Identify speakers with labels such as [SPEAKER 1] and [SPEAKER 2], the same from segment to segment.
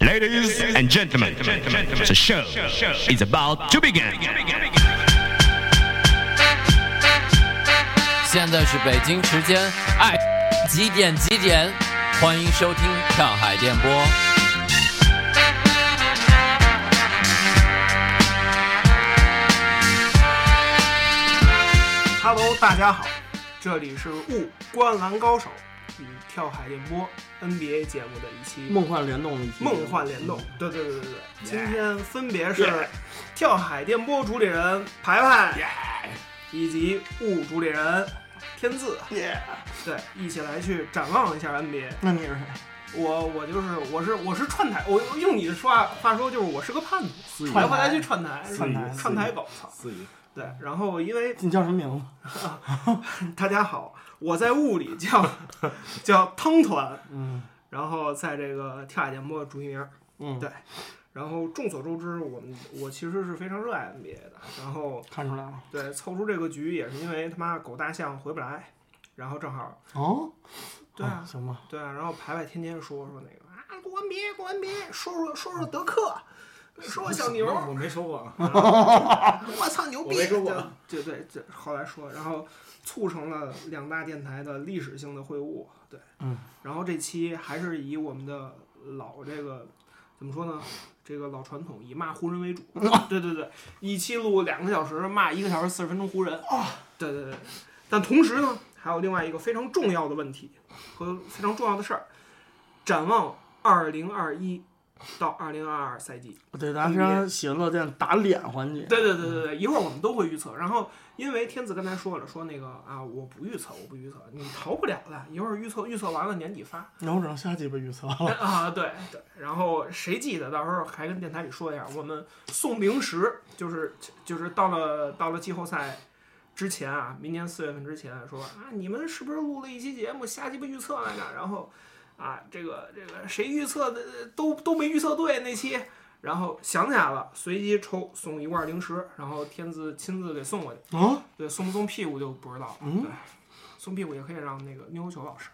[SPEAKER 1] Ladies and gentlemen, the show is about to begin.
[SPEAKER 2] 现在是北京时间，哎，几点几点？欢迎收听上海电波。
[SPEAKER 3] Hello，大家好，这里是《雾灌篮高手》与跳海电波 NBA 节目的一期
[SPEAKER 4] 梦幻联动的一期
[SPEAKER 3] 梦幻联动。对对对对对，今天分别是跳海电波主理人排排以及雾主理人天字，对，一起来去展望一下 NBA。
[SPEAKER 4] 那你是谁？
[SPEAKER 3] 我我就是我是我是串台，我用你的话话说就是我是个叛徒，
[SPEAKER 4] 司仪
[SPEAKER 3] 来回来去串台，
[SPEAKER 4] 串台
[SPEAKER 3] 串台狗，操！
[SPEAKER 4] 司仪，
[SPEAKER 3] 对，然后因为
[SPEAKER 4] 你叫什么名字？
[SPEAKER 3] 大家好，我在物理 叫叫汤团，
[SPEAKER 4] 嗯
[SPEAKER 3] 然后在这个跳海电波主席名儿。
[SPEAKER 4] 嗯，
[SPEAKER 3] 对然后众所周知，我们我其实是非常热爱 NBA 的。然后
[SPEAKER 4] 看出来了。
[SPEAKER 3] 对凑出这个局也是因为他妈狗大象回不来，然后正好
[SPEAKER 4] 哦，
[SPEAKER 3] 对啊
[SPEAKER 4] 哦行吧。
[SPEAKER 3] 对啊，然后排排天天说说那个啊，国 NBA 国 NBA，说说说说德克，说说小牛，
[SPEAKER 5] 我没说过啊。
[SPEAKER 3] 我操牛逼！
[SPEAKER 5] 我没说过
[SPEAKER 3] 对对对，后来说，然后促成了两大电台的历史性的会晤，对，
[SPEAKER 4] 嗯，
[SPEAKER 3] 然后这期还是以我们的老这个怎么说呢？这个老传统以骂湖人为 主，对对对，一期录两个小时，骂一个小时四十分钟湖人，
[SPEAKER 5] 啊
[SPEAKER 3] 对对对，但同时呢，还有另外一个非常重要的问题和非常重要的事儿，展望二零二一到二零二二赛季，
[SPEAKER 4] 对，咱非常喜闻乐见打脸环节。
[SPEAKER 3] 对对对对对，一会儿我们都会预测。然后因为天子刚才说了，说那个啊，我不预测，我不预测，你逃不了的。一会儿预测预测完了年底发
[SPEAKER 4] 然后只能瞎鸡巴预测了。
[SPEAKER 3] 啊，对对。然后谁记得，到时候还跟电台里说一下，我们送零食，就是就是到了到了季后赛。之前啊，明年四月份之前说啊，你们是不是录了一期节目瞎鸡巴预测来着？然后啊，这个这个谁预测的都都没预测对那期，然后想起来了，随机抽送一罐零食，然后天字亲自给送过去。
[SPEAKER 4] 嗯，
[SPEAKER 3] 对，送不送屁股就不知道了。
[SPEAKER 4] 嗯
[SPEAKER 3] 对，送屁股也可以让那个妞球老师。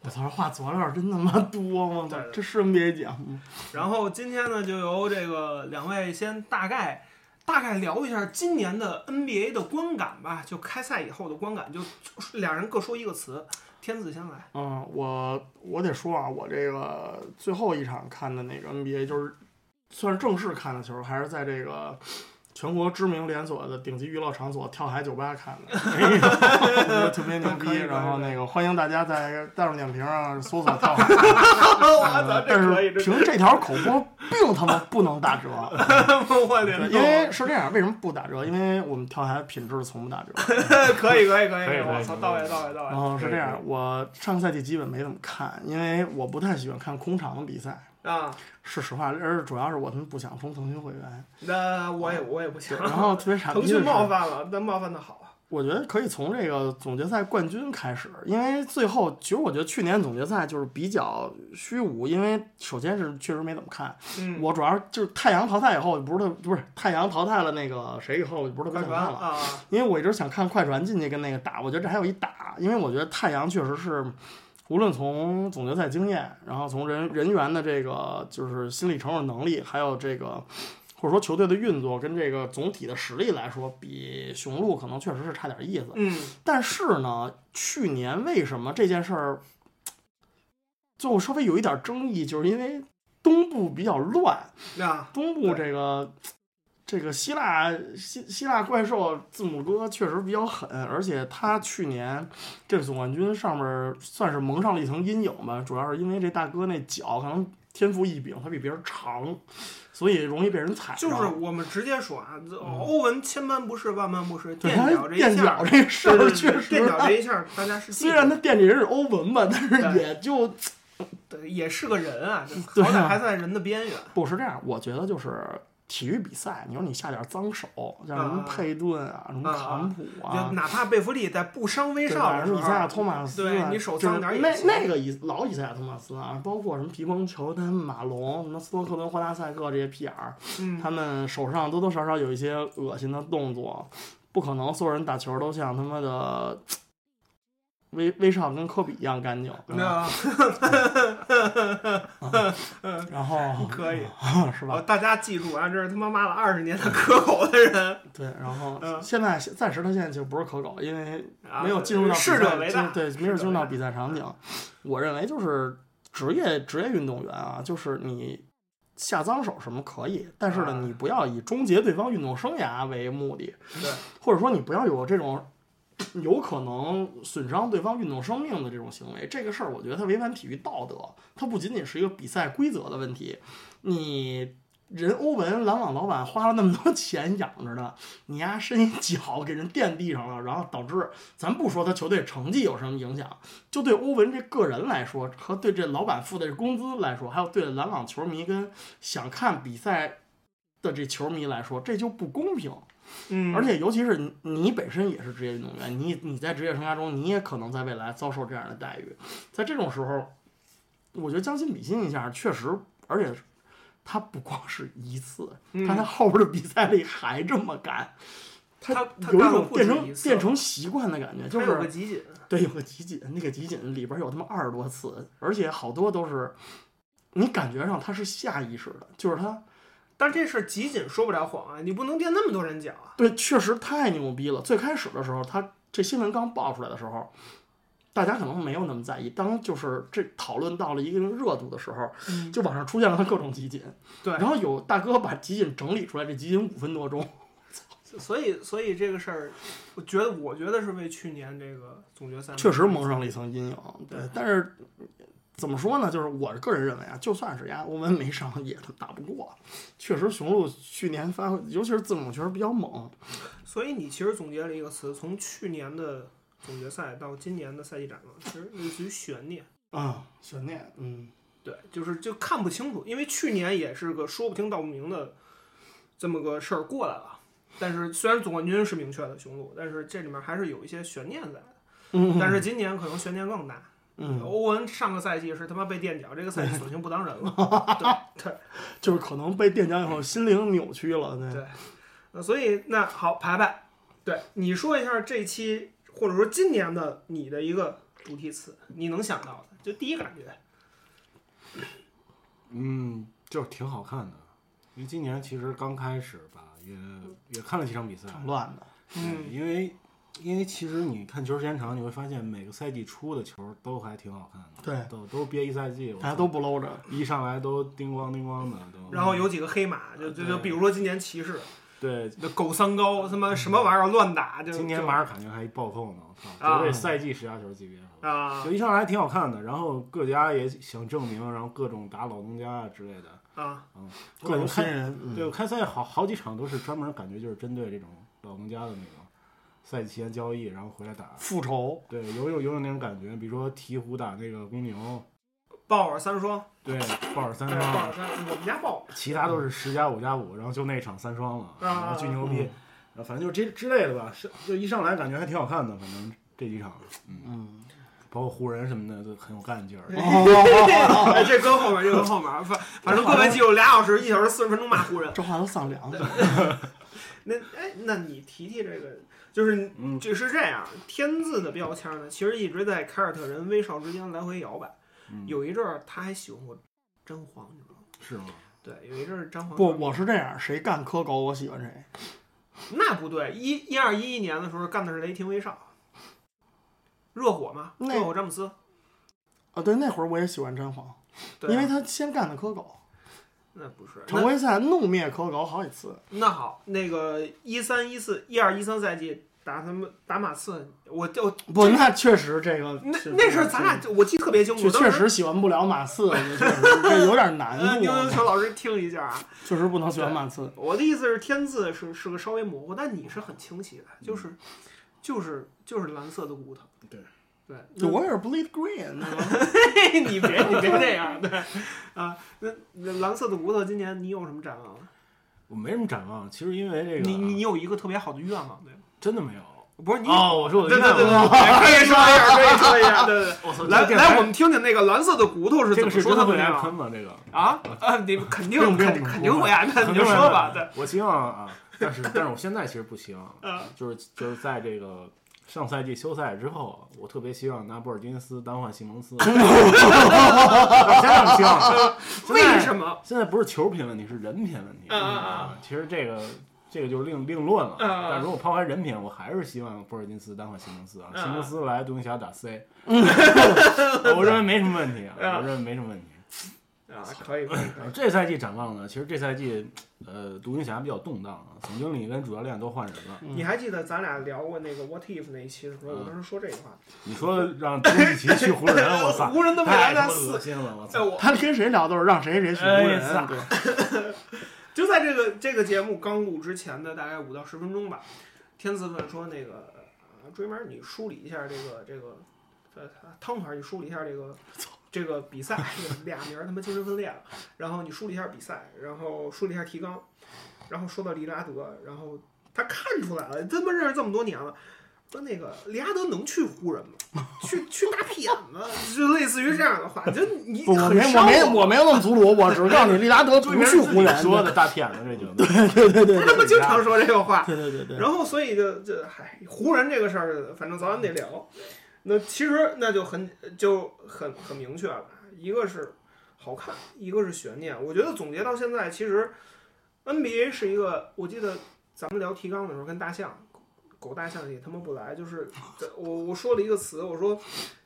[SPEAKER 4] 我操，这话佐料真他妈多我操
[SPEAKER 3] 对，对
[SPEAKER 4] 这是 NBA 节目吗？
[SPEAKER 3] 然后今天呢，就由这个两位先大概大概聊一下今年的 NBA 的观感吧，就开赛以后的观感，就就俩人各说一个词。天子先来，
[SPEAKER 4] 嗯，我我得说啊，我这个最后一场看的那个 NBA 就是算是正式看的球，还是在这个全国知名连锁的顶级娱乐场所跳海酒吧看 的，哎呦我觉得特别牛
[SPEAKER 3] 可以
[SPEAKER 4] 逼。
[SPEAKER 3] 可以
[SPEAKER 4] 然
[SPEAKER 3] 可
[SPEAKER 4] 后
[SPEAKER 3] 以
[SPEAKER 4] 那个欢迎大家在大众点评上搜索跳海。
[SPEAKER 3] 我
[SPEAKER 4] 嗯但是凭这条口播并他妈不能打折， 嗯
[SPEAKER 3] 梦幻联
[SPEAKER 4] 因为是这样，为什么不打折？因为我们跳台品质从不 打折。
[SPEAKER 3] 哎可以可以可
[SPEAKER 5] 可以
[SPEAKER 3] 以，
[SPEAKER 5] 可以
[SPEAKER 3] 我操，到位到位到
[SPEAKER 4] 然
[SPEAKER 3] 位
[SPEAKER 4] 后是这样，我上个赛季基本没怎么看，因为我不太喜欢看空场的比赛，
[SPEAKER 3] 啊！
[SPEAKER 4] 是实话，而且主要是我他妈不想充腾讯 会员。
[SPEAKER 3] 那我也我也不行，
[SPEAKER 4] 然后特别傻逼
[SPEAKER 3] 腾
[SPEAKER 4] 的
[SPEAKER 3] 讯
[SPEAKER 4] 是，
[SPEAKER 3] 冒犯了，但冒犯的好。啊
[SPEAKER 4] 我觉得可以从这个总决赛冠军开始，因为最后其实我觉得去年总决赛就是比较虚无，因为首先是确实没怎么看，
[SPEAKER 3] 嗯，
[SPEAKER 4] 我主要是就是太阳淘汰以后，不是他不是太阳淘汰了那个谁以后，我不是特别
[SPEAKER 3] 快
[SPEAKER 4] 想
[SPEAKER 3] 传
[SPEAKER 4] 看了，
[SPEAKER 3] 啊，
[SPEAKER 4] 因为我一直想看快船进去跟那个打，我觉得这还有一打，因为我觉得太阳确实是，无论从总决赛经验，然后从人人员的这个就是心理承受能力，还有这个或者说球队的运作跟这个总体的实力来说，比雄鹿可能确实是差点意思。
[SPEAKER 3] 嗯，
[SPEAKER 4] 但是呢，去年为什么这件事儿就稍微有一点争议，就是因为东部比较乱。
[SPEAKER 3] 啊，
[SPEAKER 4] 东部这个这个希腊希希腊怪兽字母哥确实比较狠，而且他去年这个总冠军上面算是蒙上了一层阴影吧，主要是因为这大哥那脚可能天赋异禀，他比别人长，所以容易被人踩着。
[SPEAKER 3] 就是我们直接说啊，这欧文千般不是万般不是，
[SPEAKER 4] 嗯对
[SPEAKER 3] 垫
[SPEAKER 4] 他
[SPEAKER 3] 脚这
[SPEAKER 4] 垫
[SPEAKER 3] 一下
[SPEAKER 4] 脚
[SPEAKER 3] 儿，
[SPEAKER 4] 这 事
[SPEAKER 3] 对
[SPEAKER 4] 儿
[SPEAKER 3] 对
[SPEAKER 4] 确
[SPEAKER 3] 对，
[SPEAKER 4] 实
[SPEAKER 3] 垫脚这一下儿，大家是记
[SPEAKER 4] 虽然
[SPEAKER 3] 住
[SPEAKER 4] 他惦记人是欧文吧，但是
[SPEAKER 3] 对
[SPEAKER 4] 也就
[SPEAKER 3] 的对也是个人啊，这
[SPEAKER 4] 对
[SPEAKER 3] 好歹
[SPEAKER 4] 啊
[SPEAKER 3] 还在人的边缘。
[SPEAKER 4] 不是这样，我觉得就是体育比赛，你说你下点脏手，像什么佩顿啊，什么坎普啊
[SPEAKER 3] 就，哪怕贝弗利在不伤威
[SPEAKER 4] 对
[SPEAKER 3] 少
[SPEAKER 4] 吧？
[SPEAKER 3] 的时
[SPEAKER 4] 什么
[SPEAKER 3] 候，
[SPEAKER 4] 以赛亚托马斯、啊，
[SPEAKER 3] 对你手脏点儿
[SPEAKER 4] 就是
[SPEAKER 3] 也
[SPEAKER 4] 那
[SPEAKER 3] 行
[SPEAKER 4] 那个以老以赛亚托马斯啊，包括什么皮蓬乔丹、马龙、什么斯托克顿、霍纳塞克这些屁眼儿，
[SPEAKER 3] 嗯，
[SPEAKER 4] 他们手上多多少少有一些恶心的动作，不可能所有人打球都像他妈的啊威威少跟科比一样干净。
[SPEAKER 3] 那 可以，
[SPEAKER 4] 是
[SPEAKER 3] 哦，
[SPEAKER 4] 吧？
[SPEAKER 3] 大家记住啊，这是他妈骂了二十年的可口的人，
[SPEAKER 4] 对，然后
[SPEAKER 3] 嗯
[SPEAKER 4] 现在暂时他现在就不是可狗，因为
[SPEAKER 3] 啊
[SPEAKER 4] 没有进入到比
[SPEAKER 3] 适者为
[SPEAKER 4] 赛，
[SPEAKER 3] 大，
[SPEAKER 4] 就对，
[SPEAKER 3] 适
[SPEAKER 4] 没有
[SPEAKER 3] 者
[SPEAKER 4] 进入
[SPEAKER 3] 为
[SPEAKER 4] 到
[SPEAKER 3] 大
[SPEAKER 4] 比赛场景。我认为就是职业职业运动员啊，就是你下脏手什么可以，但是呢，
[SPEAKER 3] 啊
[SPEAKER 4] 你不要以终结对方运动生涯为目的，
[SPEAKER 3] 对，
[SPEAKER 4] 或者说你不要有这种有可能损伤对方运动生命的这种行为。这个事儿，我觉得它违反体育道德，它不仅仅是一个比赛规则的问题。你人欧文篮网老板花了那么多 钱养着呢，你丫伸一脚给人垫地上了，然后导致咱不说他球队成绩有什么影响，就对欧文这个人来说，和对这老板付的这工资来说，还有对篮网球迷跟想看比赛的这球迷来说，这就不公平。
[SPEAKER 3] 嗯，
[SPEAKER 4] 而且尤其是你你本身也是职业运动员，你你在职业生涯中，你也可能在未来遭受这样的待遇，在这种时候，我觉得将心比心一下，确实，而且他不光是一次，
[SPEAKER 3] 嗯
[SPEAKER 4] 他在后边的比赛里还这么干，
[SPEAKER 3] 他他
[SPEAKER 4] 有一
[SPEAKER 3] 干了
[SPEAKER 4] 种
[SPEAKER 3] 不止
[SPEAKER 4] 变成
[SPEAKER 3] 一次
[SPEAKER 4] 变成习惯的感觉，就
[SPEAKER 3] 他有个
[SPEAKER 4] 是
[SPEAKER 3] 集锦，
[SPEAKER 4] 对有个集锦，那个集锦里边有他妈二十多次，而且好多都是你感觉上他是下意识的，就是他。
[SPEAKER 3] 但这事儿集锦说不了谎啊，你不能垫那么多人脚啊，
[SPEAKER 4] 对，确实太牛逼了。最开始的时候，他这新闻刚爆出来的时候，大家可能没有那么在意。当就是这讨论到了一定热度的时候，就网上出现了各种集锦。
[SPEAKER 3] 对
[SPEAKER 4] 嗯然后有大哥把集锦整理出来，这集锦五分多钟。
[SPEAKER 3] 所以所以这个事儿，我觉得我觉得是为去年这个总决赛
[SPEAKER 4] 确实蒙上了一层阴影。对
[SPEAKER 3] 对，
[SPEAKER 4] 但是怎么说呢？就是我个人认为啊，就算是呀，欧文没上也他妈打不过。确实，雄鹿去年发挥，尤其是字母确实比较猛。
[SPEAKER 3] 所以你其实总结了一个词，从去年的总决赛到今年的赛季展望，其实类似于悬念。
[SPEAKER 4] 啊，悬念，嗯，
[SPEAKER 3] 对，就是就看不清楚，因为去年也是个说不清道不明的这么个事儿过来了。但是虽然总冠军是明确的雄鹿，但是这里面还是有一些悬念在的。
[SPEAKER 4] 嗯
[SPEAKER 3] 但是今年可能悬念更大。
[SPEAKER 4] 嗯，
[SPEAKER 3] 欧文上个赛季是他妈被垫脚，这个赛季索性不当人 了。对对
[SPEAKER 4] 就是可能被垫脚以后心灵扭曲了。对
[SPEAKER 3] 对，呃所以那好，排排，对你说一下这期或者说今年的你的一个主题词，你能想到的，就第一感觉。
[SPEAKER 5] 嗯，就是挺好看的。因为今年其实刚开始吧，也
[SPEAKER 3] 嗯
[SPEAKER 5] 也看了几场比赛，
[SPEAKER 4] 挺乱的。
[SPEAKER 5] 嗯，因为因为其实你看球时间长，你会发现每个赛季出的球都还挺好看的，
[SPEAKER 4] 对
[SPEAKER 5] 都都憋一赛季，我
[SPEAKER 4] 大家
[SPEAKER 5] 操
[SPEAKER 4] 都不搂着，
[SPEAKER 5] 一上来都叮咣叮咣的，都
[SPEAKER 3] 然后有几个黑马，
[SPEAKER 5] 啊
[SPEAKER 3] 就就就比如说今年骑士，
[SPEAKER 5] 对，
[SPEAKER 3] 那狗三高，他妈什么玩意儿乱打，就
[SPEAKER 5] 今年
[SPEAKER 3] 就
[SPEAKER 5] 马尔卡宁还一暴扣呢，我操，
[SPEAKER 3] 啊
[SPEAKER 5] 绝对赛季十佳球级别。
[SPEAKER 3] 啊
[SPEAKER 5] 就一上来挺好看的，然后各家也想证明，然后各种打老东家啊之类的，
[SPEAKER 3] 啊，
[SPEAKER 5] 各种
[SPEAKER 4] 新
[SPEAKER 5] 开
[SPEAKER 4] 人，嗯
[SPEAKER 5] 对，我开赛好好几场都是专门感觉就是针对这种老东家的那种赛季期间交易，然后回来打。
[SPEAKER 4] 复仇，
[SPEAKER 5] 对，有有有种那种感觉，比如说鹈鹕打那个公牛，
[SPEAKER 3] 鲍尔三双，
[SPEAKER 5] 对，鲍尔三
[SPEAKER 3] 对，鲍尔
[SPEAKER 5] 双，
[SPEAKER 3] 三，我们家 鲍尔
[SPEAKER 5] 其他都是十加五加五，然后就那一场三双
[SPEAKER 3] 啊
[SPEAKER 5] 了，然后巨牛
[SPEAKER 4] 嗯
[SPEAKER 5] 逼，然后反正就这之类的吧，是就一上来感觉还挺好看的，反正这几场，嗯，
[SPEAKER 4] 嗯，
[SPEAKER 5] 包括湖人什么的都很有干劲儿。
[SPEAKER 3] 哦哎，这跟后面，这跟后面，反反正各位记住，俩小时，一小时四十分钟骂湖人。
[SPEAKER 4] 这话都丧凉了。
[SPEAKER 3] 那哎，那你提提这个，就是
[SPEAKER 5] 嗯
[SPEAKER 3] 就是这样，天字的标签呢，其实一直在凯尔特人威少之间来回摇摆。
[SPEAKER 5] 嗯
[SPEAKER 3] 有一阵儿他还喜欢过詹皇，你知道吗？
[SPEAKER 5] 是吗？
[SPEAKER 3] 对，有一阵儿詹皇
[SPEAKER 4] 不，我是这样，谁干科狗，我喜欢谁。
[SPEAKER 3] 那不对，一一二一一年的时候干的是雷霆威少，热火嘛，
[SPEAKER 4] 那
[SPEAKER 3] 热火詹姆斯，
[SPEAKER 4] 啊，对，那会儿我也喜欢詹皇，
[SPEAKER 3] 对啊
[SPEAKER 4] 因为他先干的科狗，
[SPEAKER 3] 那不是
[SPEAKER 4] 常
[SPEAKER 3] 那
[SPEAKER 4] 规赛怒灭科狗好几次。
[SPEAKER 3] 那好，那个一三一四一二一三赛季打他们打马刺，我就
[SPEAKER 4] 不，那确实这个
[SPEAKER 3] 那
[SPEAKER 4] 确
[SPEAKER 3] 那事儿咱俩我记得特别清楚，
[SPEAKER 4] 确确
[SPEAKER 3] 当时
[SPEAKER 4] 实喜欢不了马刺，也确实这有点 难
[SPEAKER 3] 呃，
[SPEAKER 4] 度
[SPEAKER 3] 牛牛
[SPEAKER 4] 啊，
[SPEAKER 3] 球老师听一下啊，
[SPEAKER 4] 确实不能喜欢马刺。
[SPEAKER 3] 我的意思是，天字是是个稍微模糊，但你是很清晰的，就是就是就是蓝色的骨头。
[SPEAKER 5] 嗯对
[SPEAKER 3] 对，
[SPEAKER 4] 就我也是 bleed green，那个
[SPEAKER 3] 那 你别你别这样，对啊，那那蓝色的骨头，今年你有什么展望吗？
[SPEAKER 5] 我没什么展望，其实因为这个
[SPEAKER 3] 你你有一个特别好的愿望，对吗？
[SPEAKER 5] 真的没有。
[SPEAKER 3] 不是你
[SPEAKER 5] 哦，我说我
[SPEAKER 3] 对对对对，对可以说一下，可以说一下，对对
[SPEAKER 5] 我操，
[SPEAKER 3] 对。来
[SPEAKER 5] 这个电台
[SPEAKER 3] 来，我们听听那个蓝色的骨头是怎
[SPEAKER 5] 这个
[SPEAKER 3] 么
[SPEAKER 5] 是
[SPEAKER 3] 说
[SPEAKER 5] 真的
[SPEAKER 3] 他
[SPEAKER 5] 会
[SPEAKER 3] 的愿
[SPEAKER 5] 来喷
[SPEAKER 3] 望
[SPEAKER 5] 吗？这个
[SPEAKER 3] 啊啊！你肯定
[SPEAKER 4] 并不
[SPEAKER 3] 肯
[SPEAKER 4] 并不
[SPEAKER 3] 肯定会啊，那 你就说吧，对，
[SPEAKER 5] 我希望啊，但是但是我现在其实不希望
[SPEAKER 3] 嗯，
[SPEAKER 5] 就是就是在这个上赛季休赛之后，我特别希望拿博尔津斯单换西蒙斯， 我真的希望。
[SPEAKER 3] 嗯为什么？
[SPEAKER 5] 现在不是球评问题，是人品问题。
[SPEAKER 3] 嗯嗯嗯
[SPEAKER 5] 其实这个这个就另另论了。啊
[SPEAKER 3] 嗯嗯
[SPEAKER 5] 但如果抛开人品，我还是希望博尔津斯单换西蒙斯啊。
[SPEAKER 3] 嗯嗯
[SPEAKER 5] 西蒙斯来独行侠 打 C，、我认为没什么问题啊，
[SPEAKER 3] 嗯
[SPEAKER 5] 我认为没什么问题。
[SPEAKER 3] 啊，可以可以可
[SPEAKER 5] 啊
[SPEAKER 3] 以，
[SPEAKER 5] 这赛季展望呢，其实这赛季呃，独行侠比较动荡啊，总经理跟主教练都换人了。
[SPEAKER 3] 你还记得咱俩聊过那个 What If 那一期的时候，
[SPEAKER 5] 嗯
[SPEAKER 3] 我当时说这个话，
[SPEAKER 5] 你说让东契奇去湖人，我 操，
[SPEAKER 3] 湖人都没来
[SPEAKER 5] 太他
[SPEAKER 3] 他
[SPEAKER 5] 妈
[SPEAKER 3] 四哎
[SPEAKER 5] 恶心了，哎我
[SPEAKER 3] 在
[SPEAKER 5] 操！
[SPEAKER 3] 我
[SPEAKER 4] 他跟谁聊都是让谁谁去湖
[SPEAKER 5] 哎
[SPEAKER 4] 人
[SPEAKER 5] 呀，
[SPEAKER 4] 对，
[SPEAKER 3] 就在这个这个节目刚录之前的大概五到十分钟吧，天赐问说那个呃追门，你梳理一下这个这个，呃，汤团，你梳理一下这个这个比赛， 俩名儿他妈精神分裂了。然后你梳理一下比赛，然后梳理一下提纲，然后说到利拉德，然后他看出来了，他妈认识这么多年了。说那个利拉德能去湖人吗？去去打屁眼子，就类似于这样的话，就你
[SPEAKER 4] 不，我
[SPEAKER 3] 很
[SPEAKER 4] 没
[SPEAKER 3] 伤
[SPEAKER 4] 我没
[SPEAKER 3] 我
[SPEAKER 4] 我没有那么粗鲁，我只是告诉你，利 拉德不
[SPEAKER 5] 明
[SPEAKER 4] 去
[SPEAKER 5] 是
[SPEAKER 4] 湖人。
[SPEAKER 5] 说的大屁眼子，这就
[SPEAKER 3] 我他妈经常说这个 话。
[SPEAKER 4] 对对对对，
[SPEAKER 3] 然后所以就就嗨，湖人这个事儿，反正早晚得聊。那其实那就很就很很明确了，一个是好看，一个是悬念。我觉得总结到现在，其实 NBA 是一个，我记得咱们聊提纲的时候跟大象狗大象也他妈不来，就是我我说了一个词，我说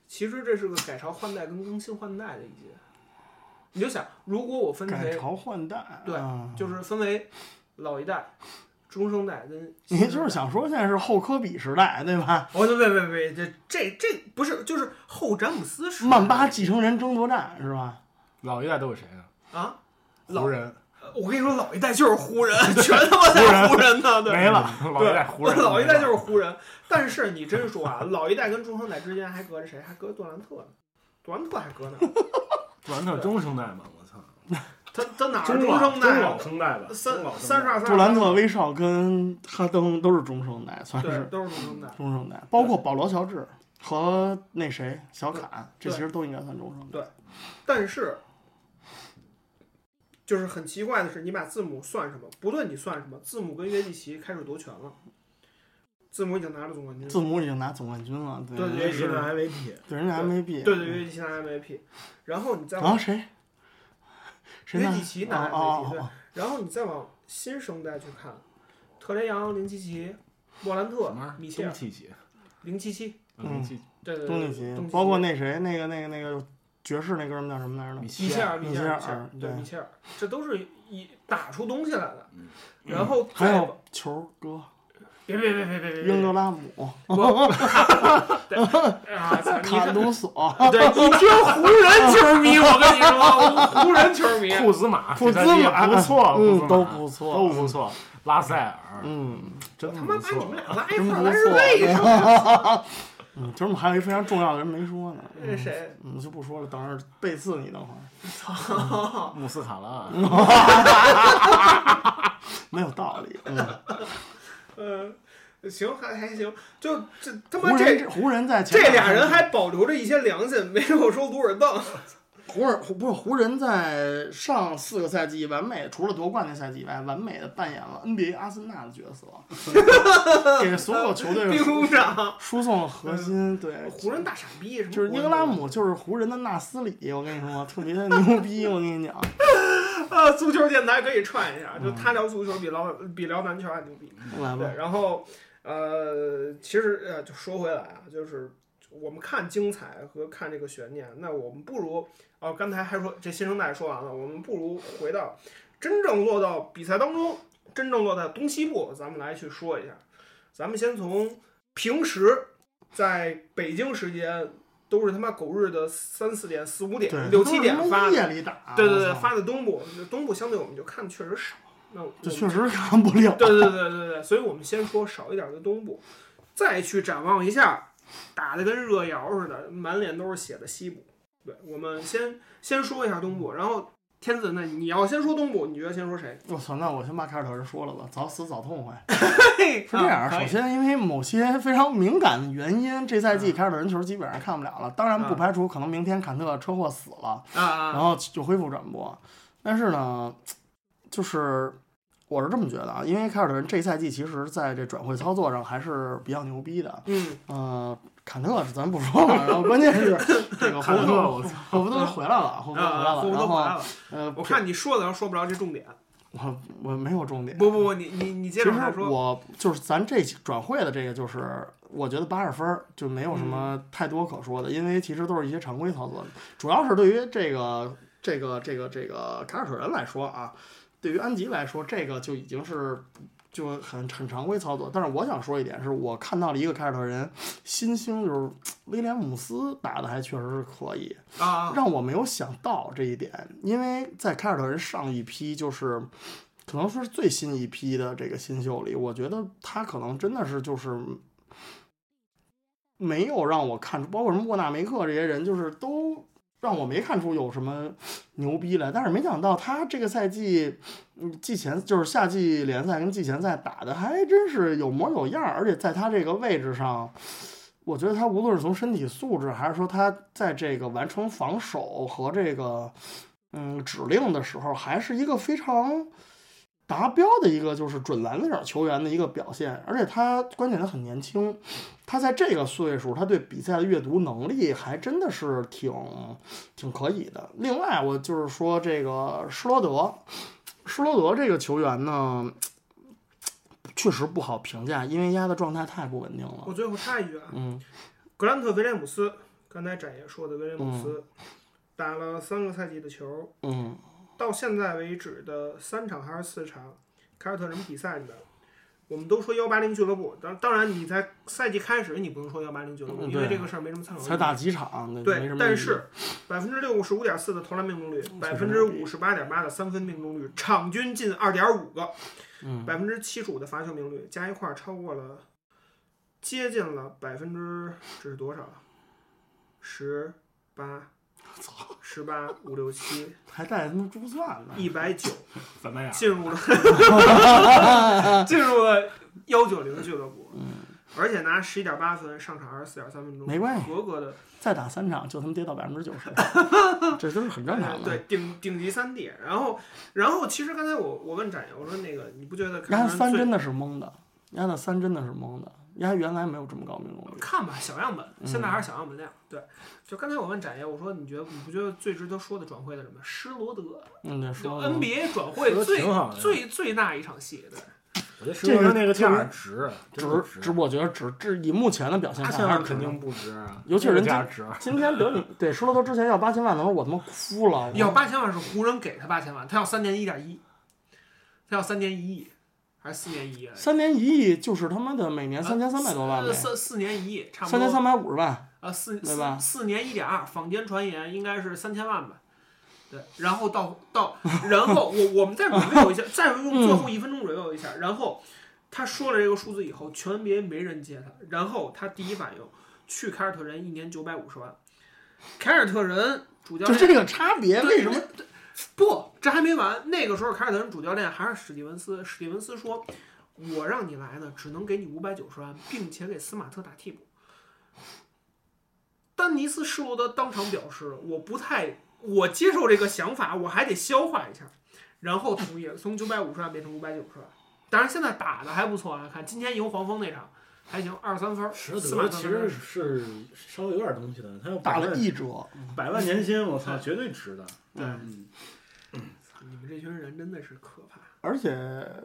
[SPEAKER 3] 其实这是个改朝换代跟更新换代的一届。你就想，如果我分
[SPEAKER 4] 改
[SPEAKER 3] 为
[SPEAKER 4] 朝换代，
[SPEAKER 3] 对
[SPEAKER 4] 啊
[SPEAKER 3] 就是分为老一代、中生代跟新
[SPEAKER 4] 您
[SPEAKER 3] 生
[SPEAKER 4] 就是
[SPEAKER 3] 代
[SPEAKER 4] 想说现在是后科比时代，对吧？
[SPEAKER 3] 哦，对，别别别，这这这不是，就是后詹姆斯时代
[SPEAKER 4] 曼巴继承人争夺战是吧？
[SPEAKER 5] 老一代都有谁啊？
[SPEAKER 3] 啊，老
[SPEAKER 5] 湖，人
[SPEAKER 3] 我跟你说，老一代就是湖人，全他妈在湖人呢，对
[SPEAKER 5] 没了，老
[SPEAKER 3] 对
[SPEAKER 5] 一代湖人，
[SPEAKER 3] 老一代就是湖人。但是你真说啊，老一代跟中生代之间还隔着谁？还隔着杜兰特呢，杜兰特还隔呢，
[SPEAKER 5] 杜兰特中生代嘛，我操，
[SPEAKER 3] 他他哪是
[SPEAKER 5] 中
[SPEAKER 3] 中
[SPEAKER 5] 老
[SPEAKER 3] 生代
[SPEAKER 5] 中
[SPEAKER 3] 啊
[SPEAKER 5] 老？生代吧，
[SPEAKER 3] 三
[SPEAKER 5] 中老生代
[SPEAKER 3] 三十二、三
[SPEAKER 4] 杜兰特、威少跟哈登都是中生代，算
[SPEAKER 3] 对
[SPEAKER 4] 是，
[SPEAKER 3] 都是中生代。
[SPEAKER 4] 中生代，包括保罗·乔治和那谁小卡，这
[SPEAKER 3] 对
[SPEAKER 4] 其实都应该算中生代。
[SPEAKER 3] 但是，就是很奇怪的是，你把字母算什么？不论你算什么，字母跟约基奇开始夺权了，字母已经拿了总冠军了。
[SPEAKER 4] 字母已经拿总冠军了，对
[SPEAKER 3] 对
[SPEAKER 5] 因为
[SPEAKER 3] 是
[SPEAKER 5] 现在 MVP，
[SPEAKER 4] 对，人家 MVP，
[SPEAKER 3] 对对，约基奇拿 MVP，然后你再
[SPEAKER 4] 啊
[SPEAKER 3] 往、
[SPEAKER 4] 谁？谁
[SPEAKER 3] 约
[SPEAKER 4] 拿？
[SPEAKER 3] 基奇拿
[SPEAKER 4] 哦哦
[SPEAKER 3] MVP，对
[SPEAKER 4] 哦哦
[SPEAKER 3] 然后你再往新生代去看，特雷杨、林奇奇、莫兰特
[SPEAKER 5] 什么、
[SPEAKER 3] 米切尔
[SPEAKER 5] 东、契奇，
[SPEAKER 3] 零七七，
[SPEAKER 5] 啊东契
[SPEAKER 3] 对对对，
[SPEAKER 4] 东
[SPEAKER 3] 对
[SPEAKER 4] 契奇
[SPEAKER 3] 东，
[SPEAKER 4] 包括那谁，那个那个那个爵士那哥们叫什么来着？
[SPEAKER 5] 米
[SPEAKER 3] 米
[SPEAKER 5] 切
[SPEAKER 3] 切
[SPEAKER 5] 尔，
[SPEAKER 3] 尔、
[SPEAKER 4] 米
[SPEAKER 3] 米切
[SPEAKER 4] 切
[SPEAKER 3] 尔、米
[SPEAKER 4] 尔
[SPEAKER 3] 切尔，对
[SPEAKER 4] 对
[SPEAKER 3] 米切尔，这都是一打出东西来的
[SPEAKER 5] 嗯。
[SPEAKER 3] 然后
[SPEAKER 4] 还
[SPEAKER 3] 再
[SPEAKER 4] 有球哥
[SPEAKER 3] 别别别别别别别，
[SPEAKER 4] 英格拉姆、
[SPEAKER 3] 我对啊， 操哦你哦
[SPEAKER 4] 卡
[SPEAKER 3] 这
[SPEAKER 4] 鲁索、
[SPEAKER 3] 对，一听湖 人球迷，我跟你 说，湖人球迷，
[SPEAKER 5] 库兹马，
[SPEAKER 4] 库兹
[SPEAKER 5] 这赛季
[SPEAKER 4] 马
[SPEAKER 5] 不
[SPEAKER 4] 嗯
[SPEAKER 5] 错，库兹马
[SPEAKER 4] 都不错
[SPEAKER 5] 都不错，拉塞尔
[SPEAKER 4] 嗯
[SPEAKER 5] 真
[SPEAKER 3] 他妈
[SPEAKER 5] 不
[SPEAKER 3] 把你们
[SPEAKER 5] 错。
[SPEAKER 3] 俩拉一
[SPEAKER 4] 真
[SPEAKER 3] 块
[SPEAKER 4] 不
[SPEAKER 3] 儿，那是为什么？
[SPEAKER 4] 嗯，今儿我们还有一非常重要的人没说呢，
[SPEAKER 3] 这谁？
[SPEAKER 4] 嗯，就不说了，等会儿背刺你，等会儿
[SPEAKER 5] 穆斯卡
[SPEAKER 3] 嗯
[SPEAKER 5] 拉，啊
[SPEAKER 4] 没有道理。嗯，
[SPEAKER 3] 嗯，行，还还行，就这他
[SPEAKER 4] 湖
[SPEAKER 3] 妈
[SPEAKER 4] 人
[SPEAKER 3] 这
[SPEAKER 4] 这湖人在前
[SPEAKER 3] 这
[SPEAKER 4] 两
[SPEAKER 3] 俩人
[SPEAKER 4] 场
[SPEAKER 3] 还保留着一些良心，没有说鲁尔 邓。
[SPEAKER 4] 湖人湖不是湖人在上四个赛季完美，除了夺冠那赛季以外，完美的扮演了 NBA 阿森纳的角 色，给所有球队
[SPEAKER 3] 兵工
[SPEAKER 4] 输
[SPEAKER 3] 厂，
[SPEAKER 4] 输送核心。对，
[SPEAKER 3] 湖人大傻逼，什么
[SPEAKER 4] 就是英格拉姆就是湖人的纳斯里，我跟你说，特别的牛逼，我跟你讲。
[SPEAKER 3] 啊，足球电台可以串一下，
[SPEAKER 4] 嗯
[SPEAKER 3] 就他聊足球比聊比聊篮球还牛逼。
[SPEAKER 4] 来吧
[SPEAKER 3] 对，，然后呃，其实呃，就说回来啊，就是我们看精彩和看这个悬念，那我们不如哦、刚才还说这新生代说完了，我们不如回到真正落到比赛当中，真正落在东西部，咱们来去说一下。咱们先从平时在北京时间都是他妈狗日的三四点、四五点、
[SPEAKER 4] 对，
[SPEAKER 3] 六七点
[SPEAKER 4] 都是他
[SPEAKER 3] 发
[SPEAKER 4] 妈
[SPEAKER 3] 的，
[SPEAKER 4] 夜里打，啊
[SPEAKER 3] 对对
[SPEAKER 4] 我
[SPEAKER 3] 对，
[SPEAKER 4] 操
[SPEAKER 3] 发在东部，东部相对我们就看的确实少。那我
[SPEAKER 4] 这
[SPEAKER 3] 们
[SPEAKER 4] 确实看不了。
[SPEAKER 3] 对对对对对，所以我们先说少一点的东部，再去展望一下，打的跟热窑似的，满脸都是血的西部。对，我们先先说一下东部，然后天子，那你要先说东部，你觉得先说谁？
[SPEAKER 4] 我操，那我先把凯尔特人说了吧，早死早痛快。
[SPEAKER 3] 嘿，
[SPEAKER 4] 是这样，
[SPEAKER 3] 啊可以
[SPEAKER 4] 首先因为某些非常敏感的原因，这赛季
[SPEAKER 3] 嗯
[SPEAKER 4] 凯尔特人球基本上看不了了。当然，不排除可能明天坎特车祸死了，
[SPEAKER 3] 啊
[SPEAKER 4] 然
[SPEAKER 3] 啊，
[SPEAKER 4] 后就恢复转播。但是呢，就是我是这么觉得啊，因为凯尔特人这一赛季其实在这转会操作上还是比较牛逼的。
[SPEAKER 3] 嗯，
[SPEAKER 4] 呃，坎特是咱不说了，然后关键是这个
[SPEAKER 5] 坎
[SPEAKER 4] 霍
[SPEAKER 5] 特
[SPEAKER 4] 福
[SPEAKER 5] 我
[SPEAKER 4] 德，霍福德回来了，霍福德回来
[SPEAKER 3] 啊，
[SPEAKER 4] 了，
[SPEAKER 3] 霍福
[SPEAKER 4] 然
[SPEAKER 3] 德回来
[SPEAKER 4] 后
[SPEAKER 3] 了。
[SPEAKER 4] 呃，
[SPEAKER 3] 我看你说的说不着这重点，
[SPEAKER 4] 我我没有重点，
[SPEAKER 3] 不不不，你你你接
[SPEAKER 4] 其
[SPEAKER 3] 着往
[SPEAKER 4] 实
[SPEAKER 3] 下说。
[SPEAKER 4] 我就是咱这转会的这个，就是我觉得八十分儿就没有什么
[SPEAKER 3] 嗯
[SPEAKER 4] 太多可说的，因为其实都是一些常规操作，主要是对于这个这个这个这个凯尔特人来说啊，对于安吉来说，这个就已经是。就很很常规操作，但是我想说一点，是我看到了一个凯尔特人新星，就是威廉姆斯打的还确实是可以，
[SPEAKER 3] 啊，
[SPEAKER 4] 让我没有想到这一点，因为在凯尔特人上一批就是，可能说是最新一批的这个新秀里，我觉得他可能真的是就是没有让我看出，包括什么沃纳梅克这些人，就是都让我没看出有什么牛逼来。但是没想到他这个赛季，嗯，季前就是夏季联赛跟季前赛打的还真是有模有样儿，而且在他这个位置上。我觉得他无论是从身体素质，还是说他在这个完成防守和这个嗯指令的时候，还是一个非常达标的一个就是准蓝领球员的一个表现。而且他关键他很年轻，他在这个岁数，他对比赛的阅读能力还真的是挺挺可以的。另外，我就是说这个施罗德，施罗德这个球员呢。确实不好评价，因为他的状态太不稳定了
[SPEAKER 3] 我。最后插一句啊，
[SPEAKER 4] 嗯，
[SPEAKER 3] 格兰特·威廉姆斯，刚才展爷说的威廉姆斯，打了三个赛季的球，
[SPEAKER 4] 嗯
[SPEAKER 3] 到现在为止的三场还是四场凯尔特人比赛里边。我们都说幺八零俱乐部，当当然你在赛季开始你不能说幺八零俱乐部，
[SPEAKER 4] 嗯
[SPEAKER 3] 因为
[SPEAKER 4] 对
[SPEAKER 3] 这个事儿没什么参考意义。
[SPEAKER 4] 才打几场，那没
[SPEAKER 3] 对
[SPEAKER 4] 什么，意
[SPEAKER 3] 但
[SPEAKER 4] 义
[SPEAKER 3] 是百分之六十五点四的投篮命中率，百分之五十八点八的三分命中率，场均进二点五个，
[SPEAKER 4] 嗯
[SPEAKER 3] 百分之七十五的罚球命中率，加一块儿超过了，接近了百分之这是多少啊？十 八，十八五六七
[SPEAKER 4] 还带他妈珠算呢，
[SPEAKER 3] 一百九，
[SPEAKER 5] 怎么样？
[SPEAKER 3] 进入了 进入了幺九零俱乐部，而且拿十一点八分上场二十四点三分钟，
[SPEAKER 4] 嗯没关系
[SPEAKER 3] 合格的
[SPEAKER 4] 再打三场就他妈跌到百分之九十， 这都是很正常
[SPEAKER 3] 呃
[SPEAKER 4] 的。
[SPEAKER 3] 对，顶顶级三 D。然后，然后其实刚才我我问展爷，我说那个你不觉得
[SPEAKER 4] 丫
[SPEAKER 3] 看
[SPEAKER 4] 的三真
[SPEAKER 3] 最
[SPEAKER 4] 的是懵的，丫的三真的是懵的，丫原来没有这么高命中率。
[SPEAKER 3] 看吧，小样本，
[SPEAKER 4] 嗯
[SPEAKER 3] 现在还是小样本量。对，就刚才我问展爷，我说你觉得你不觉得最值得说的转会的什么？施罗德，
[SPEAKER 4] 嗯，对，
[SPEAKER 3] 就
[SPEAKER 4] 说得
[SPEAKER 3] NBA 转会
[SPEAKER 5] 说得
[SPEAKER 3] 最
[SPEAKER 5] 挺好的
[SPEAKER 3] 最最大一场戏，对，
[SPEAKER 5] 我觉得
[SPEAKER 4] 这
[SPEAKER 5] 这
[SPEAKER 4] 个
[SPEAKER 5] 个那个价儿值，啊真的
[SPEAKER 4] 值值，我觉得值，这以目前的表现
[SPEAKER 5] 八
[SPEAKER 4] 看
[SPEAKER 5] 千
[SPEAKER 4] 还
[SPEAKER 5] 万
[SPEAKER 4] 是值
[SPEAKER 5] 肯
[SPEAKER 4] 的。
[SPEAKER 5] 定不值啊，
[SPEAKER 4] 尤其是人
[SPEAKER 5] 这个
[SPEAKER 4] 家
[SPEAKER 5] 价儿值。
[SPEAKER 4] 今天德里对施罗德之前要八千万的时候，我他妈哭了。
[SPEAKER 3] 要八千万是湖人给他八千万，他要三年一点一，他要三年一亿，还是四年一亿？
[SPEAKER 4] 三年一亿，就是他妈的每年三千三百多万呗
[SPEAKER 3] 呃，四四年一亿，差不
[SPEAKER 4] 三千
[SPEAKER 3] 多
[SPEAKER 4] 三百五十万。
[SPEAKER 3] 啊，四
[SPEAKER 4] 对吧
[SPEAKER 3] 四四年一点二，坊间传言应该是三千万吧。对，然后到到，然后我我们再 review 一下，再
[SPEAKER 4] 嗯
[SPEAKER 3] 用最后一分钟 review 一下。然后他说了这个数字以后，全 NBA 没人接他。然后他第一反应去凯尔特人一年九百五十万，凯尔特人主教
[SPEAKER 4] 就
[SPEAKER 3] 练
[SPEAKER 4] 这个差别，
[SPEAKER 3] 呃对
[SPEAKER 4] 为什么？？
[SPEAKER 3] 对不，这还没完。那个时候，凯尔特人主教练还是史蒂文斯。史蒂文斯说：“我让你来呢，只能给你五百九十万，并且给斯马特打替补。”丹尼斯·施罗德当场表示：“我不太，我接受这个想法，我还得消化一下。”然后同意了，从九百五十万变成五百九十万。当然，现在打的还不错啊，看今天赢黄蜂那场还行，二三分儿。
[SPEAKER 5] 实
[SPEAKER 3] 斯马特
[SPEAKER 5] 其
[SPEAKER 3] 三分
[SPEAKER 5] 实
[SPEAKER 3] 儿
[SPEAKER 5] 是稍微有点东西的，他要
[SPEAKER 4] 打了一折，
[SPEAKER 5] 百万年薪，我操，绝对值的。
[SPEAKER 3] 对
[SPEAKER 5] 嗯，
[SPEAKER 3] 你们这群人真的是可怕。
[SPEAKER 4] 而且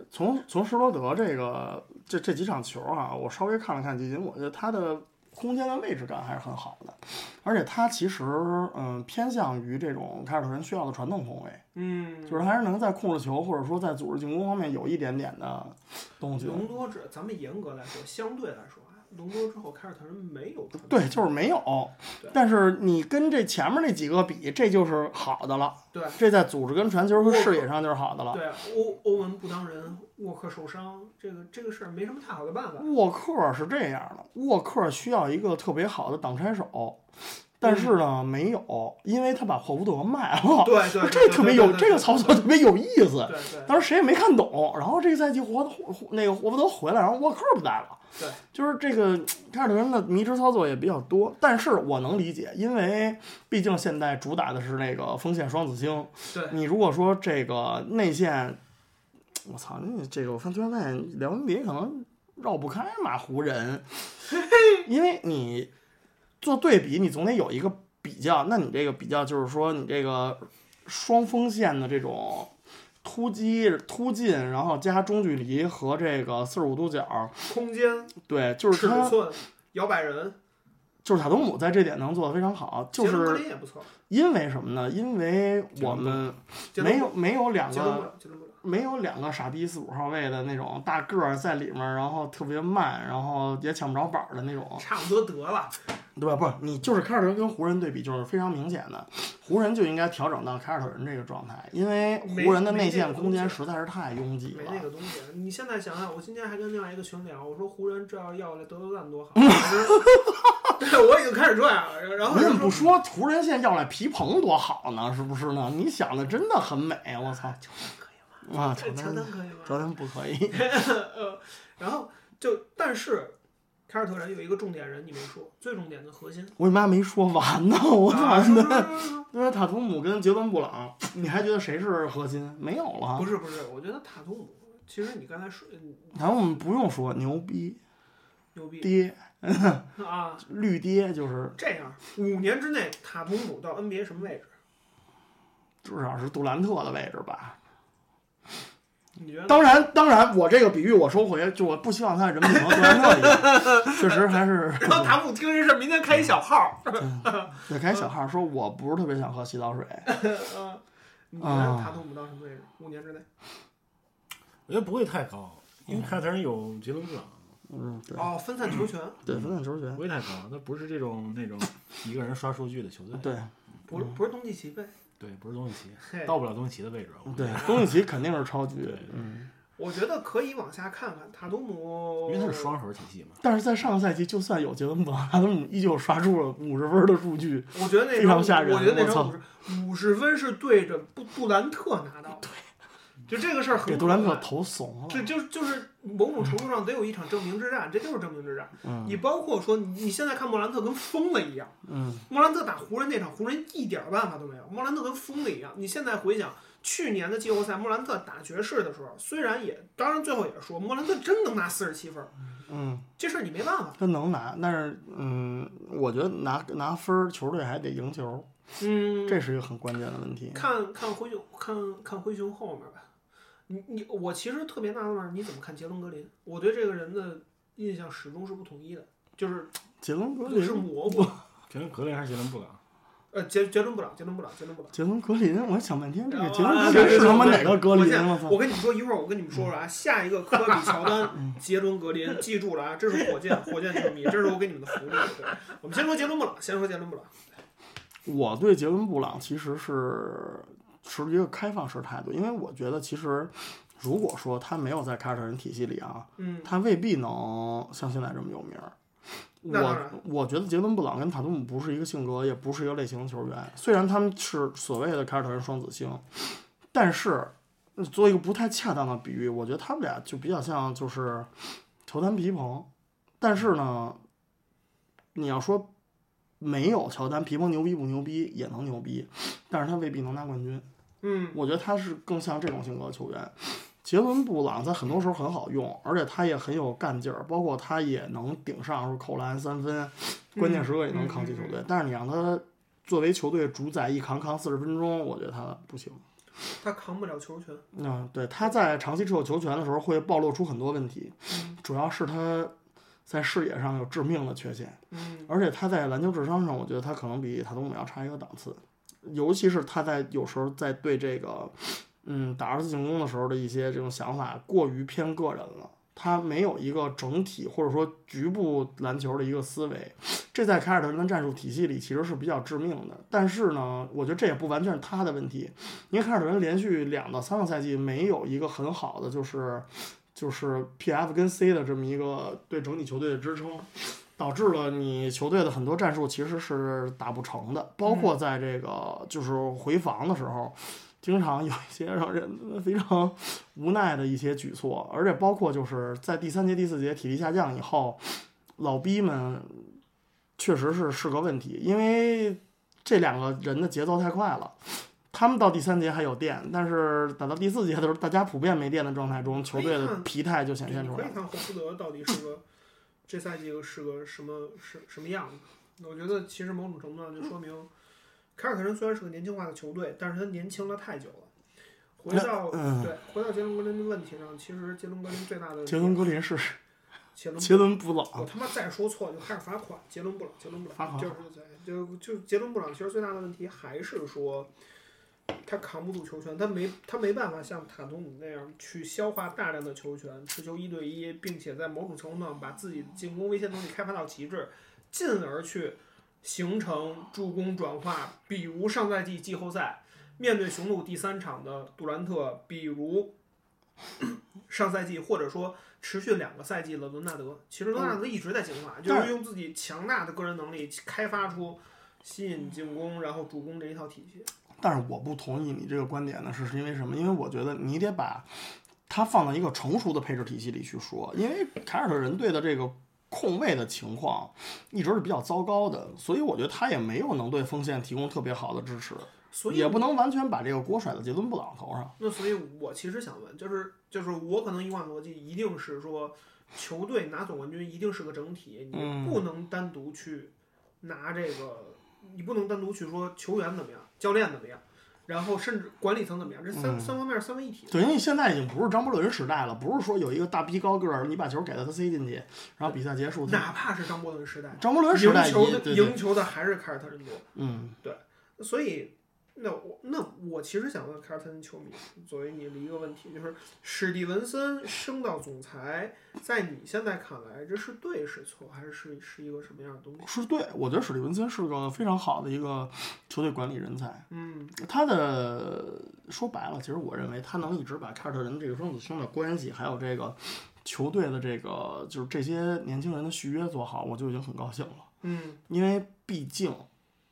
[SPEAKER 4] 从从施罗德这个这这几场球啊，我稍微看了看集锦，我觉得他的空间的位置感还是很好的，而且他其实嗯偏向于这种凯尔特人需要的传统后卫，
[SPEAKER 3] 嗯，
[SPEAKER 4] 就是还是能在控制球或者说在组织进攻方面有一点点的东西。
[SPEAKER 3] 隆多之，咱们严格来说，相对来说啊，隆多之后凯尔特人没有传统
[SPEAKER 4] 对，就是没有
[SPEAKER 3] 对，
[SPEAKER 4] 但是你跟这前面那几个比，这就是好的了。
[SPEAKER 3] 对
[SPEAKER 4] 这在组织跟传球和视野上就是好的了。
[SPEAKER 3] 对欧欧文不当人，沃克受伤，这个这个事儿没什么太好的办法。
[SPEAKER 4] 沃克是这样的，沃克需要一个特别好的挡拆手，但是呢没有，因为他把霍福德卖了。
[SPEAKER 3] 嗯对 对，
[SPEAKER 4] 这特别有这个操
[SPEAKER 3] 操
[SPEAKER 4] 作
[SPEAKER 3] 作。
[SPEAKER 4] 特别有意思
[SPEAKER 3] 对。对对
[SPEAKER 4] 当时谁也没看懂，然后这个赛季霍霍霍那个霍福德回来，然后沃克不在了。
[SPEAKER 3] 对，
[SPEAKER 4] 就是这个凯尔特人的迷之操作也比较多，但是我能理解，因为毕竟现在嗯主打的是那个锋线双子星，
[SPEAKER 3] 对，
[SPEAKER 4] 你如果说这个内线我操，那这个我看对面外辽宁里可能绕不开马湖人，因为你做对比，你总得有一个比较。那你这个比较就是说，你这个双锋线的这种突击、突进，然后加中距离和这个四十五度角，
[SPEAKER 3] 空间、
[SPEAKER 4] 对，就是
[SPEAKER 3] 尺
[SPEAKER 4] 他
[SPEAKER 3] 寸、摇摆人，
[SPEAKER 4] 就是塔图姆在这点能做得非常好，就
[SPEAKER 3] 杰伦格
[SPEAKER 4] 是
[SPEAKER 3] 林也不错，
[SPEAKER 4] 因为什么呢？因为我们
[SPEAKER 3] 杰伦
[SPEAKER 4] 没有没有啊两
[SPEAKER 3] 杰伦布
[SPEAKER 4] 个
[SPEAKER 3] 朗，杰伦布朗，
[SPEAKER 4] 没有两个傻逼四五号位的那种大个儿在里面，然后特别慢，然后也抢不着板儿的那种，
[SPEAKER 3] 差不多得
[SPEAKER 4] 啊
[SPEAKER 3] 了。
[SPEAKER 4] 对吧？不，你就是凯尔特人跟湖人对比，就是非常明显的，湖人就应该调整到凯尔特人这个状态，因为湖人的内线空间实在是太拥挤
[SPEAKER 3] 没那
[SPEAKER 4] 了。
[SPEAKER 3] 个东西。你现在想想，我今天还跟另外一个群聊，我说湖人这要要来德罗赞 多好，其实对我已经开始这样了。然后
[SPEAKER 4] 你
[SPEAKER 3] 他
[SPEAKER 4] 怎么
[SPEAKER 3] 说
[SPEAKER 4] 不啊说湖人现在要来皮蓬多好呢？是不是呢？你想的真的很美，我操！啊，乔
[SPEAKER 3] 哎乔
[SPEAKER 4] 丹，
[SPEAKER 3] 丹可以吗？
[SPEAKER 4] 乔丹不可以，
[SPEAKER 3] 呃，然后就但是凯尔特人有一个重点人你没说，最重点的核心。
[SPEAKER 4] 我你妈没说完呢，我
[SPEAKER 3] 啊
[SPEAKER 4] 操！
[SPEAKER 3] 说说说说
[SPEAKER 4] 因为塔图姆跟杰伦布朗，你还觉得谁是核心？没有了。
[SPEAKER 3] 不是不是，我觉得塔图姆，其实你刚才说嗯
[SPEAKER 4] 然后我们不用说牛逼
[SPEAKER 3] 牛逼
[SPEAKER 4] 爹
[SPEAKER 3] 啊，
[SPEAKER 4] 绿爹，就是
[SPEAKER 3] 这样五年之内塔图姆到 NBA 什么位置？
[SPEAKER 4] 至少是杜兰特的位置吧。
[SPEAKER 3] 你觉得？
[SPEAKER 4] 当然，当然，我这个比喻我收回，就我不希望他人品和杜兰特一样，确实 还是
[SPEAKER 3] 然后塔姆听这事儿，明天开一小号。
[SPEAKER 4] 得开小号说，我不是特别想喝洗澡水。
[SPEAKER 3] 嗯，你觉得
[SPEAKER 5] 啊
[SPEAKER 3] 塔图姆到什么位置？五年之内？
[SPEAKER 5] 我觉得不会太高，因为凯尔特人有杰伦布朗，
[SPEAKER 4] 嗯，对
[SPEAKER 3] 哦，分散球权。
[SPEAKER 4] 对，分散球
[SPEAKER 5] 不
[SPEAKER 4] 权，
[SPEAKER 5] 会太高，他不是这种那种一个人刷数据的球队，
[SPEAKER 4] 对
[SPEAKER 3] 不是不是东契奇呗？
[SPEAKER 5] 对，不是东契
[SPEAKER 3] 嘿
[SPEAKER 5] 奇，嗯到不了东契奇的位置，我觉得
[SPEAKER 4] 对，东契奇肯定是超级
[SPEAKER 5] 对，
[SPEAKER 4] 嗯，
[SPEAKER 3] 我觉得可以往下看看塔图姆，
[SPEAKER 5] 因为他是双核体系嘛。
[SPEAKER 4] 但是在上个赛季，就算有杰伦布朗，他们依旧刷出了五十分的数据，
[SPEAKER 3] 我觉得那
[SPEAKER 4] 非常
[SPEAKER 3] 场
[SPEAKER 4] 吓人
[SPEAKER 3] 我觉得那
[SPEAKER 4] 我操
[SPEAKER 3] 场五十五十分是对着布杜兰特拿到的，就这个事儿很
[SPEAKER 4] 给杜兰
[SPEAKER 3] 可
[SPEAKER 4] 特
[SPEAKER 3] 怕
[SPEAKER 4] 投怂了。
[SPEAKER 3] 这就就是某种程度上得有一场证明之战，这就是证明之战。
[SPEAKER 4] 嗯
[SPEAKER 3] 你包括说你你现在看莫兰特跟疯了一样，
[SPEAKER 4] 嗯，
[SPEAKER 3] 莫兰特打湖人那场，湖人一点办法都没有，莫兰特跟疯了一样。你现在回想去年的季后赛，莫兰特打爵士的时候，虽然也当然最后也说莫兰特真能拿四十七分，
[SPEAKER 4] 嗯，
[SPEAKER 3] 这事儿你没办法。
[SPEAKER 4] 他能拿，但是嗯，我觉得拿拿分儿，球队还得赢球，
[SPEAKER 3] 嗯，
[SPEAKER 4] 这是一个很关键的问题。
[SPEAKER 3] 看看灰熊，看看灰熊后面吧。你你我其实特别纳闷儿，你怎么看杰伦格林？我对这个人的印象始终是不统一的，就是
[SPEAKER 4] 杰伦格
[SPEAKER 3] 是
[SPEAKER 4] 林，
[SPEAKER 3] 模糊。
[SPEAKER 5] 杰伦格林还是杰伦布 朗？
[SPEAKER 3] 呃，杰杰伦布朗，杰伦布朗，杰伦布朗。
[SPEAKER 4] 杰伦格林，我想半天，这个杰
[SPEAKER 3] 啊
[SPEAKER 4] 伦格林是他妈哪个格
[SPEAKER 3] 我
[SPEAKER 4] 林？我
[SPEAKER 3] 现在
[SPEAKER 4] 操！
[SPEAKER 3] 我跟你说，一会儿我跟你们说说啊，
[SPEAKER 4] 嗯
[SPEAKER 3] 下一个科比、乔丹、 杰伦格林，记住了啊，这是火箭，火箭球迷，这是我给你们的福利。对，我们先说杰伦布朗，先说杰伦布朗。
[SPEAKER 4] 我对杰伦布朗其实是持一个开放式态度，因为我觉得其实如果说他没有在凯尔特人体系里啊，
[SPEAKER 3] 嗯，
[SPEAKER 4] 他未必能像现在这么有名儿。
[SPEAKER 3] 那当
[SPEAKER 4] 我
[SPEAKER 3] 然
[SPEAKER 4] 我觉得杰伦布朗跟塔图姆不是一个性格，也不是一个类型的球员。虽然他们是所谓的凯尔特人双子星，但是呃做一个不太恰当的比喻，我觉得他们俩就比较像就是乔丹皮蓬。但是呢，你要说没有乔丹皮蓬牛逼不牛逼，也能牛逼，但是他未必能拿冠军。
[SPEAKER 3] 嗯，
[SPEAKER 4] 我觉得他是更像这种性格的球员。杰伦布朗在很多时候很好用，而且他也很有干劲儿，包括他也能顶上说扣篮、三分，关键时刻也能扛起球队。但是你让他作为球队主宰一扛扛四十分钟，我觉得他不行。
[SPEAKER 3] 他扛不了球权。
[SPEAKER 4] 嗯，对，他在长期持有球权的时候会暴露出很多问题，
[SPEAKER 3] 嗯
[SPEAKER 4] 主要是他在视野上有致命的缺陷。
[SPEAKER 3] 嗯，
[SPEAKER 4] 而且他在篮球智商上，我觉得他可能比塔图姆要差一个档次，尤其是他在有时候在对这个，嗯，打二次进攻的时候的一些这种想法过于偏个人了，他没有一个整体或者说局部篮球的一个思维，这在凯尔特人的战术体系里其实是比较致命的。但是呢，我觉得这也不完全是他的问题，因为凯尔特人连续两到三个赛季没有一个很好的就是。就是 P F 跟 C 的这么一个对整体球队的支撑，导致了你球队的很多战术其实是打不成的，包括在这个就是回防的时候，经常有一些让人非常无奈的一些举措，而且包括就是在第三节、第四节体力下降以后，老逼们确实是是个问题，因为这两个人的节奏太快了。他们到第三节还有电，但是打到第四节的时候，大家普遍没电的状态中，球队的疲态就显现
[SPEAKER 3] 你
[SPEAKER 4] 出
[SPEAKER 3] 可
[SPEAKER 4] 来
[SPEAKER 3] 以
[SPEAKER 4] 了。
[SPEAKER 3] 看霍福德到底是个这赛季是个什么什什么样子。我觉得其实某种程度上就说明，凯尔特人虽然是个年轻化的球队，但是他年轻了太久了。回到、
[SPEAKER 4] 嗯
[SPEAKER 3] 对回到杰伦格林的问题上，其实杰伦格林最大的
[SPEAKER 4] 杰伦格林是
[SPEAKER 3] 杰伦
[SPEAKER 4] 杰伦布
[SPEAKER 3] 我
[SPEAKER 4] 朗，
[SPEAKER 3] 哦他妈再说错就开始罚款，杰伦布朗，杰伦布
[SPEAKER 4] 罚
[SPEAKER 3] 朗
[SPEAKER 4] 款
[SPEAKER 3] 就是在就就杰伦布朗，其实最大的问题还是说，他扛不住球权，他没他没办法像塔图姆那样去消化大量的球权，持球一对一，并且在某种程度上把自己进攻危险能力开发到极致，进而去形成助攻转化，比如上赛季季后赛面对雄鹿第三场的杜兰特，比如上赛季或者说持续两个赛季的伦纳德，其实伦纳德一直在进化，就
[SPEAKER 4] 嗯但
[SPEAKER 3] 是
[SPEAKER 4] 是
[SPEAKER 3] 用自己强大的个人能力开发出吸引进攻，然后主攻这一套体系。
[SPEAKER 4] 但是我不同意你这个观点呢，是是因为什么？因为我觉得你得把他放到一个成熟的配置体系里去说，因为凯尔特人队的这个控卫的情况一直是比较糟糕的，所以我觉得他也没有能对锋线提供特别好的支持，
[SPEAKER 3] 所以
[SPEAKER 4] 也不能完全把这个锅甩到杰伦布朗头上。
[SPEAKER 3] 那所以，我其实想问，就是就是我可能以往逻辑一定是说，球队拿总冠军一定是个整体，
[SPEAKER 4] 嗯
[SPEAKER 3] 你不能单独去拿这个，你不能单独去说球员怎么样，教练怎么样，然后甚至管理层怎么样，这三、三方面三位一体。
[SPEAKER 4] 嗯对，因为现在已经不是张伯伦时代了，不是说有一个大逼高个儿，你把球给他，他塞进去，然后比赛结束。
[SPEAKER 3] 哪怕是张伯伦时代，
[SPEAKER 4] 张伯伦时
[SPEAKER 3] 赢
[SPEAKER 4] 代也
[SPEAKER 3] 球的
[SPEAKER 4] 对对
[SPEAKER 3] 赢球的还是凯尔特人多。
[SPEAKER 4] 嗯，
[SPEAKER 3] 所以，那我那我其实想问凯尔特人球迷，作为你的一个问题，就是史蒂文森升到总裁，在你现在看来，这是对是错，还是是是一个什么样的东西？
[SPEAKER 4] 是对，我觉得史蒂文森是个非常好的一个球队管理人才。
[SPEAKER 3] 嗯，
[SPEAKER 4] 他的说白了，其实我认为他能一直把凯尔特人这个双子星的关系，还有这个球队的这个就是这些年轻人的续约做好，我就已经很高兴了。
[SPEAKER 3] 嗯，
[SPEAKER 4] 因为毕竟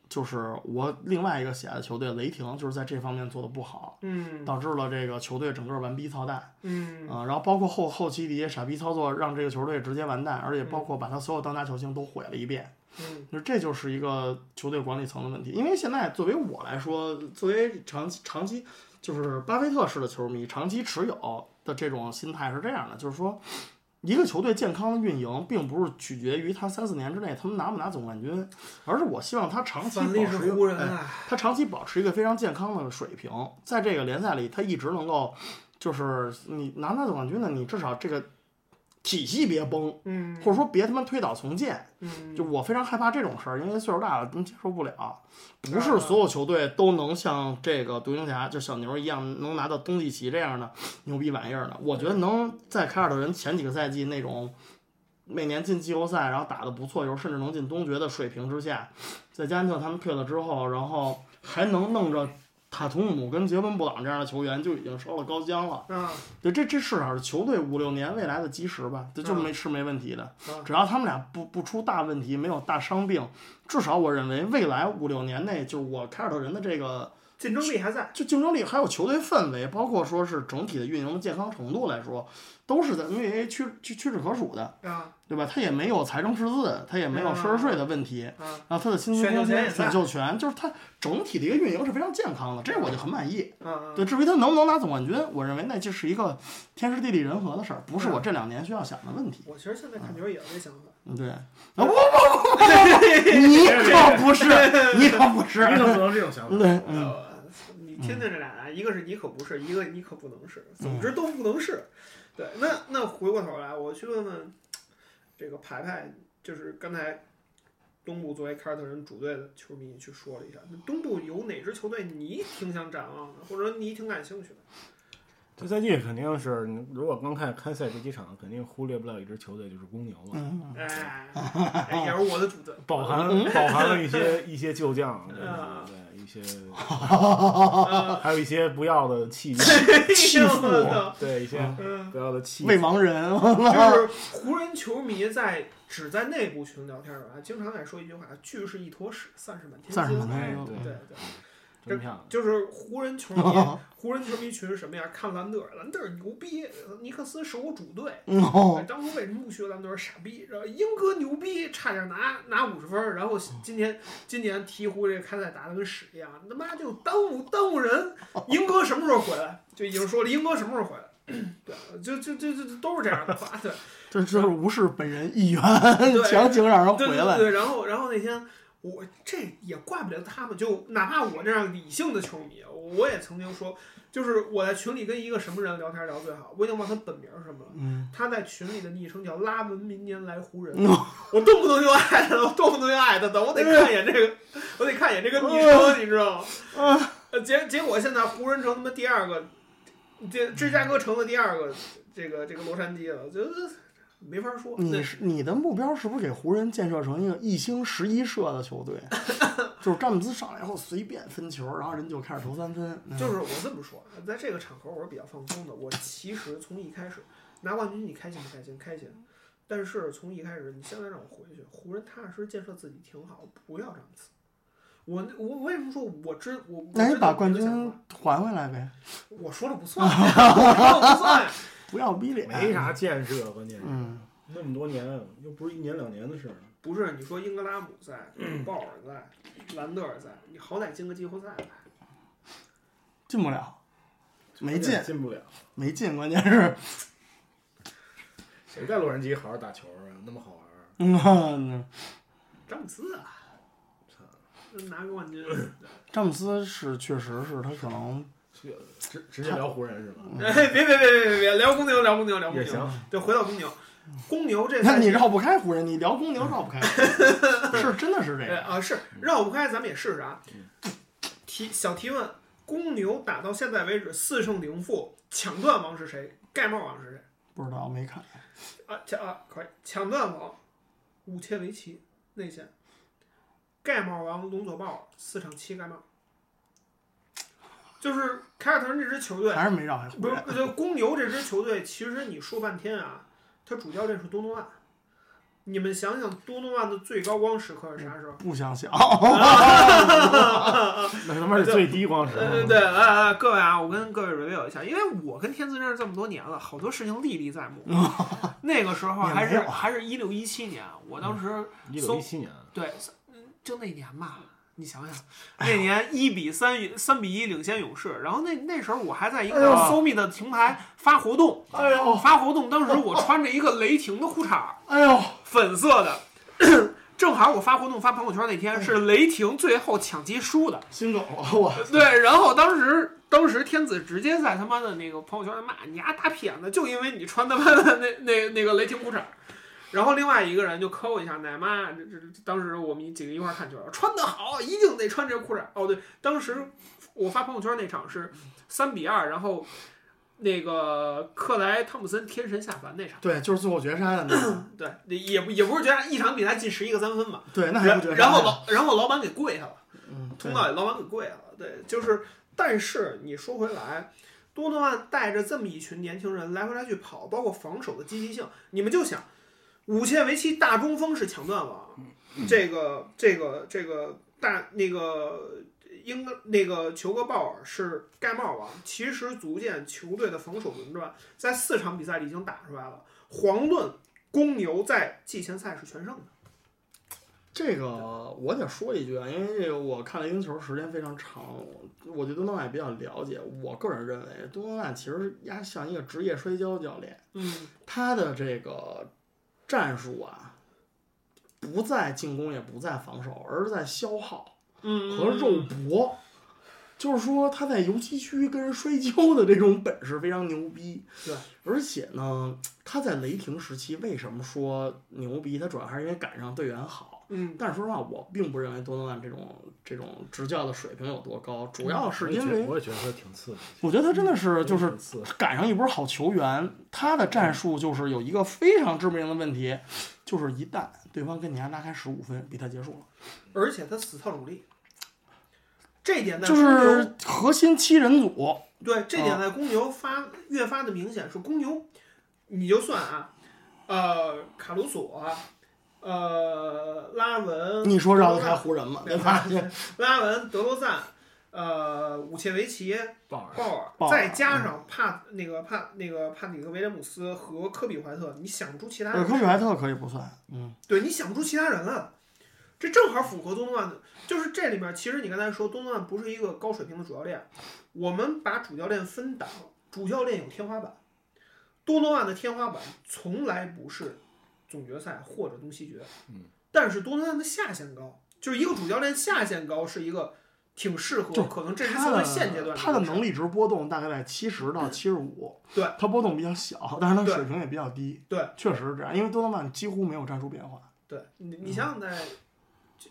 [SPEAKER 4] 就是我另外一个喜爱的球队雷霆，就是在这方面做的不好，
[SPEAKER 3] 嗯，
[SPEAKER 4] 导致了这个球队整个完逼操蛋。
[SPEAKER 3] 嗯，
[SPEAKER 4] 啊、然后包括后后期的一些傻逼操作，让这个球队直接完蛋，而且包括把他所有当家球星都毁了一遍。
[SPEAKER 3] 嗯，
[SPEAKER 4] 那这就是一个球队管理层的问题，因为现在作为我来说，作为长期长期就是巴菲特式的球迷，长期持有的这种心态是这样的，就是说，一个球队健康的运营，并不是取决于他三四年之内他们拿不拿总冠军，而是我希望他长期
[SPEAKER 3] 反例
[SPEAKER 4] 保
[SPEAKER 3] 是
[SPEAKER 4] 持一
[SPEAKER 3] 湖
[SPEAKER 4] 个
[SPEAKER 3] 人
[SPEAKER 4] 哎
[SPEAKER 3] 啊，
[SPEAKER 4] 他长期保持一个非常健康的水平，在这个联赛里，他一直能够，就是你拿不到总冠军的，你至少这个体系别崩，
[SPEAKER 3] 嗯，
[SPEAKER 4] 或者说别他妈推倒重建。
[SPEAKER 3] 嗯，
[SPEAKER 4] 就我非常害怕这种事儿，因为岁数大了，真接受不了。不是啊所有球队都能像这个独行侠，就小牛一样能拿到东契奇这样的牛逼玩意儿的。我觉得能在凯尔特人前几个赛季那种每年进季后赛，然后打得不错，有时候甚至能进东决的水平之下，在加内特他们退了之后，然后还能弄着塔图姆跟杰文布朗这样的球员，就已经烧了高香了。
[SPEAKER 3] 啊，
[SPEAKER 4] 对，这这至少是球队五六年未来的基石吧，这就
[SPEAKER 3] 嗯
[SPEAKER 4] 没是啊没问题的。只要他们俩不不出大问题，没有大伤病，至少我认为未来五六年内，就是我凯尔特人的这个
[SPEAKER 3] 竞争力还在，
[SPEAKER 4] 就竞争力，还有球队氛围，包括说是整体的运营的健康程度来说，都是在 NBA 屈屈屈指可数的，
[SPEAKER 3] 啊，
[SPEAKER 4] 对吧？他也没有财政赤字，他也没有奢侈税的问题，
[SPEAKER 3] 啊，
[SPEAKER 4] 然后他的薪资
[SPEAKER 3] 选秀
[SPEAKER 4] 空
[SPEAKER 3] 权也
[SPEAKER 4] 间、
[SPEAKER 3] 在
[SPEAKER 4] 选秀权，就是他整体的一个运营是非常健康的，这我就很满意。
[SPEAKER 3] 啊，啊
[SPEAKER 4] 对，，至于他能不能拿总冠军，我认为那就是一个天时地利人和的事儿，不是我这两年需要想的问题。
[SPEAKER 3] 我其实现在感觉也有这想法。
[SPEAKER 4] 嗯，对。啊不不不不不，你可不是，你可不是。
[SPEAKER 5] 你怎么能这种想法？
[SPEAKER 4] 对，嗯，
[SPEAKER 3] 呃，你听听这俩啊人，一个是你可不是，一个你可不能是，总之都不能是。对，那那回过头来，我去问问这个排排，就是刚才东部作为凯尔特人主队的球迷去说了一下，那东部有哪支球队你挺想展望的，或者说你挺感兴趣的？
[SPEAKER 5] 这赛季肯定是，如果光看开赛这几场，肯定忽略不了一支球队就是公牛嘛，
[SPEAKER 3] 哎，哎也是我的主队，
[SPEAKER 5] 饱含饱含了一些一些旧将，对
[SPEAKER 3] 嗯
[SPEAKER 5] 对，一些还有一些不要的弃将，
[SPEAKER 3] 气哎 我操！
[SPEAKER 5] 对一些
[SPEAKER 3] 嗯，
[SPEAKER 5] 不要的弃
[SPEAKER 4] 未亡人，
[SPEAKER 3] 就是湖人球迷在只在内部群聊天儿啊，经常爱说一句话：“剧是一坨屎，散是满天
[SPEAKER 4] 算是
[SPEAKER 3] 星。”
[SPEAKER 4] 蛮
[SPEAKER 5] 哎
[SPEAKER 4] 牛。
[SPEAKER 5] 对
[SPEAKER 3] 对对，
[SPEAKER 5] 真漂亮。
[SPEAKER 3] 就是湖人球迷， 湖人球迷群是什么呀？看兰德尔，兰德尔牛逼，尼克斯是我主队。
[SPEAKER 4] 哦
[SPEAKER 3] 哎，当初为什么不学兰德尔？傻逼！然后英哥牛逼，差点拿拿五十分儿。然后今年今年鹈鹕这个开赛打得跟屎一样，他妈就耽误耽误人。英哥什么时候回来？就已经说了，英哥什么时候回来？ 对，啊就就就就都是这样的话，对。
[SPEAKER 4] 这这是无视本人意愿，强行让人回
[SPEAKER 3] 对对对
[SPEAKER 4] 来。
[SPEAKER 3] 对，然后然后那天我这也怪不了他们，就哪怕我这样理性的球迷，我也曾经说，就是我在群里跟一个什么人聊天聊最好，我已经忘他本名是什么了。
[SPEAKER 4] 嗯，
[SPEAKER 3] 他在群里的昵称叫“拉文明年来湖人”，
[SPEAKER 4] 哦
[SPEAKER 3] 我动不动就艾特他，我动不动就艾特他，我
[SPEAKER 4] 哎
[SPEAKER 3] 得看一眼这个，我得看一眼这个昵
[SPEAKER 4] 哦
[SPEAKER 3] 称，你知道吗？
[SPEAKER 4] 啊
[SPEAKER 3] 呃，结结果现在湖人成他妈第二个，这芝加哥成了第二个，这个这个洛杉矶了，就是没法说。
[SPEAKER 4] 你
[SPEAKER 3] 那
[SPEAKER 4] 是你的目标是不是给湖人建设成一个一星十一射的球队？就是詹姆斯上来以后随便分球，然后人就开始投三分。嗯
[SPEAKER 3] 就是我这么说，在这个场合我是比较放松的。我其实从一开始拿冠军，你开心不开心？开心。但是从一开始，你现在让我回去，湖人踏踏实实建设自己挺好，不要这样子。我我我为什么说我知我我
[SPEAKER 4] 那你
[SPEAKER 3] 知道
[SPEAKER 4] 把
[SPEAKER 3] 我
[SPEAKER 4] 冠
[SPEAKER 3] 的想
[SPEAKER 4] 军
[SPEAKER 3] 法
[SPEAKER 4] 还回来呗，
[SPEAKER 3] 我说了不算， 我说了不算呀。
[SPEAKER 4] 不要逼脸。
[SPEAKER 5] 没啥建设，关键是
[SPEAKER 4] 嗯，
[SPEAKER 5] 那么多年，又不是一年两年的事儿。
[SPEAKER 3] 不是你说英格拉姆在，鲍尔在，兰德尔在，你好歹进个季后赛吧。
[SPEAKER 4] 进不了，没进，
[SPEAKER 5] 进不了。
[SPEAKER 4] 没进，关键是，
[SPEAKER 5] 谁在洛杉矶好好打球啊？那么好玩儿，
[SPEAKER 4] 嗯，
[SPEAKER 3] 詹姆斯啊，拿个冠军，
[SPEAKER 4] 詹姆斯是确实是他可能
[SPEAKER 5] 去直直接聊湖人是吧？
[SPEAKER 4] 嗯
[SPEAKER 3] 哎，别别别别别别聊公牛，聊公牛，聊公
[SPEAKER 5] 也
[SPEAKER 3] 牛
[SPEAKER 5] 行。，
[SPEAKER 3] 对，回到公牛，公牛这
[SPEAKER 4] 嗯那
[SPEAKER 3] 赛
[SPEAKER 4] 你
[SPEAKER 3] 季
[SPEAKER 4] 绕不开湖人，你聊公牛绕不开， 是真的是这
[SPEAKER 3] 哎
[SPEAKER 4] 样。
[SPEAKER 3] 啊是绕不开，咱们也试试啊。
[SPEAKER 4] 嗯
[SPEAKER 3] 提小提问：公牛打到现在为止四胜零负，抢断王是谁？盖帽王是谁？
[SPEAKER 4] 不知道没看，
[SPEAKER 3] 啊抢啊可以，抢断王武切维奇内线，盖帽王龙佐鲍尔四场七盖帽，就是凯尔特人这支球队
[SPEAKER 4] 还是没绕开湖
[SPEAKER 3] 不是
[SPEAKER 4] 人，。
[SPEAKER 3] 这公牛这支球队，其实你说半天啊，他主教练是多诺万。你们想想，多诺万的最高光时刻是啥时候？
[SPEAKER 4] 不想想，
[SPEAKER 5] 那他妈是最低光时
[SPEAKER 3] 对对对，啊啊！各位啊，我跟各位 review 一下，因为我跟天赐认识这么多年了，好多事情历历在目。那个时候还
[SPEAKER 4] 也
[SPEAKER 3] 是
[SPEAKER 4] 没有
[SPEAKER 3] 还是一六一七年，我当时
[SPEAKER 5] 一九一七年，
[SPEAKER 3] 对，嗯就那年吧，你想想，那年一比三三比一领先勇士，然后那那时候我还在一个叫 SoMi 的平台发活动，
[SPEAKER 4] 哎呦，
[SPEAKER 3] 发活动，当时我穿着一个雷霆的裤衩儿，
[SPEAKER 4] 哎呦，
[SPEAKER 3] 粉色的。 正好我发活动发朋友圈那天是雷霆最后抢七输的，
[SPEAKER 4] 新狗，我
[SPEAKER 3] 对，然后当时当时天子直接在他妈的那个朋友圈骂你丫大骗子，就因为你穿他妈的那 那那个雷霆裤衩儿。然后另外一个人就抠一下奶妈，这这这当时我们几个一块儿看球，穿得好，一定得穿这裤衩儿。哦，对，当时我发朋友圈那场是三比二，然后那个克莱汤普森天神下凡那场，
[SPEAKER 4] 对，就是最后绝杀的那 个，
[SPEAKER 3] 对，也不也不是觉得一场比赛进十一个三分嘛，
[SPEAKER 4] 对，那还
[SPEAKER 3] 然
[SPEAKER 4] 不绝杀。
[SPEAKER 3] 然后老然后老板给跪下了。
[SPEAKER 4] 嗯，对
[SPEAKER 3] 通道也老板给跪了。对，就是，但是你说回来，多诺万带着这么一群年轻人来回来去跑，包括防守的积极性，你们就想，武切维奇大中锋是抢断王，
[SPEAKER 4] 嗯
[SPEAKER 3] 这个这个这个大那个英格那个球哥鲍尔是盖帽王，其实足见球队的防守轮转在四场比赛里已经打出来了。遑论公牛在季前赛是全胜的。
[SPEAKER 4] 这个我得说一句啊，因为这个我看了赢球时间非常长，我对东南亚也比较了解。我个人认为，东南亚其实压像一个职业摔跤教练，
[SPEAKER 3] 嗯，
[SPEAKER 4] 他的这个战术啊，不在进攻也不在防守，而是在消耗
[SPEAKER 3] 嗯
[SPEAKER 4] 和肉搏。就是说，他在游击区跟人摔跤的这种本事非常牛逼。
[SPEAKER 3] 对，
[SPEAKER 4] 而且呢，他在雷霆时期为什么说牛逼？他主要还是因为赶上队员好。
[SPEAKER 3] 嗯，
[SPEAKER 4] 但是说实话，我并不认为多诺万这种这种执教的水平有多高，主要是因为
[SPEAKER 5] 嗯我也觉得他挺次的，
[SPEAKER 4] 我觉得他真的是就是
[SPEAKER 5] 挺次的。
[SPEAKER 4] 赶上一波好球员，他的战术就是有一个非常致命的问题，就是一旦对方跟你还拉开十五分，比赛结束了，
[SPEAKER 3] 而且他死套主力，这一点在
[SPEAKER 4] 就
[SPEAKER 3] 公牛
[SPEAKER 4] 是核心七人组，
[SPEAKER 3] 对这点在公牛发越发的明显，是公牛，你就算啊，呃，卡鲁索，呃，拉文，
[SPEAKER 4] 你说绕得
[SPEAKER 3] 德
[SPEAKER 4] 开
[SPEAKER 3] 罗赞
[SPEAKER 4] 湖人吗？对吧？
[SPEAKER 3] 拉文、德罗赞，呃，武切维奇、
[SPEAKER 5] 鲍尔
[SPEAKER 3] 鲍
[SPEAKER 4] 鲍
[SPEAKER 3] 尔，
[SPEAKER 4] 尔
[SPEAKER 3] 再加上帕那个帕那个帕里克维廉姆斯和科比怀特，你想不出其他
[SPEAKER 4] 呃，
[SPEAKER 3] 人
[SPEAKER 4] 科比怀特可以不算，嗯，
[SPEAKER 3] 对你想不出其他人了。这正好符合东段的，就是这里面其实你刚才说东段不是一个高水平的主教练，我们把主教练分档，主教练有天花板，多诺万的天花板从来不是总决赛或者东西决，
[SPEAKER 5] 嗯，
[SPEAKER 3] 但是多诺万的下限高，就是一个主教练下限高是一个挺适合，
[SPEAKER 4] 就
[SPEAKER 3] 可能这是
[SPEAKER 4] 他
[SPEAKER 3] 作为现阶
[SPEAKER 4] 的
[SPEAKER 3] 段
[SPEAKER 4] 他的
[SPEAKER 3] 人
[SPEAKER 4] 能力值波动大概在七十到七十五，
[SPEAKER 3] 对，
[SPEAKER 4] 他波动比较小，但是他
[SPEAKER 3] 对
[SPEAKER 4] 水平也比较低，
[SPEAKER 3] 对，
[SPEAKER 4] 确实是这样，因为多特曼几乎没有战术变化。
[SPEAKER 3] 对你你想想在，
[SPEAKER 4] 嗯
[SPEAKER 3] 这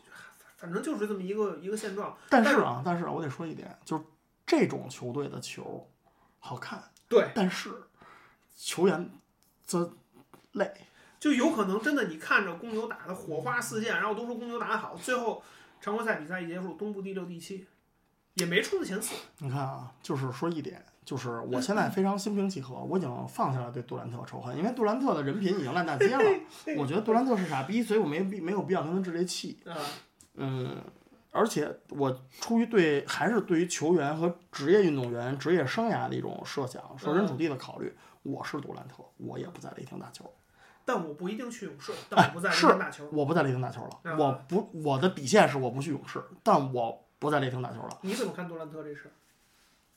[SPEAKER 3] 反正就是这么一个一个现状，
[SPEAKER 4] 但是啊，但是啊我得说一点，就是这种球队的球好看，
[SPEAKER 3] 对，
[SPEAKER 4] 但是球员则累，
[SPEAKER 3] 就有可能真的你看着公牛打的火花四溅，然后都说公牛打得好，最后常规赛比赛一结束，东部第六第七，也没冲着前四，
[SPEAKER 4] 你看啊，就是说一点，就是我现在非常心平气和，我已经放下了对杜兰特的仇恨，因为杜兰特的人品已经烂大街了。我觉得杜兰特是傻逼，所以我没必没有必要跟他置这气。
[SPEAKER 3] 啊、
[SPEAKER 4] 嗯，而且我出于对还是对于球员和职业运动员职业生涯的一种设想、设身处地的考虑，我是杜兰特，我也不在雷霆打球，
[SPEAKER 3] 但我不一定去勇士，但我不在
[SPEAKER 4] 是
[SPEAKER 3] 这边打球。
[SPEAKER 4] 我不在雷霆打球
[SPEAKER 3] 嗯
[SPEAKER 4] 了，我不我的底线是我不去勇士，但我不在雷霆打球了。
[SPEAKER 3] 你怎么看杜兰特这事儿？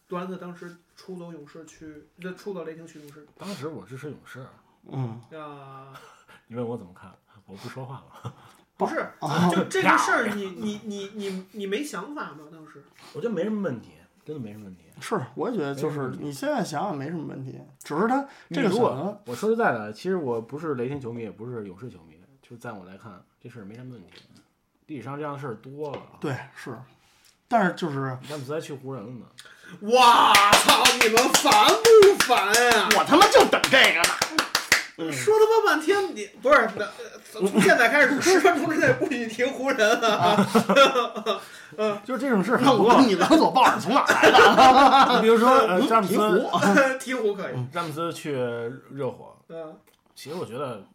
[SPEAKER 3] 杜兰特当时出走勇士去，这出走雷霆去勇士
[SPEAKER 5] 当时我支持勇士，
[SPEAKER 4] 嗯，
[SPEAKER 3] 啊、
[SPEAKER 5] 你问我怎么看，我不说话了。
[SPEAKER 3] 不是，
[SPEAKER 4] 哦
[SPEAKER 3] 就这个事儿，你你你你你没想法吗？当时
[SPEAKER 5] 我觉得没什么问题，真的没什么问题。
[SPEAKER 4] 是，我也觉得就是你现在想想没什么问题，只是他这个
[SPEAKER 5] 你如
[SPEAKER 4] 选择
[SPEAKER 5] 果我说实在的，其实我不是雷霆球迷，也不是勇士球迷，就在我来看，这事儿没什么问题。历史上这样的事儿多了，，啊
[SPEAKER 4] 对是，但是 就是
[SPEAKER 5] 詹姆斯还去湖人了呢。
[SPEAKER 3] 哇操！你们烦不烦呀、
[SPEAKER 4] 我他妈就等这个呢。
[SPEAKER 3] 说他妈半天，你不是那呃从现在开始，十分钟之内不许提湖人啊！
[SPEAKER 5] 就是这种 事儿很
[SPEAKER 4] 那我
[SPEAKER 5] 多。
[SPEAKER 4] 跟你勒索鲍尔从哪儿 来的？
[SPEAKER 5] 你比如说，呃詹姆
[SPEAKER 4] 鹈
[SPEAKER 5] 斯，
[SPEAKER 4] 鹕，
[SPEAKER 3] 提湖可以，
[SPEAKER 5] 詹姆斯去热火，
[SPEAKER 3] 嗯，
[SPEAKER 5] 其实我觉得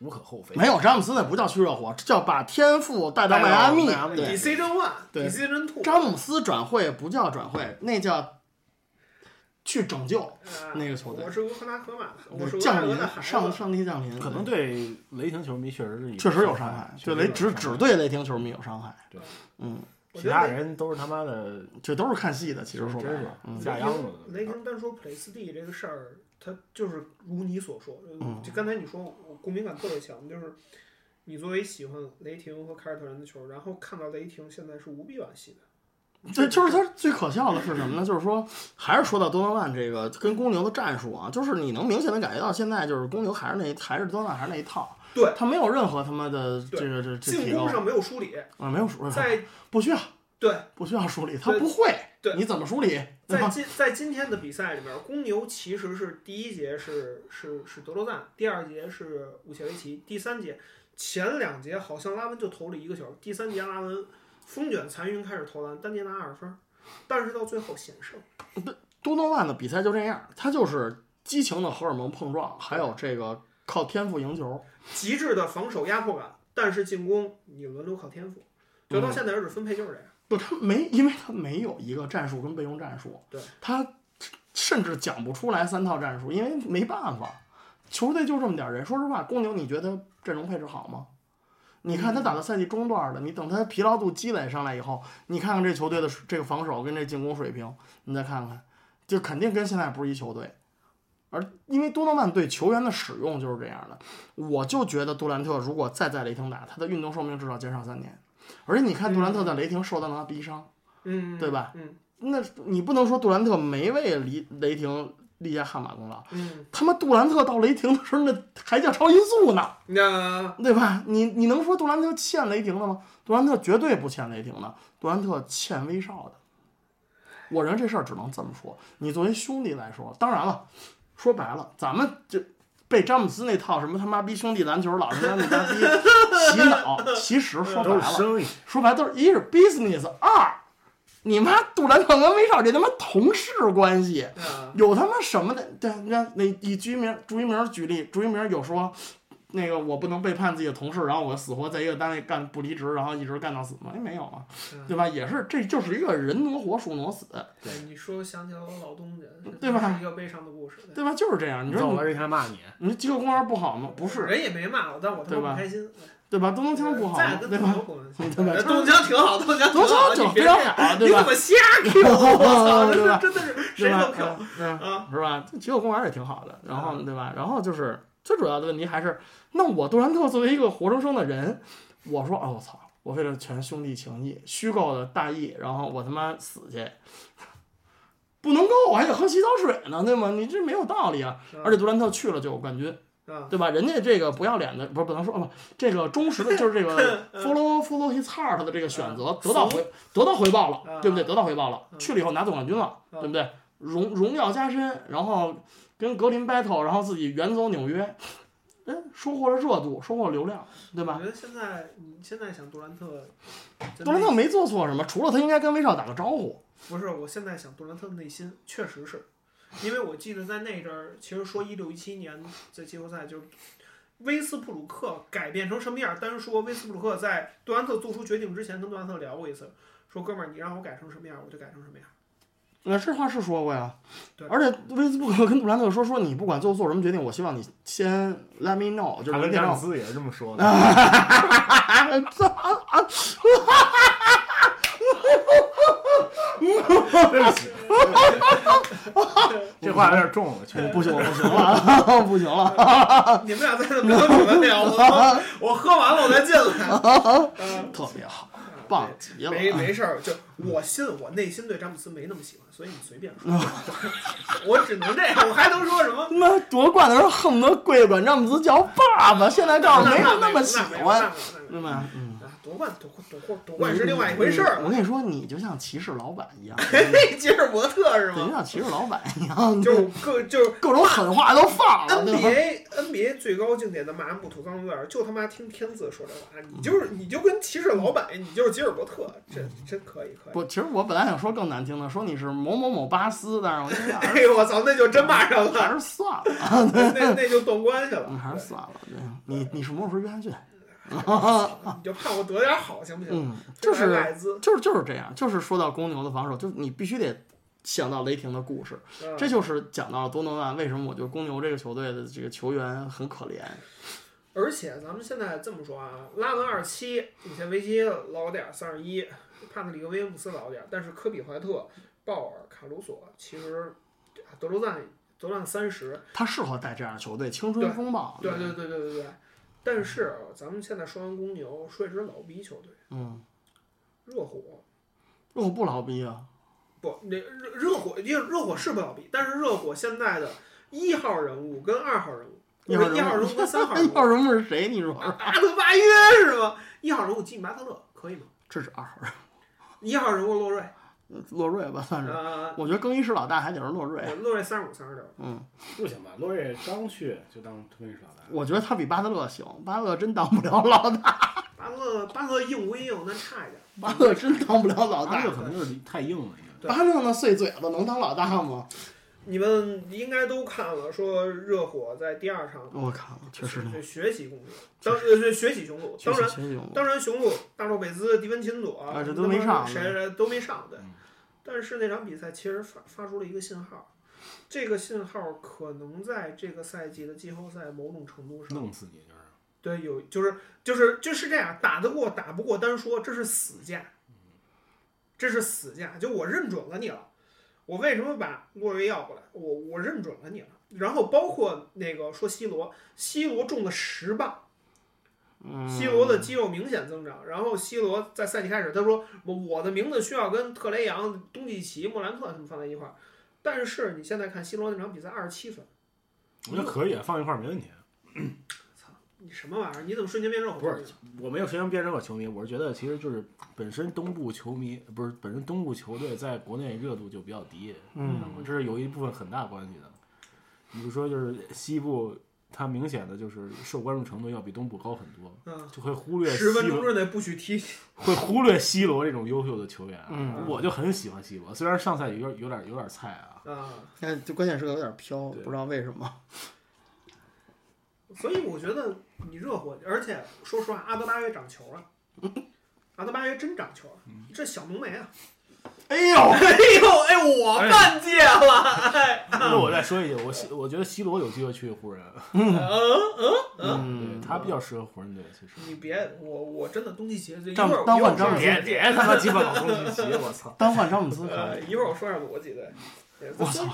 [SPEAKER 5] 无可厚非。
[SPEAKER 4] 没有詹姆斯那不叫去热火，这叫把天赋带到
[SPEAKER 5] 带到
[SPEAKER 4] 迈阿密
[SPEAKER 5] 迈阿。密
[SPEAKER 3] 比
[SPEAKER 4] 对，
[SPEAKER 3] C 真 one，
[SPEAKER 4] 对
[SPEAKER 3] 比 C 真 two，
[SPEAKER 4] 詹姆斯转会不叫转会，那叫去拯救那个球队
[SPEAKER 3] 啊我。是俄克拉荷马的，我是俄克
[SPEAKER 4] 对
[SPEAKER 3] 拉
[SPEAKER 4] 降
[SPEAKER 3] 荷的
[SPEAKER 4] 临，
[SPEAKER 3] 孩
[SPEAKER 4] 上
[SPEAKER 3] 子。
[SPEAKER 4] 上帝降临，
[SPEAKER 5] 可能对雷霆球迷确实是
[SPEAKER 4] 确实有伤
[SPEAKER 5] 伤
[SPEAKER 4] 害，对
[SPEAKER 5] 确实有
[SPEAKER 4] 雷只
[SPEAKER 5] 伤害
[SPEAKER 4] 只对雷霆球迷有伤害。
[SPEAKER 5] 对，
[SPEAKER 4] 嗯，
[SPEAKER 3] 我
[SPEAKER 5] 其
[SPEAKER 3] 觉
[SPEAKER 5] 他
[SPEAKER 3] 得
[SPEAKER 5] 人都是他妈的，
[SPEAKER 4] 这都是看戏的，其实
[SPEAKER 5] 真
[SPEAKER 4] 说白
[SPEAKER 5] 是
[SPEAKER 4] 了，嗯，
[SPEAKER 5] 下秧子的。
[SPEAKER 3] 雷霆单说普雷斯蒂这个事儿，他就是如你所说，
[SPEAKER 4] 嗯
[SPEAKER 3] 就刚才你说，我共鸣感特别强，就是你作为喜欢雷霆和凯尔特人的球，然后看到雷霆现在是无比惋惜的。
[SPEAKER 4] 对，就是他最可笑的是什么呢？就是说，还是说到多诺万这个跟公牛的战术啊，就是你能明显的感觉到现在就是公牛还是那一还是多诺万还是那一套，
[SPEAKER 3] 对
[SPEAKER 4] 他没有任何他妈的
[SPEAKER 3] 对
[SPEAKER 4] 这个这这
[SPEAKER 3] 进
[SPEAKER 4] 提高
[SPEAKER 3] 攻上没有梳 理，
[SPEAKER 4] 啊，没有梳理，
[SPEAKER 3] 在
[SPEAKER 4] 不需要
[SPEAKER 3] 对
[SPEAKER 4] 不需要梳理，他
[SPEAKER 3] 对
[SPEAKER 4] 不会，
[SPEAKER 3] 对
[SPEAKER 4] 你怎么梳理？对
[SPEAKER 3] 在
[SPEAKER 4] 吧？
[SPEAKER 3] 今在今天的比赛里面，公牛其实是第一节是是是德罗赞，第二节是武切维奇，第三节前两节好像拉文就投了一个球，第三节拉文风卷残云开始投篮，单节拿二分，但是到最后险胜。
[SPEAKER 4] 多诺万的比赛就这样，他就是激情的荷尔蒙碰撞，还有这个靠天赋赢球，
[SPEAKER 3] 极致的防守压迫感，但是进攻你轮流靠天赋，就到现在为止分配就是这样。
[SPEAKER 4] 不，他没，因为他没有一个战术跟备用战术，
[SPEAKER 3] 对，
[SPEAKER 4] 他甚至讲不出来三套战术，因为没办法，球队就这么点儿人。说实话，公牛你觉得阵容配置好吗？你看他打到赛季中段了，你等他疲劳度积累上来以后，你看看这球队的这个防守跟这进攻水平，你再看看，就肯定跟现在不是一球队。而因为多诺曼对球员的使用就是这样的，我就觉得杜兰特如果再在雷霆打，他的运动寿命至少减少三年。而且你看杜兰特在雷霆受到了逼伤，
[SPEAKER 3] 嗯，
[SPEAKER 4] 对吧？
[SPEAKER 3] 嗯
[SPEAKER 4] 那你不能说杜兰特没为雷雷霆立下汗马功劳。
[SPEAKER 3] 嗯，
[SPEAKER 4] 他妈杜兰特到雷霆的时候，那还叫超音速呢，
[SPEAKER 3] 那
[SPEAKER 4] 对吧？你你能说杜兰特欠雷霆的吗？杜兰特绝对不欠雷霆的，杜兰特欠威少的。我认为这事儿只能这么说。你作为兄弟来说，当然了，说白了，咱们这被詹姆斯那套什么他妈逼兄弟篮球，老他妈你妈逼 洗脑，其实说白
[SPEAKER 5] 都是
[SPEAKER 4] 了，
[SPEAKER 5] 生意，
[SPEAKER 4] 说白了都是一是 business，二你妈杜兰特跟威少这他妈同事关系，
[SPEAKER 3] 那
[SPEAKER 4] 有他妈什么的？对，那那以居名朱一鸣举例，朱一鸣有说那个我不能背叛自己的同事，然后我死活在一个单位干不离职，然后一直干到死吗？哎，没有啊，对吧？也是，这就是一个人挪活，树挪死，
[SPEAKER 3] 对，你说想起了我老东家，
[SPEAKER 4] 对吧
[SPEAKER 3] 这是一个悲伤的故事。对
[SPEAKER 4] 对吧？就是这样。你
[SPEAKER 5] 走
[SPEAKER 4] 说
[SPEAKER 5] 了人还骂你，
[SPEAKER 4] 你你机构公园不好吗？不是，
[SPEAKER 3] 人也没骂我，但我他
[SPEAKER 4] 对吧
[SPEAKER 3] 妈不开心。
[SPEAKER 4] 对吧？东江不好
[SPEAKER 3] 再
[SPEAKER 4] 吗，
[SPEAKER 3] 跟
[SPEAKER 4] 对
[SPEAKER 3] 东
[SPEAKER 4] 吧？
[SPEAKER 3] 江混在一起
[SPEAKER 4] 对吧
[SPEAKER 3] 哎东江挺好，东江
[SPEAKER 4] 东
[SPEAKER 3] 好，
[SPEAKER 4] 江
[SPEAKER 3] 你
[SPEAKER 4] 就
[SPEAKER 3] 别
[SPEAKER 4] 非
[SPEAKER 3] 这
[SPEAKER 4] 常
[SPEAKER 3] 样，啊
[SPEAKER 4] 好，
[SPEAKER 3] 你
[SPEAKER 4] 对
[SPEAKER 3] 怎
[SPEAKER 4] 吧？
[SPEAKER 3] 么瞎 Q 我？ 操，
[SPEAKER 4] 对吧
[SPEAKER 3] 这真的是
[SPEAKER 4] 对
[SPEAKER 3] 谁
[SPEAKER 4] 吧
[SPEAKER 3] 都 Q。？
[SPEAKER 4] 嗯，
[SPEAKER 3] 啊，
[SPEAKER 4] 是吧？极乐公园也挺好的，然后对吧？然后就是最主要的问题还是，那我杜兰特作为一个活生生的人，我说哦我操，我为了全兄弟情谊，虚构的大义，然后我他妈死去，不能够，我还得喝洗澡水呢，对吗？你这没有道理啊！而且杜兰特去了就有冠军，
[SPEAKER 3] 啊
[SPEAKER 4] 对吧？人家这个不要脸的，不是不能说，哦不，这个忠实的，就是这个 follow follow his heart 的这个选择，得到回得到回报了，对不对？得到回报了，去了以后拿总冠军了，对不对？荣荣耀加身，然后跟格林 battle，然后自己远走纽约，嗯，收获了热度，收获了流量，对
[SPEAKER 3] 我
[SPEAKER 4] 吧
[SPEAKER 3] 觉？得现在你现在想杜兰特，真
[SPEAKER 4] 杜兰特
[SPEAKER 3] 内
[SPEAKER 4] 没做错什么，除了他应该跟威少打个招呼，
[SPEAKER 3] 不是，我现在想杜兰特的内心确实是，因为我记得在那阵儿，其实说一六一七年在季后赛就是。威斯布鲁克改变成什么样？单说威斯布鲁克在杜兰特做出决定之前，跟杜兰特聊过一次，说哥们儿，你让我改成什么样，我就改成什么样。
[SPEAKER 4] 那这哎话是说过呀
[SPEAKER 3] 对。
[SPEAKER 4] 而且威斯布鲁克跟杜兰特说说，你不管最后做什么决定，我希望你先 let me know，就是
[SPEAKER 5] 他
[SPEAKER 4] 明
[SPEAKER 5] 跟
[SPEAKER 4] 天
[SPEAKER 5] 詹
[SPEAKER 4] 让
[SPEAKER 5] 姆
[SPEAKER 4] 我
[SPEAKER 5] 斯也是这么说 的。对不起，这话有点重了，确实
[SPEAKER 4] 不行，我不行了， 不行了。
[SPEAKER 3] 你们俩在这聊你们俩，我他妈 我喝完了我再进来。嗯
[SPEAKER 4] 特别好，棒极了！
[SPEAKER 3] 没没事儿，就我信我内心对詹姆斯没那么喜欢，所以你随便说， 我只能这样，我还能说什么？
[SPEAKER 4] 那夺冠的时候恨不得跪管詹姆斯叫爸爸，现在告诉没有那么喜
[SPEAKER 3] 那没有那没有那没有那
[SPEAKER 4] 欢，嗯
[SPEAKER 3] 没有
[SPEAKER 4] 对吧？嗯，
[SPEAKER 3] 啊，夺冠夺冠夺冠夺冠是另外一回事儿
[SPEAKER 4] 我。跟你说，你就像骑士老板 一样，
[SPEAKER 3] 那吉尔伯特是
[SPEAKER 4] 你就
[SPEAKER 3] 吗？
[SPEAKER 4] 像骑士老板一样，
[SPEAKER 3] 就是各 就是
[SPEAKER 4] 各种狠话都放了，啊对吧？
[SPEAKER 3] NBA NBA 最高境界的骂人不吐脏水儿，就他妈听天字说这话，你
[SPEAKER 4] 嗯
[SPEAKER 3] 就是你就跟骑士老板，你就是吉尔伯特，这真可以可以。
[SPEAKER 4] 不，其实我本来想说更难听的，说你是某某某巴斯，但是我 心想还
[SPEAKER 3] 哎
[SPEAKER 4] 是
[SPEAKER 3] 呦我操，那就真骂上
[SPEAKER 4] 还
[SPEAKER 3] 了，
[SPEAKER 4] 是算了，
[SPEAKER 3] 那那就断关系了。
[SPEAKER 4] 嗯还是算了。对，你你是魔术师约翰逊，
[SPEAKER 3] 你就怕我得点好行不行？
[SPEAKER 4] 嗯，就是
[SPEAKER 3] 赖资，
[SPEAKER 4] 就是就是这样，就是说到公牛的防守，就是你必须得想到雷霆的故事，
[SPEAKER 3] 嗯
[SPEAKER 4] 这就是讲到了多诺万为什么我觉得公牛这个球队的这个球员很可怜。
[SPEAKER 3] 而且咱们现在这么说啊，拉文二七、米切维奇老点儿三十一，帕特里克威廉姆斯老点儿，但是科比怀特、鲍尔、卡鲁索，其实啊德罗赞德罗赞三十，
[SPEAKER 4] 他适合带这样的球队，青春风暴。
[SPEAKER 3] 对对对对对对。但是啊咱们现在说完公牛，说一支老逼球队
[SPEAKER 4] 嗯，
[SPEAKER 3] 热火，
[SPEAKER 4] 热火不老逼啊，
[SPEAKER 3] 不，那热热火，因为热火是不老逼，但是热火现在的一号人物跟二号人物，
[SPEAKER 4] 一
[SPEAKER 3] 或
[SPEAKER 4] 号
[SPEAKER 3] 者
[SPEAKER 4] 人
[SPEAKER 3] 一号人物跟三号人
[SPEAKER 4] 一
[SPEAKER 3] 物
[SPEAKER 4] 号，人物是谁？你说
[SPEAKER 3] 阿德巴约是吗？一号人物吉米巴特勒可以吗？
[SPEAKER 4] 这是二号人
[SPEAKER 3] 一号人物洛瑞，
[SPEAKER 4] 物，洛瑞吧算是。
[SPEAKER 3] 呃，
[SPEAKER 4] 我觉得更衣室老大还得是洛瑞。
[SPEAKER 3] 洛瑞三十五、三十六，
[SPEAKER 4] 嗯，
[SPEAKER 5] 不行吧？洛瑞刚去就当推手老大，
[SPEAKER 4] 我觉得他比巴特勒行，巴特勒真当不了老大，
[SPEAKER 3] 巴特巴特硬归硬，但差一点。
[SPEAKER 4] 巴特勒真当不了老
[SPEAKER 5] 他
[SPEAKER 4] 大
[SPEAKER 5] 这。可能就是太硬了。
[SPEAKER 3] 对
[SPEAKER 4] 巴特勒那碎嘴子能当老大吗？
[SPEAKER 3] 你们应该都看了，说热火在第二场
[SPEAKER 4] 我靠，哦确实
[SPEAKER 3] 就学习公牛，当呃学习雄鹿，
[SPEAKER 4] 确
[SPEAKER 3] 当
[SPEAKER 4] 实
[SPEAKER 3] 然
[SPEAKER 4] 确实有。
[SPEAKER 3] 当然雄鹿大洛贝兹、迪文琴佐
[SPEAKER 4] 啊这都没上
[SPEAKER 3] 谁谁都没上对
[SPEAKER 5] 嗯。
[SPEAKER 3] 但是那场比赛其实发发出了一个信号，这个信号可能在这个赛季的季后赛某种程度上
[SPEAKER 5] 弄死你就是。
[SPEAKER 3] 对，有就是就是就是这样，打得过打不过单说，这是死架，这是死架。就我认准了你了，我为什么把洛瑞要过来？我我认准了你了。然后包括那个说 C 罗，C 罗中了十磅，C
[SPEAKER 5] 嗯
[SPEAKER 3] 罗的肌肉明显增长。然后 C 罗在赛季开始，他说我我的名字需要跟特雷杨、东契奇、莫兰特他们放在一块儿。但是你现在看 C 罗那场比赛，二十七分，
[SPEAKER 5] 我觉得可以，放一块儿没问题。
[SPEAKER 3] 你什么玩意儿？你怎么瞬间变热火
[SPEAKER 5] 不是
[SPEAKER 3] 了呢？
[SPEAKER 5] 我没有谁能变成我球迷，我是觉得其实就是本身东部球迷不是本身东部球队在国内热度就比较低，
[SPEAKER 4] 嗯，
[SPEAKER 5] 这是有一部分很大关系的。你就说就是西部，它明显的就是受关注程度要比东部高很多，
[SPEAKER 3] 嗯，
[SPEAKER 5] 就会忽略西
[SPEAKER 3] 十分钟
[SPEAKER 5] 罗
[SPEAKER 3] 之内不许踢
[SPEAKER 5] 会忽略 C 罗这种优秀的球员。啊
[SPEAKER 4] 嗯
[SPEAKER 5] 我就很喜欢 C 罗，虽然上赛季有点有点有点菜啊，
[SPEAKER 3] 啊！
[SPEAKER 4] 但就关键是有点飘，不知道为什么。
[SPEAKER 3] 所以我觉得你热火，而且说实话，阿德巴约长球了，阿德巴约真长球了，
[SPEAKER 4] 嗯
[SPEAKER 3] 这小浓眉啊！
[SPEAKER 4] 哎呦，
[SPEAKER 3] 哎呦哎，我犯戒了，哎，
[SPEAKER 5] 那我再说一句，我希我觉得 C 罗有机会去湖人，
[SPEAKER 3] 嗯嗯嗯，
[SPEAKER 5] 对他比较适合湖人队。其实
[SPEAKER 3] 你别我我真的东契奇，一
[SPEAKER 4] 张
[SPEAKER 3] 会儿
[SPEAKER 4] 当
[SPEAKER 3] 一会儿
[SPEAKER 4] 晚张
[SPEAKER 3] 我说
[SPEAKER 4] 别
[SPEAKER 5] 别他妈鸡巴老东契奇，我 操！
[SPEAKER 4] 单换詹姆斯可
[SPEAKER 3] 呃，
[SPEAKER 4] 以，
[SPEAKER 3] 一会儿我说下逻辑对，
[SPEAKER 4] 我操，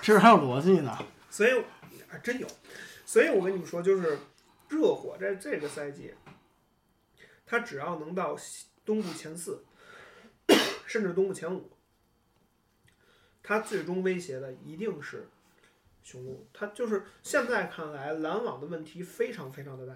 [SPEAKER 4] 这事还有逻辑呢。
[SPEAKER 3] 所以啊真有，所以我跟你们说，就是热火在这个赛季，他只要能到西东部前四， 甚至东部前五，他最终威胁的一定是雄鹿。他就是现在看来，篮网的问题非常非常的大，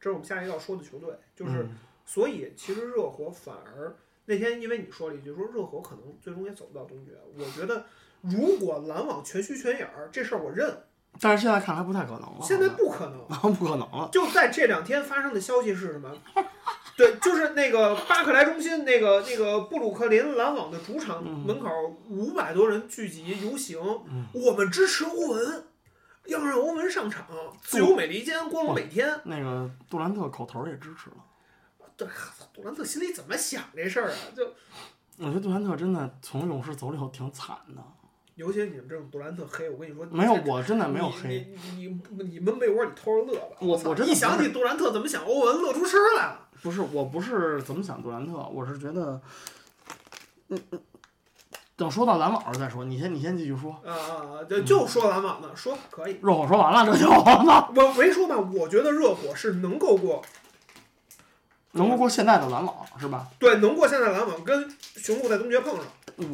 [SPEAKER 3] 这是我们下一个要说的球队，就是、所以其实热火反而那天因为你说了一句说热火可能最终也走不到东决，我觉得。如果篮网全虚全影儿，这事儿我认，
[SPEAKER 4] 但是现在看来不太可能了，
[SPEAKER 3] 现在不可能。
[SPEAKER 4] 好像 不可能了。
[SPEAKER 3] 就在这两天发生的消息是什么？ 对，就是那个巴克莱中心那个那个布鲁克林篮网的主场门口，五百多人聚集游行，
[SPEAKER 4] 嗯
[SPEAKER 3] 我们支持欧文，要让欧文上场，自由美利坚，光荣每天。
[SPEAKER 4] 那个杜兰特口头也支持了，
[SPEAKER 3] 对，杜兰特心里怎么想这事儿啊？就
[SPEAKER 4] 我觉得杜兰特真的从勇士走了以后挺惨的。
[SPEAKER 3] 尤其你们这种杜兰特黑，我跟你说，
[SPEAKER 4] 没有，
[SPEAKER 3] 这
[SPEAKER 4] 我真的没有黑。
[SPEAKER 3] 你你你你闷被窝里偷着乐吧。
[SPEAKER 4] 我
[SPEAKER 3] 操
[SPEAKER 4] 我真的
[SPEAKER 3] 一想
[SPEAKER 4] 不是
[SPEAKER 3] 起杜兰特怎么想欧文，乐出声来了。
[SPEAKER 4] 不是，我不是怎么想杜兰特，我是觉得，嗯嗯，等说到篮网时再说，你先你先继续说。
[SPEAKER 3] 啊啊啊！就就说篮网呢，说可以。
[SPEAKER 4] 热火说完了，这就完了，
[SPEAKER 3] 我没说吧，我觉得热火是能够过，
[SPEAKER 4] 能不过现在的篮网是吧？
[SPEAKER 3] 对，能过现在篮网跟雄鹿在东决碰上。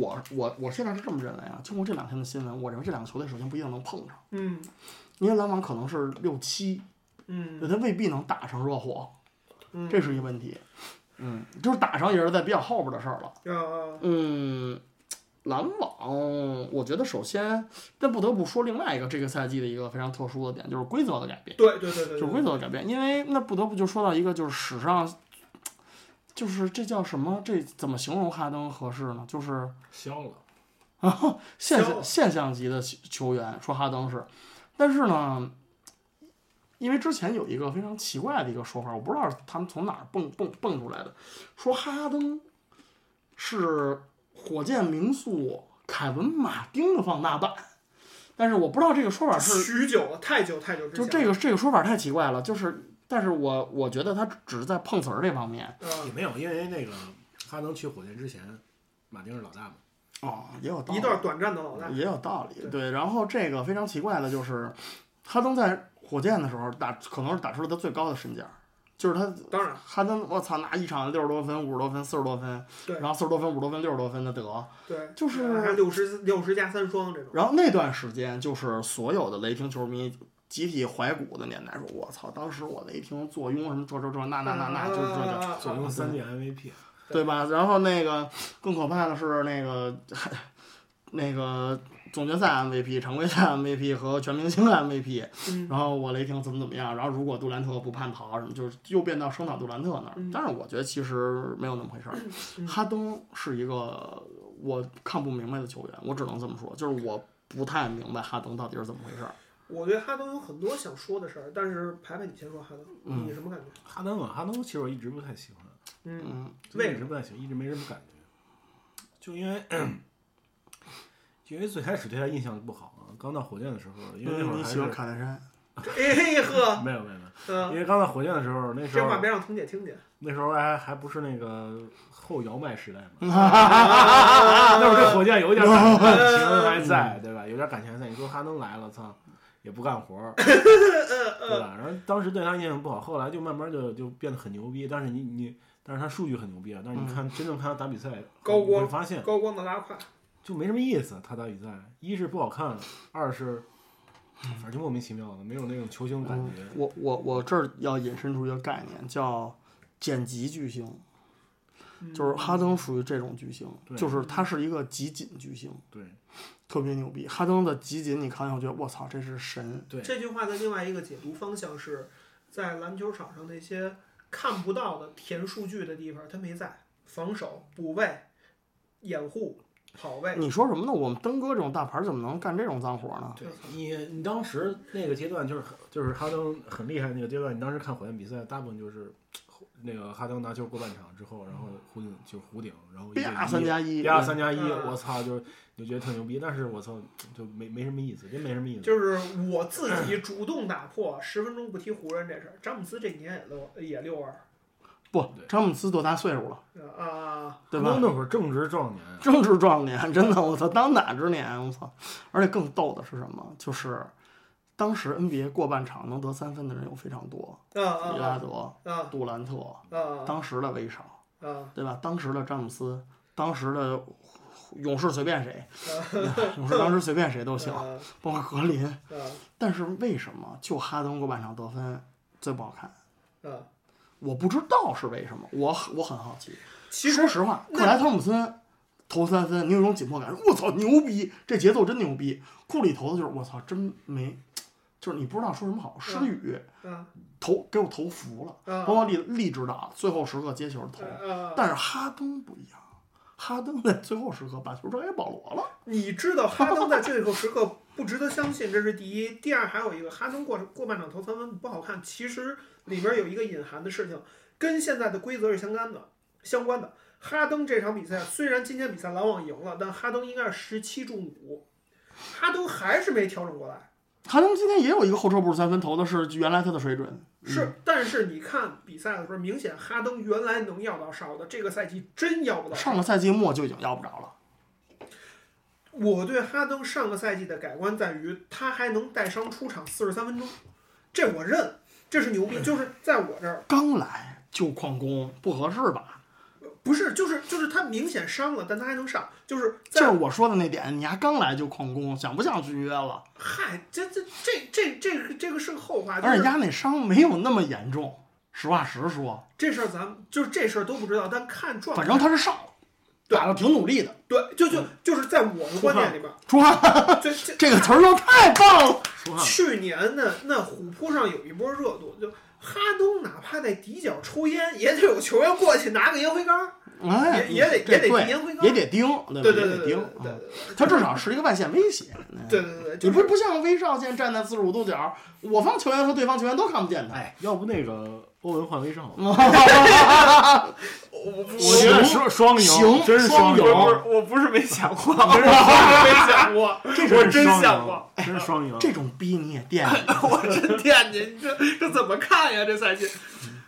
[SPEAKER 4] 我我我现在是这么认为啊，经过这两天的新闻，我认为这两个球队首先不一定能碰上，
[SPEAKER 3] 嗯
[SPEAKER 4] 因为篮网可能是六七，
[SPEAKER 3] 嗯
[SPEAKER 4] 对，他未必能打上热火，
[SPEAKER 3] 嗯，
[SPEAKER 4] 这是一个问题。嗯，就是打上也是在比较后边的事儿了。
[SPEAKER 3] 啊啊
[SPEAKER 4] 嗯，篮网，我觉得首先，但不得不说另外一个这个赛季的一个非常特殊的点，就是规则的改变，
[SPEAKER 3] 对对对对
[SPEAKER 4] 就是
[SPEAKER 3] 对
[SPEAKER 4] 规，则的改变。因为那不得不就说到一个，就是史上，就是这叫什么？这怎么形容哈登合适呢？就是
[SPEAKER 5] 消了，
[SPEAKER 4] 现
[SPEAKER 3] 消了
[SPEAKER 4] 象现象级的球球员，说哈登是，但是呢，因为之前有一个非常奇怪的一个说法，我不知道他们从哪儿蹦蹦蹦出来的，说哈登是火箭名宿凯文马丁的放大版，但是我不知道这个说法是
[SPEAKER 3] 许久了，太久太久之
[SPEAKER 4] 就
[SPEAKER 3] 前。
[SPEAKER 4] 这个这个说法太奇怪了，就是但是我我觉得他只是在碰瓷儿这方面
[SPEAKER 5] 也
[SPEAKER 3] 啊，
[SPEAKER 5] 没有，因为那个哈登去火箭之前，马丁是老大嘛。
[SPEAKER 4] 哦，也有道理
[SPEAKER 3] 一段短暂的老大。
[SPEAKER 4] 也有道理
[SPEAKER 3] 对。
[SPEAKER 4] 对，然后这个非常奇怪的就是，哈登在火箭的时候打，可能是打出了他最高的身价，就是他
[SPEAKER 3] 当然，
[SPEAKER 4] 哈登，我操，拿一场六十多分、五十多分、四十多分，
[SPEAKER 3] 对
[SPEAKER 4] 然后四十多分、五十多分、六十多分的得。
[SPEAKER 3] 对，
[SPEAKER 4] 就是
[SPEAKER 3] 还六十六十加三双这种。
[SPEAKER 4] 然后那段时间就是所有的雷霆球迷。集体怀古的年代，说我操，当时我雷霆坐拥什么这这这那那那那，就是这这，
[SPEAKER 3] 啊
[SPEAKER 5] 左
[SPEAKER 3] 啊
[SPEAKER 5] 右三届 MVP，
[SPEAKER 4] 对吧？然后那个更可怕的是那个 那个总决赛 MVP、常规赛 MVP 和全明星 MVP，
[SPEAKER 3] 嗯
[SPEAKER 4] 然后我雷霆怎么怎么样，然后如果杜兰特不叛逃什么，就是又变到声讨杜兰特那儿
[SPEAKER 3] 嗯。
[SPEAKER 4] 但是我觉得其实没有那么回事儿。
[SPEAKER 3] 嗯
[SPEAKER 4] 哈登是一个我看不明白的球员，我只能这么说，就是我不太明白哈登到底是怎么回事儿。
[SPEAKER 3] 我对哈登有很多想说的事儿，但是排排你先说哈登，你什么感觉？
[SPEAKER 5] 哈登啊，哈登其实我一直不太喜欢，
[SPEAKER 3] 嗯
[SPEAKER 4] 嗯，
[SPEAKER 5] 真的
[SPEAKER 3] 为
[SPEAKER 5] 一
[SPEAKER 3] 什
[SPEAKER 5] 直
[SPEAKER 3] 么
[SPEAKER 5] 不太喜欢，一直没什么感觉，就因为。因为最开始对他印象就不好啊，刚到火箭的时候，因为那会儿
[SPEAKER 4] 嗯你
[SPEAKER 5] 还
[SPEAKER 4] 喜
[SPEAKER 5] 是
[SPEAKER 4] 欢卡戴珊，
[SPEAKER 3] 哎嘿呵，
[SPEAKER 5] 没有没有没有，因
[SPEAKER 3] 嗯，
[SPEAKER 5] 为刚到火箭的时候，那时
[SPEAKER 3] 这
[SPEAKER 5] 候
[SPEAKER 3] 话别让彤姐听见。
[SPEAKER 5] 那时候还还不是那个后摇麦时代嘛，
[SPEAKER 3] 啊
[SPEAKER 5] 那会儿对火箭有一点感情还在，对吧？有点感情还在。你说哈登来了，操，也不 干活儿，对吧？然后当时对他印象不好，后来就慢慢就就变得很牛逼。但是你你，但是他数据很牛逼啊，但是你看真正看他打比赛，
[SPEAKER 3] 高
[SPEAKER 5] 你会
[SPEAKER 3] 光
[SPEAKER 5] 发现
[SPEAKER 3] 高光的拉胯，
[SPEAKER 5] 就没什么意思。他打比赛，一是不好看，二是反正就莫名其妙的，没有那种球星感觉。
[SPEAKER 4] 嗯我我我这儿要引申出一个概念，叫剪辑巨星，
[SPEAKER 3] 嗯
[SPEAKER 4] 就是哈登属于这种巨星，
[SPEAKER 5] 对
[SPEAKER 4] 就是他是一个集锦巨星，
[SPEAKER 5] 对
[SPEAKER 4] 特别牛逼。哈登的集锦，你看，我觉得我操，这是神。
[SPEAKER 5] 对，
[SPEAKER 3] 这句话的另外一个解读方向是，在篮球场上那些看不到的填数据的地方，他没在防守、补位、掩护，跑位，
[SPEAKER 4] 哎你说什么呢？我们登哥这种大牌怎么能干这种脏活呢？
[SPEAKER 5] 对你，你当时那个阶段就是很就是哈登很厉害那个阶段，你当时看火焰比赛，大部分就是那个哈登拿球过半场之后，然后弧顶就是弧顶，然后一对
[SPEAKER 4] 啪三加一，
[SPEAKER 5] 一二三加一，
[SPEAKER 3] 嗯
[SPEAKER 5] 我操，就是你就觉得特牛逼，但是我操就没没什么意思，真没什么意思。
[SPEAKER 3] 就是我自己主动打破十分钟不踢湖人这事儿。詹姆斯这几年也六也六二
[SPEAKER 4] 不，詹姆斯多大岁数了，
[SPEAKER 3] 啊，
[SPEAKER 4] 对
[SPEAKER 5] 哈登
[SPEAKER 4] 吧？
[SPEAKER 5] 那会儿正值壮年，
[SPEAKER 4] 正值壮年，真的，我操，当打之年，啊我操！而且更逗的是什么？就是当时 NBA 过半场能得三分的人有非常多，
[SPEAKER 3] 啊
[SPEAKER 4] 利拉
[SPEAKER 3] 啊
[SPEAKER 4] 德、
[SPEAKER 3] 啊
[SPEAKER 4] 杜兰特，
[SPEAKER 3] 啊
[SPEAKER 4] 当时的威少，
[SPEAKER 3] 啊！
[SPEAKER 4] 对吧？当时的詹姆斯，当时的勇士随便谁， 勇士当时随便谁都行，
[SPEAKER 3] 啊
[SPEAKER 4] 包括格林。
[SPEAKER 3] 啊
[SPEAKER 4] 但是为什么就哈登过半场得分最不好看？
[SPEAKER 3] 啊！
[SPEAKER 4] 我不知道是为什么，我我很好奇。
[SPEAKER 3] 其实
[SPEAKER 4] 说实话，克莱汤普森投三分，你有一种紧迫感，我操牛逼，这节奏真牛逼。库里投的就是我操真没，就是你不知道说什么好，失语，
[SPEAKER 3] 啊
[SPEAKER 4] 投给我投服了，
[SPEAKER 3] 嗯
[SPEAKER 4] 包括利利指导最后时刻接球投。
[SPEAKER 3] 啊！
[SPEAKER 4] 但是哈登不一样，哈登在最后时刻把球传给保罗了。
[SPEAKER 3] 你知道哈登在最后时刻不值得相信，这是第一。第二，还有一个哈登过过半场投三分不好看，其实里边有一个隐含的事情，跟现在的规则是相干的，相关的。哈登这场比赛虽然今天比赛篮网赢了，但哈登应该是十七中五，哈登还是没调整过来。
[SPEAKER 4] 哈登今天也有一个后撤步三分，投的是原来他的水准。
[SPEAKER 3] 是，但是你看比赛的时候，明显哈登原来能要到哨的，这个赛季真要不到哨
[SPEAKER 4] 上。个赛季末就已经要不着了。
[SPEAKER 3] 我对哈登上个赛季的改观在于，他还能带伤出场四十三分钟，这我认，这是牛逼。就是在我这儿，
[SPEAKER 4] 刚来就旷工，不合适吧？
[SPEAKER 3] 不是，就是就是他明显伤了，但他还能上，就是
[SPEAKER 4] 这
[SPEAKER 3] 在
[SPEAKER 4] 是我说的那点，你还刚来就旷工，想不想续约了？
[SPEAKER 3] 嗨，这这这这这个这个是个后话，就
[SPEAKER 4] 而且
[SPEAKER 3] 是
[SPEAKER 4] 压那伤没有那么严重，实话实说，
[SPEAKER 3] 这事儿咱们就是这事儿都不知道，但看状态，
[SPEAKER 4] 反正他是上了，
[SPEAKER 3] 对
[SPEAKER 4] 打的挺努力的。
[SPEAKER 3] 对，就就就是在我的观念里边，
[SPEAKER 4] 出汗，
[SPEAKER 3] 这这
[SPEAKER 4] 嗯 啊这个词儿都太棒了。
[SPEAKER 5] 说话
[SPEAKER 3] 去年呢，那虎扑上有一波热度，就哈登哪怕在底角抽烟，也得有球员过去拿个烟灰缸儿。
[SPEAKER 4] 哎，
[SPEAKER 3] 也也得
[SPEAKER 4] 这
[SPEAKER 3] 也得
[SPEAKER 4] 对
[SPEAKER 3] 年规纲
[SPEAKER 4] 也得盯，对吧？
[SPEAKER 3] 对对
[SPEAKER 4] 也
[SPEAKER 3] 对对
[SPEAKER 4] 得
[SPEAKER 3] 对
[SPEAKER 4] 盯
[SPEAKER 3] 对。对
[SPEAKER 4] 嗯他至少是一个外线威胁。嗯
[SPEAKER 3] 对对对，
[SPEAKER 4] 你
[SPEAKER 3] 就
[SPEAKER 4] 不
[SPEAKER 3] 是
[SPEAKER 4] 不像威少现在站在四十五度角，我方球员和对方球员都看不见他。
[SPEAKER 5] 哎，要不那个欧文换威少，
[SPEAKER 3] 我不
[SPEAKER 5] 我觉得双双
[SPEAKER 4] 行
[SPEAKER 5] 赢，真是
[SPEAKER 4] 双
[SPEAKER 5] 双
[SPEAKER 4] 赢
[SPEAKER 5] 赢，
[SPEAKER 3] 我不是没想过，我真是没想 过，我真
[SPEAKER 5] 双
[SPEAKER 3] 想
[SPEAKER 5] 赢
[SPEAKER 3] 过，，
[SPEAKER 5] 真是双赢。
[SPEAKER 4] 这种逼你也惦记，
[SPEAKER 3] 我真惦记，你这这怎么看呀？这赛季，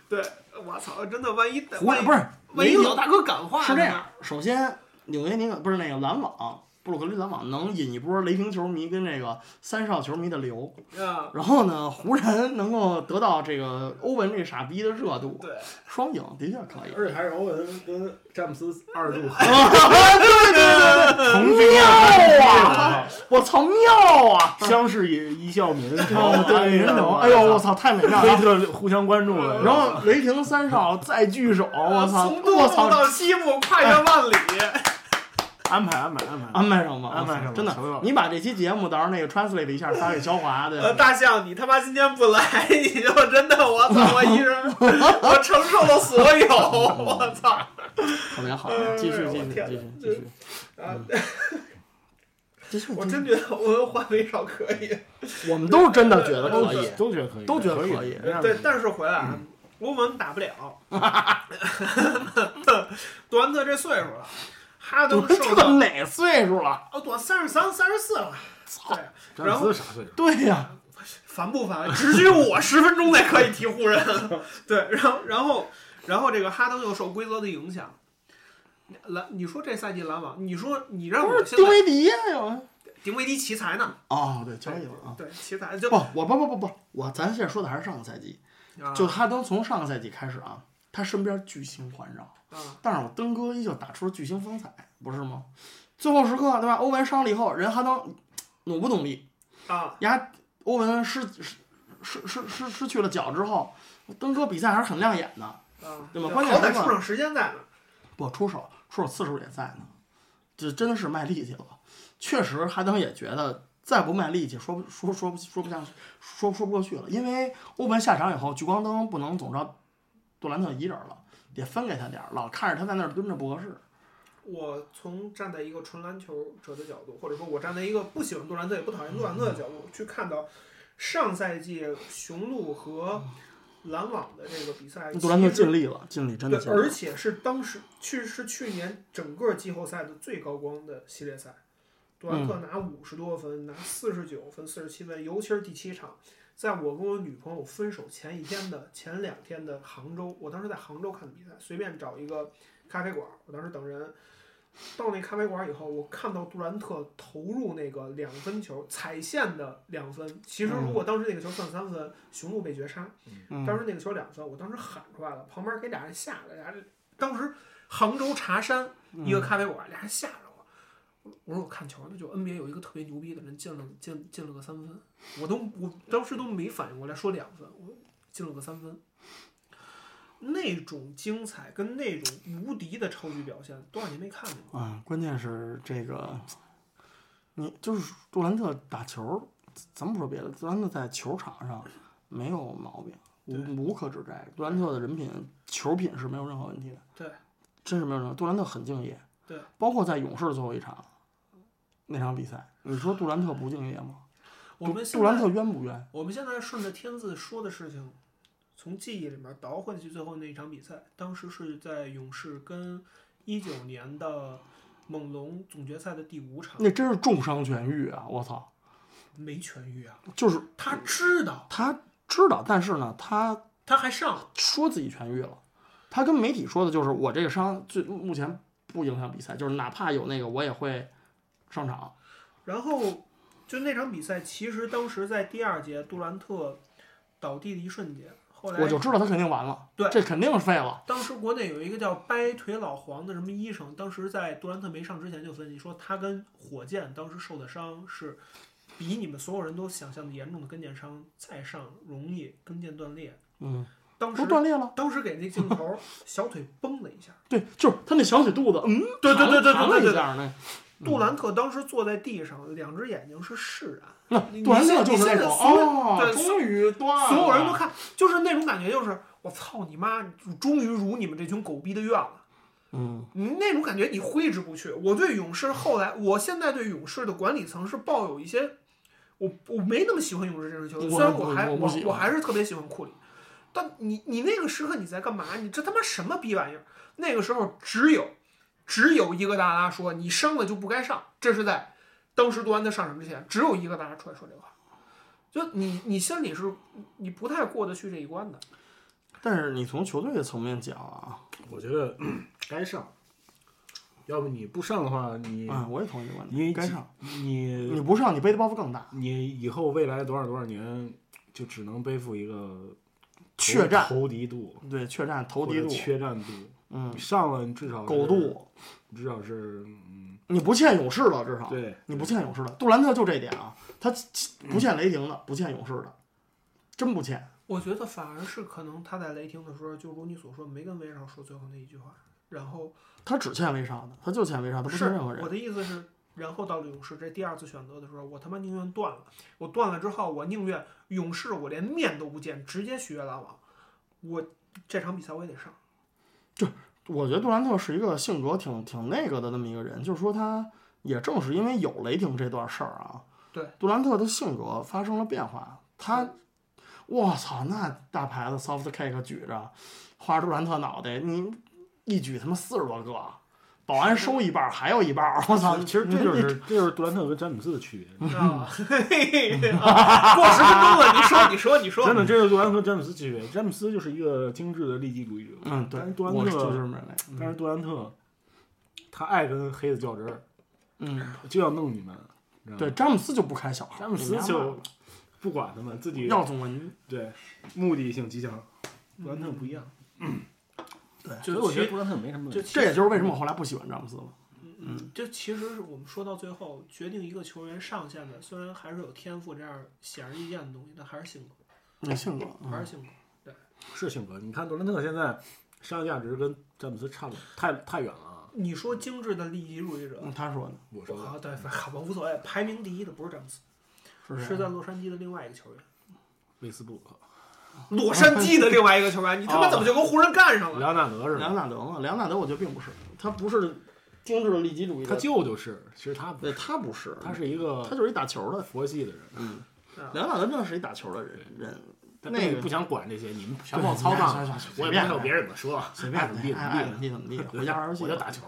[SPEAKER 3] 对，我操，真的，万一
[SPEAKER 4] 我
[SPEAKER 3] 万一
[SPEAKER 4] 不是
[SPEAKER 3] 万一
[SPEAKER 4] 没有
[SPEAKER 3] 老大哥感
[SPEAKER 5] 啊
[SPEAKER 3] 化呢
[SPEAKER 4] 是这样，。首先，纽约尼克不是那个篮网，布鲁克林篮网能引一波雷霆球迷跟这个三少球迷的流，
[SPEAKER 3] 啊，
[SPEAKER 4] 然后呢，湖人能够得到这个欧文这傻逼的热度，
[SPEAKER 3] 对，
[SPEAKER 4] 双赢的确可以。
[SPEAKER 5] 而且还是欧文跟詹姆斯二度
[SPEAKER 4] 对对对
[SPEAKER 5] 同
[SPEAKER 4] 对，
[SPEAKER 5] 兵
[SPEAKER 4] 妙啊！我操，妙啊！
[SPEAKER 5] 相视一一笑泯恩
[SPEAKER 4] 哦
[SPEAKER 5] 仇，，
[SPEAKER 4] 对，人头，哎呦，我嗯操，太美妙
[SPEAKER 5] 黑
[SPEAKER 4] 了！啊
[SPEAKER 5] 特互相关注了，
[SPEAKER 4] 然后雷霆三少再聚首，我操，
[SPEAKER 3] 从东部
[SPEAKER 4] 我操，
[SPEAKER 3] 到西部，跨越 万里，
[SPEAKER 5] 安排安排安排，
[SPEAKER 4] 安排上吧，
[SPEAKER 5] 安排上吧
[SPEAKER 4] 真的
[SPEAKER 5] 求求了，
[SPEAKER 4] 你把这期节目到时候那个 translate 一下发给肖华，对吧
[SPEAKER 3] 呃，大象，你他妈今天不来，你就真的我操，我一人， 我承受了所有，我操。
[SPEAKER 4] 好的，好
[SPEAKER 3] 哎
[SPEAKER 4] 的，继续，
[SPEAKER 3] 我
[SPEAKER 4] 继续，
[SPEAKER 3] 天哪
[SPEAKER 4] 继续，继
[SPEAKER 3] 这
[SPEAKER 4] 续，嗯
[SPEAKER 3] 啊，
[SPEAKER 4] 继续。
[SPEAKER 3] 我
[SPEAKER 4] 继
[SPEAKER 3] 真
[SPEAKER 4] 续
[SPEAKER 3] 觉得欧文换威少可以。
[SPEAKER 4] 我们都是真的觉得可以，
[SPEAKER 5] 都觉得可以，
[SPEAKER 4] 都觉得可以
[SPEAKER 5] 以，没啥
[SPEAKER 3] 对
[SPEAKER 5] 问，题
[SPEAKER 3] 但是回来
[SPEAKER 4] 嗯
[SPEAKER 3] 啊，欧文打不了。杜兰特这岁数了，哈登受
[SPEAKER 4] 这
[SPEAKER 3] 到
[SPEAKER 4] 哪岁数了？
[SPEAKER 3] 哦，我三十三、三十四了。对，
[SPEAKER 5] 詹姆斯啥岁数？
[SPEAKER 4] 对呀，
[SPEAKER 3] 烦不烦？只需我十分钟内可以提湖人。对，然后然后然后这个哈登又受规则的影响。篮，你说这赛季篮网，你说你让
[SPEAKER 4] 不
[SPEAKER 3] 我
[SPEAKER 4] 是
[SPEAKER 3] 现
[SPEAKER 4] 丁
[SPEAKER 3] 在
[SPEAKER 4] 威迪呀？有
[SPEAKER 3] 丁威迪奇才呢？
[SPEAKER 4] 哦，对，交易了啊。
[SPEAKER 3] 对，奇才就
[SPEAKER 4] 不，我不不不不，我咱现在说的还是上个赛季，
[SPEAKER 3] 啊
[SPEAKER 4] 就哈登从上个赛季开始啊，他身边巨星环绕，
[SPEAKER 3] 啊
[SPEAKER 4] 但是我登哥依旧打出了巨星风采，不是吗？最后时刻，对吧？欧文伤了以后，人哈登努不努力？
[SPEAKER 3] 啊
[SPEAKER 4] 呀，欧文失失失失失失去了脚之后，登哥比赛还是很亮眼的。
[SPEAKER 3] 啊！
[SPEAKER 4] 对吧
[SPEAKER 3] 就
[SPEAKER 4] 关键
[SPEAKER 3] 好歹
[SPEAKER 4] 是吧
[SPEAKER 3] 出场时间在呢。
[SPEAKER 4] 不出手，出手次数也在呢，这真的是卖力气了。确实，哈登也觉得再不卖力气，说不说说不说不下去，说说不过去了。因为欧文下场以后，聚光灯不能总照杜兰特一人了，得分给他点儿，老看着他在那儿蹲着不合适。
[SPEAKER 3] 我从站在一个纯篮球者的角度，或者说我站在一个不喜欢杜兰特也不讨厌杜兰特的角度去看到上赛季雄鹿和篮网的这个比赛，
[SPEAKER 4] 杜兰特
[SPEAKER 3] 其实
[SPEAKER 4] 尽力了，尽力真的
[SPEAKER 3] 对，
[SPEAKER 4] 尽力
[SPEAKER 3] 而
[SPEAKER 4] 了。
[SPEAKER 3] 且是当时去是去年整个季后赛的最高光的系列赛，杜
[SPEAKER 4] 嗯
[SPEAKER 3] 兰特拿五十多分，拿四十九分、四十七分，尤其是第七场，在我跟我女朋友分手前一天的前两天的杭州，我当时在杭州看的比赛，随便找一个咖啡馆，我当时等人。到那咖啡馆以后，我看到杜兰特投入那个两分球踩线的两分。其
[SPEAKER 4] 嗯
[SPEAKER 3] 实如果当时那个球算三分，雄鹿被绝杀。当时那个球两分，我当时喊出来了，旁边给俩人吓得，俩人当时杭州茶山
[SPEAKER 4] 嗯
[SPEAKER 3] 一个咖啡馆，俩人吓着我。我说我看球呢，就 NBA 有一个特别牛逼的人进了进进了个三分，我都我当时都没反应过来，说两分，我进了个三分。那种精彩跟那种无敌的超级表现，多少年没看见了。
[SPEAKER 4] 啊，关键是这个，你就是杜兰特打球，咱不说别的，杜兰特在球场上没有毛病，无无可指摘。杜兰特的人品、球品是没有任何问题的，
[SPEAKER 3] 对，
[SPEAKER 4] 真是没有任何。杜兰特很敬业，
[SPEAKER 3] 对，
[SPEAKER 4] 包括在勇士最后一场那场比赛，你说杜兰特不敬业吗？
[SPEAKER 3] 我们
[SPEAKER 4] 杜
[SPEAKER 3] 现
[SPEAKER 4] 兰
[SPEAKER 3] 在
[SPEAKER 4] 特冤不冤？
[SPEAKER 3] 我们现在顺着天字说的事情，从记忆里面倒回去，最后那一场比赛，当时是在勇士跟一九年的猛龙总决赛的第五场，
[SPEAKER 4] 那真是重伤痊愈啊！我操，
[SPEAKER 3] 没痊愈啊。
[SPEAKER 4] 就是
[SPEAKER 3] 他知道，
[SPEAKER 4] 他知道，但是呢，他
[SPEAKER 3] 他还上了，
[SPEAKER 4] 说自己痊愈了，他跟媒体说的就是我这个伤最目前不影响比赛，就是哪怕有那个我也会上场。
[SPEAKER 3] 然后就那场比赛，其实当时在第二节杜兰特倒地的一瞬间，后来
[SPEAKER 4] 我就知道他肯定完了，
[SPEAKER 3] 对
[SPEAKER 4] 这肯定是废了。
[SPEAKER 3] 当时国内有一个叫掰腿老黄的什么医生，当时在杜兰特没上之前就分析说，他跟火箭当时受的伤是比你们所有人都想象的严重的跟腱伤，再上容易跟腱断裂。
[SPEAKER 4] 嗯，
[SPEAKER 3] 当时
[SPEAKER 4] 不断裂了，
[SPEAKER 3] 当时给那镜头，小腿崩了一下。
[SPEAKER 4] 对，就是他那小腿肚子，嗯，
[SPEAKER 3] 对对对对对
[SPEAKER 4] 弹了
[SPEAKER 3] 对
[SPEAKER 4] 一
[SPEAKER 3] 对
[SPEAKER 4] 下那。
[SPEAKER 3] 杜
[SPEAKER 4] 嗯
[SPEAKER 3] 兰特当时坐在地上，两只眼睛是释然，
[SPEAKER 4] 那
[SPEAKER 3] 你
[SPEAKER 4] 杜兰特
[SPEAKER 3] 现
[SPEAKER 4] 就是
[SPEAKER 3] 你
[SPEAKER 4] 那
[SPEAKER 3] 现在
[SPEAKER 4] 种
[SPEAKER 3] 所有
[SPEAKER 4] 哦，
[SPEAKER 3] 对
[SPEAKER 4] 终于啊断了，
[SPEAKER 3] 所有人都看，就是那种感觉，就是我操你妈，终于如你们这群狗逼的愿了。
[SPEAKER 4] 嗯，
[SPEAKER 3] 你那种感觉你挥之不去。我对勇士后来，我现在对勇士的管理层是抱有一些，我我没那么喜欢勇士这支球队，
[SPEAKER 4] 我
[SPEAKER 3] 虽然我还
[SPEAKER 4] 我
[SPEAKER 3] 我
[SPEAKER 4] 不喜欢
[SPEAKER 3] 我还是特别喜欢库里，但你你那个时刻你在干嘛？你这他妈什么逼玩意儿？那个时候只有只有一个大拉说你伤了就不该上，这是在当时杜兰特上场之前，只有一个大拉出来说这话。就你，你心里是，你不太过得去这一关的。
[SPEAKER 4] 但是你从球队的层面讲啊，
[SPEAKER 5] 我觉得嗯该上，要不你不上的话，你、
[SPEAKER 4] 啊，我也同意这个观
[SPEAKER 5] 你
[SPEAKER 4] 点，该上，你
[SPEAKER 5] 你
[SPEAKER 4] 不上你背的包袱更大，
[SPEAKER 5] 你以后未来多少多少年，就只能背负一个
[SPEAKER 4] 怯战，
[SPEAKER 5] 投敌度、
[SPEAKER 4] 对，怯战投敌
[SPEAKER 5] 或者
[SPEAKER 4] 度，
[SPEAKER 5] 缺战度。
[SPEAKER 4] 嗯
[SPEAKER 5] 你，上了，你至少是
[SPEAKER 4] 狗度，
[SPEAKER 5] 你至少是嗯，
[SPEAKER 4] 你不欠勇士了，至少
[SPEAKER 5] 对
[SPEAKER 4] 你不欠勇士的。杜兰特就这一点啊，他不欠雷霆的，不欠勇士的，真不欠。
[SPEAKER 3] 我觉得反而是可能他在雷霆的时候，就如你所说，没跟威少说最后那一句话，然后
[SPEAKER 4] 他只欠威少的，他就欠威少，他不
[SPEAKER 3] 是
[SPEAKER 4] 欠任何
[SPEAKER 3] 我
[SPEAKER 4] 人。
[SPEAKER 3] 的意思是，然后到了勇士这第二次选择的时候，我他妈宁愿断了，我断了之后，我宁愿勇士我连面都不见，直接续约篮网，我这场比赛我也得上。
[SPEAKER 4] 我觉得杜兰特是一个性格挺挺那个的那么一个人，就是说他也正是因为有雷霆这段事儿啊，
[SPEAKER 3] 对
[SPEAKER 4] 杜兰特的性格发生了变化。他，我操，那大牌子 soft cake 举着，画着杜兰特脑袋，你一举他妈四十多个，保安收一半儿还有一半儿，我操！
[SPEAKER 5] 其实这就是嗯这就是杜兰特跟詹姆斯的区别，
[SPEAKER 3] 啊，嘿嘿嘿啊 过十分钟了，你说，你说，你说，
[SPEAKER 5] 真的这就是杜兰特跟詹姆斯区别。詹姆斯就是一个精致的利己主义者，
[SPEAKER 4] 嗯，对
[SPEAKER 5] 但是，杜兰
[SPEAKER 4] 我
[SPEAKER 5] 特
[SPEAKER 4] 就是这么认为。
[SPEAKER 5] 但是杜兰特他爱跟黑子较真儿，
[SPEAKER 4] 嗯，
[SPEAKER 5] 就要弄你们。你知道吗
[SPEAKER 4] 对，，詹姆斯就不开小号，
[SPEAKER 5] 詹姆斯
[SPEAKER 4] 你明白
[SPEAKER 5] 就
[SPEAKER 4] 吗
[SPEAKER 5] 不管他们，自己
[SPEAKER 4] 要总文，
[SPEAKER 5] 对目的性极强。杜兰特不一样，
[SPEAKER 3] 嗯
[SPEAKER 4] 对，
[SPEAKER 5] 所以我觉得杜兰特没什么问
[SPEAKER 3] 就
[SPEAKER 5] 题。
[SPEAKER 4] 这也就是为什么我后来不喜欢詹姆斯了。
[SPEAKER 3] 嗯，这其实是我们说到最后，决定一个球员上限的，虽然还是有天赋这样显而易见的东西，但还是性格，
[SPEAKER 4] 那性格，嗯
[SPEAKER 3] 还是性格。
[SPEAKER 5] 是性格，你看杜兰特现在商业价值跟詹姆斯差不太太远了啊。
[SPEAKER 3] 你说精致的利己主义者，
[SPEAKER 4] 嗯，他说的
[SPEAKER 5] 我说
[SPEAKER 3] 啊，对，好吧，无所谓。排名第一的不是詹姆斯，
[SPEAKER 4] 是啊
[SPEAKER 3] 是
[SPEAKER 4] 谁
[SPEAKER 3] 在洛杉矶的另外一个球员，
[SPEAKER 5] 威斯布鲁克、
[SPEAKER 3] 洛杉矶的另外一个球员，你他妈
[SPEAKER 4] 哦
[SPEAKER 3] 怎么就跟湖人干上了？
[SPEAKER 5] 莱昂纳德是
[SPEAKER 4] 莱
[SPEAKER 5] 吧？
[SPEAKER 4] 昂纳德嘛，莱昂纳德我觉得并不是，他不是精致的利己主义
[SPEAKER 5] 他
[SPEAKER 4] 的。
[SPEAKER 5] 舅舅是，其实他不
[SPEAKER 4] 对
[SPEAKER 5] 是，
[SPEAKER 4] 他不是，
[SPEAKER 5] 他是一个
[SPEAKER 4] 他就是一打球的。
[SPEAKER 5] 佛系的人，
[SPEAKER 4] 梁大德真的是一打球的人人，
[SPEAKER 5] 他
[SPEAKER 4] 那
[SPEAKER 5] 不
[SPEAKER 4] 个
[SPEAKER 5] 想管这些，你们全往操
[SPEAKER 4] 对
[SPEAKER 5] 办
[SPEAKER 4] 行行
[SPEAKER 5] 了
[SPEAKER 4] 行，
[SPEAKER 5] 我也
[SPEAKER 4] 随
[SPEAKER 5] 没
[SPEAKER 4] 便
[SPEAKER 5] 有别人怎么说，哎
[SPEAKER 4] 随便
[SPEAKER 5] 爱怎么地怎么
[SPEAKER 4] 爱
[SPEAKER 5] 地
[SPEAKER 4] 怎么
[SPEAKER 5] 吧，
[SPEAKER 4] 地怎么地，
[SPEAKER 5] 对
[SPEAKER 4] 哎回家玩游戏，
[SPEAKER 5] 哎我就打，球，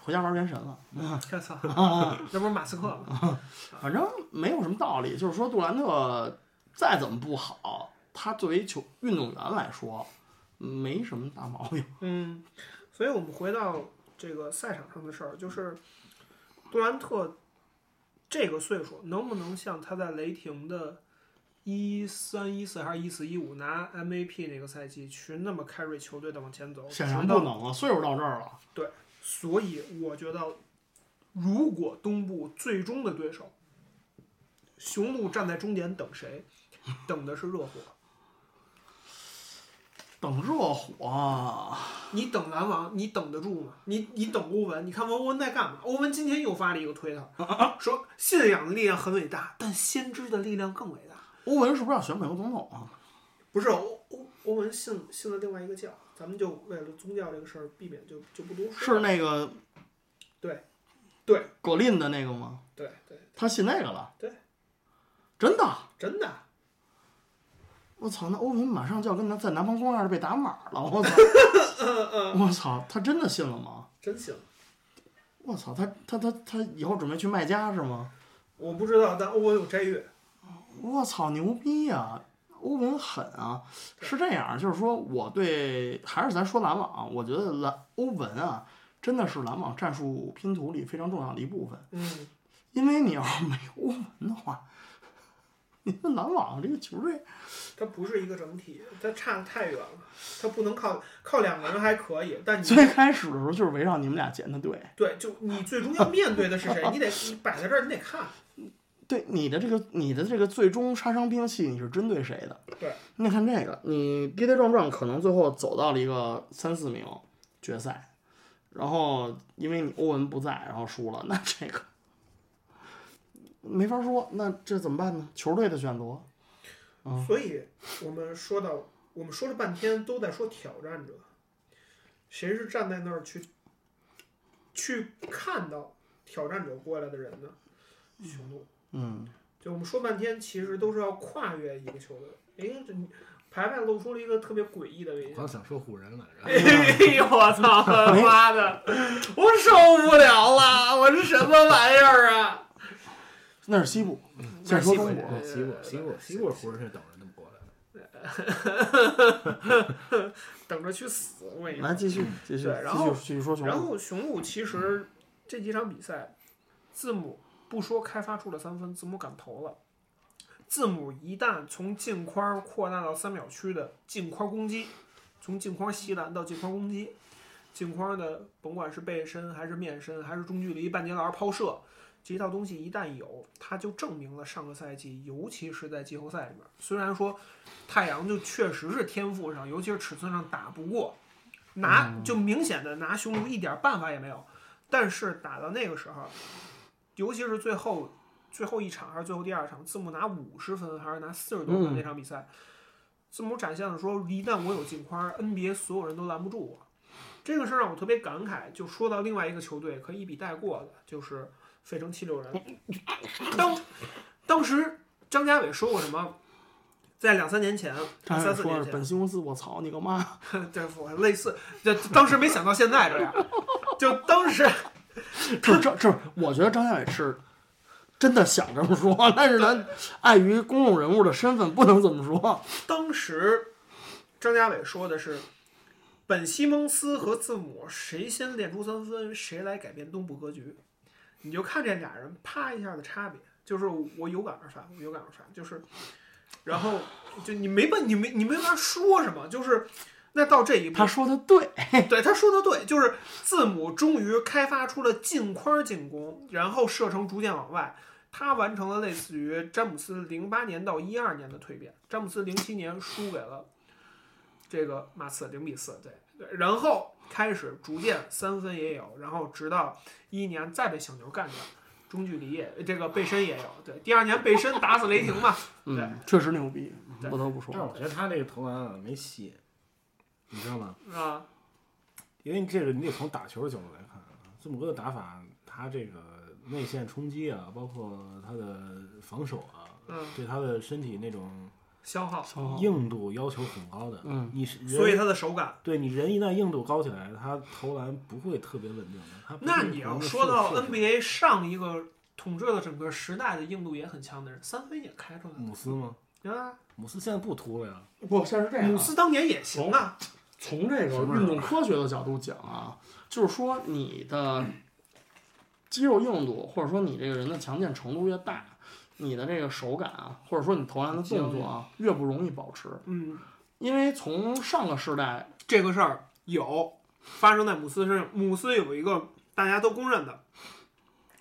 [SPEAKER 4] 回家玩原神了。
[SPEAKER 3] 我 操，
[SPEAKER 4] 啊
[SPEAKER 3] 那不是马斯克吗？
[SPEAKER 4] 反正没有什么道理，就是说杜兰特再怎么不好，他作为球运动员来说，没什么大毛病。
[SPEAKER 3] 嗯，所以我们回到这个赛场上的事儿，就是杜兰特这个岁数能不能像他在雷霆的一三一四还是一四一五拿 MVP 那个赛季去那么 carry 球队的往前走？
[SPEAKER 4] 显
[SPEAKER 3] 直
[SPEAKER 4] 然
[SPEAKER 3] 到
[SPEAKER 4] 不能啊了，岁数到这儿了，
[SPEAKER 3] 所以我觉得，如果东部最终的对手，雄鹿站在终点等谁，等的是热火。
[SPEAKER 4] 等热火，啊
[SPEAKER 3] 你等篮网，你等得住吗？你你等欧文，你看欧文在干嘛？欧文今天又发了一个推特， 说信仰的力量很伟大，但先知的力量更伟大。
[SPEAKER 4] 欧文是不是要选美国总统啊？
[SPEAKER 3] 不是欧欧欧文信信了另外一个教，咱们就为了宗教这个事儿避免就就不多说。
[SPEAKER 4] 是那个
[SPEAKER 3] 对，对
[SPEAKER 4] 葛林的那个吗？
[SPEAKER 3] 对对，
[SPEAKER 4] 他信那个了？
[SPEAKER 3] 对，
[SPEAKER 4] 真的。
[SPEAKER 3] 真的。
[SPEAKER 4] 我操，那欧文马上就要跟他在南方公园被打码了，我操！ 我操，他真的信了吗？
[SPEAKER 3] 真行。
[SPEAKER 4] 我操，他他他他以后准备去卖家是吗？
[SPEAKER 3] 我不知道，但欧文有斋月。
[SPEAKER 4] 我操，牛逼呀、欧文狠啊！是这样，就是说我对还是咱说篮网，啊我觉得篮欧文啊，真的是篮网战术拼图里非常重要的一部分。
[SPEAKER 3] 嗯，
[SPEAKER 4] 因为你要是没有欧文的话， 你们篮网这个球队，
[SPEAKER 3] 他不是一个整体，他差太远了，他不能靠靠两个人还可以，但你
[SPEAKER 4] 最开始的时候就是围绕你们俩建的队。
[SPEAKER 3] 对，就你最终要面对的是谁，你得你摆在这儿，你得看。
[SPEAKER 4] 对你的这个你的这个最终杀伤兵器，你是针对谁的？
[SPEAKER 3] 对，
[SPEAKER 4] 你得看这个，你跌跌撞撞可能最后走到了一个三四名决赛，然后因为你欧文不在，然后输了， 那这个没法说，那这怎么办呢？球队的选择，
[SPEAKER 3] 所以我们说到，我们说了半天都在说挑战者，谁是站在那儿去去看到挑战者过来的人呢？雄鹿。
[SPEAKER 4] 嗯，
[SPEAKER 3] 就我们说半天，其实都是要跨越一个球队。哎，这你排排露出了一个特别诡异的微
[SPEAKER 5] 我
[SPEAKER 3] 笑
[SPEAKER 5] 刚。想说唬人来 着，
[SPEAKER 3] 哎呦我操！妈的，我受不了了！我是什么玩意儿啊？
[SPEAKER 4] 那是西部，
[SPEAKER 3] 嗯那
[SPEAKER 4] 再
[SPEAKER 3] 是
[SPEAKER 4] 说
[SPEAKER 3] 西部
[SPEAKER 4] 东部，
[SPEAKER 5] 对西部西部西部唬人是等着那么过来的，
[SPEAKER 3] 等着去死！我跟你
[SPEAKER 4] 来
[SPEAKER 3] 说。
[SPEAKER 4] 继续继续
[SPEAKER 3] 对然后
[SPEAKER 4] 继续继续说雄
[SPEAKER 3] 然
[SPEAKER 4] 鹿，
[SPEAKER 3] 后雄鹿其实这几场比赛，字母不说开发出了三分，字母敢投了。字母一旦从近框扩大到三秒区的近框攻击，从近框吸篮到近框攻击，近框的甭管是背身还是面身还是中距离半截篮抛射，这一套东西一旦有，它就证明了上个赛季，尤其是在季后赛里面，虽然说太阳就确实是天赋上，尤其是尺寸上打不过，拿
[SPEAKER 4] 嗯
[SPEAKER 3] 就明显的拿雄鹿一点办法也没有，但是打到那个时候，尤其是最后最后一场还是最后第二场，字母拿五十分还是拿四十多分那场比赛。
[SPEAKER 4] 嗯
[SPEAKER 3] 字母展现了说，一旦我有镜框，NBA 所有人都拦不住我。这个事儿让我特别感慨。就说到另外一个球队可以一笔带过的，就是费城七六人。
[SPEAKER 4] 嗯
[SPEAKER 3] 当当时张家伟说过什么？在两三年前，
[SPEAKER 4] 张
[SPEAKER 3] 啊三
[SPEAKER 4] 三
[SPEAKER 3] 四
[SPEAKER 4] 说
[SPEAKER 3] 年
[SPEAKER 4] 是
[SPEAKER 3] 前，
[SPEAKER 4] 本西蒙斯，我操你 个妈！
[SPEAKER 3] 对，我类似，就当时没想到现在这样，就当时
[SPEAKER 4] 就是这，就是我觉得张家伟是真的想这么说，但是他碍于公众人物的身份，不能这么说。
[SPEAKER 3] 当时张家伟说的是，本西蒙斯和字母谁先练出三分，谁来改变东部格局。你就看这俩人啪一下的差别，就是我有感而发，我有感而发，就是，然后就你没办，你没你没法说什么，就是那到这一步
[SPEAKER 4] 他，说的对，
[SPEAKER 3] 对，他说的对，就是字母终于开发出了近框进攻，然后射程逐渐往外。他完成了类似于詹姆斯零八年到一二年的蜕变。詹姆斯零七年输给了这个马刺，零比四，对对。然后开始逐渐三分也有，然后直到一一年再被小牛干掉，中距离也这个背身也有，对。第二年背身打死雷霆嘛，对
[SPEAKER 4] 嗯，确实牛逼，
[SPEAKER 3] 对
[SPEAKER 4] 不得不
[SPEAKER 5] 但是
[SPEAKER 4] 说。
[SPEAKER 5] 我觉得他这个投篮啊没 戏，你知道吗？
[SPEAKER 3] 啊，
[SPEAKER 5] 因为这个你得从打球的角度来看啊，字母哥的打法，他这个内线冲击啊，包括他的防守啊，
[SPEAKER 3] 嗯
[SPEAKER 5] 对他的身体那种
[SPEAKER 3] 消耗，
[SPEAKER 5] 硬度要求很高的。
[SPEAKER 4] 嗯，
[SPEAKER 5] 你是人
[SPEAKER 3] 所以他的手感。
[SPEAKER 5] 对你人一旦硬度高起来，他投篮不会特别稳定的。他不
[SPEAKER 3] 那
[SPEAKER 5] 是
[SPEAKER 3] 你
[SPEAKER 5] 容
[SPEAKER 3] 要
[SPEAKER 5] 易
[SPEAKER 3] 说
[SPEAKER 5] 受
[SPEAKER 3] 到
[SPEAKER 5] 受伤
[SPEAKER 3] NBA 上一个统治了整个时代的硬度也很强的人，三分也开出来
[SPEAKER 4] 嗯
[SPEAKER 3] 了
[SPEAKER 5] 姆斯吗？
[SPEAKER 3] 啊。
[SPEAKER 5] 姆斯现在不秃了呀。
[SPEAKER 4] 不，现在是这样啊，哦
[SPEAKER 3] 姆斯当年也行啊，
[SPEAKER 4] 从这个运动科学的角度讲啊，就是说你的肌肉硬度，或者说你这个人的强健程度越大，你的这个手感啊，或者说你投篮的动作啊，越不容易保持。
[SPEAKER 3] 嗯，
[SPEAKER 4] 因为从上个世代，
[SPEAKER 3] 这个事儿有发生在姆斯身上。姆斯有一个大家都公认的，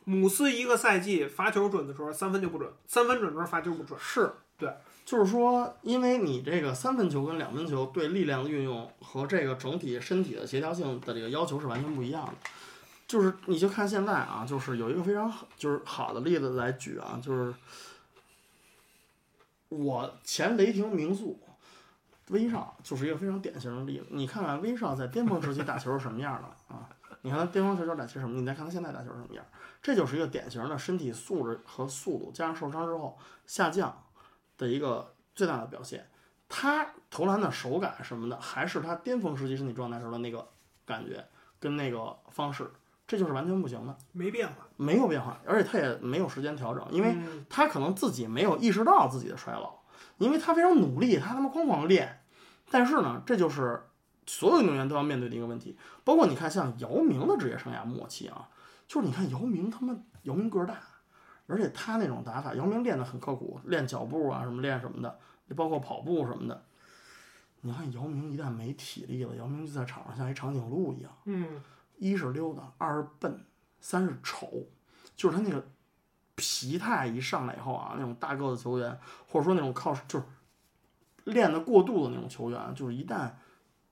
[SPEAKER 3] 姆斯一个赛季罚球准的时候，三分就不准；三分准的时候罚球不准。
[SPEAKER 4] 是
[SPEAKER 3] 对，
[SPEAKER 4] 就是说，因为你这个三分球跟两分球对力量的运用和这个整体身体的协调性的这个要求是完全不一样的。就是你就看现在啊，就是有一个非常好就是好的例子来举啊，就是我前雷霆名宿威少就是一个非常典型的例子。你看看威少在巅峰时期打球是什么样的啊？ 你看他巅峰时期打球是什么？你再看他现在打球是什么样？这就是一个典型的身体素质和速度加上受伤之后下降的一个最大的表现。他投篮的手感什么的，还是他巅峰时期身体状态时候的那个感觉跟那个方式，这就是完全不行的，
[SPEAKER 3] 没变化，
[SPEAKER 4] 没有变化，而且他也没有时间调整，因为
[SPEAKER 3] 嗯
[SPEAKER 4] 他可能自己没有意识到自己的衰老，因为他非常努力，他他妈哐哐练，但是呢，这就是所有运动员都要面对的一个问题。包括你看，像姚明的职业生涯末期啊，就是你看姚明他妈，姚明个儿大，而且他那种打法，姚明练得很刻苦，练脚步啊什么练什么的，包括跑步什么的。你看姚明一旦没体力了，姚明就在场上像一长颈鹿一样，
[SPEAKER 3] 嗯，
[SPEAKER 4] 一是溜达，二是笨，三是丑，就是他那个疲态一上来以后啊，那种大个子球员，或者说那种靠就是练得过度的那种球员，就是一旦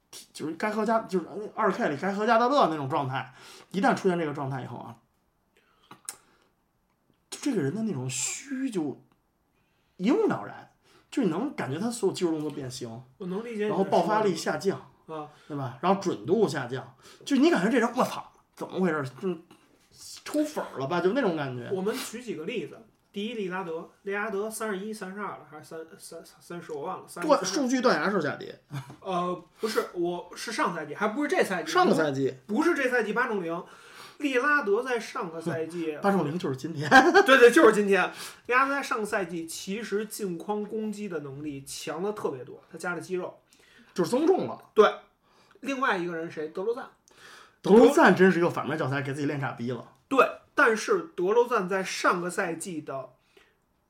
[SPEAKER 4] 体就是该喝加就是二 K 里该喝加德勒那种状态，一旦出现这个状态以后啊，就这个人的那种虚就一目了然，就你能感觉他所有肌肉动作变形，
[SPEAKER 3] 我能理解你的
[SPEAKER 4] 然
[SPEAKER 3] 说
[SPEAKER 4] 后
[SPEAKER 3] 法。
[SPEAKER 4] 爆发力下降。
[SPEAKER 3] 啊，
[SPEAKER 4] 对吧？然后准度下降，就你感觉这人我操，怎么回事？就抽粉儿了吧？就那种感觉。
[SPEAKER 3] 我们举几个例子。第一，利拉德，利拉德三十一、三十二了，还是三三三十？我忘了。三
[SPEAKER 4] 断数据断崖式下跌，
[SPEAKER 3] 呃，不是，我是上赛季，还不是这赛季。
[SPEAKER 4] 上个赛季
[SPEAKER 3] 不是这赛季八中零，利拉德在上个赛 季，
[SPEAKER 4] 八中零就是今天，
[SPEAKER 3] 对对，就是今天，利拉德在上个赛季其实进框攻击的能力强了特别多，他加了肌肉。
[SPEAKER 4] 就是增重了。
[SPEAKER 3] 另外一个人谁？德罗赞。
[SPEAKER 4] 德罗赞真是一个反面教材，给自己练傻逼了。
[SPEAKER 3] 对，但是德罗赞在上个赛季的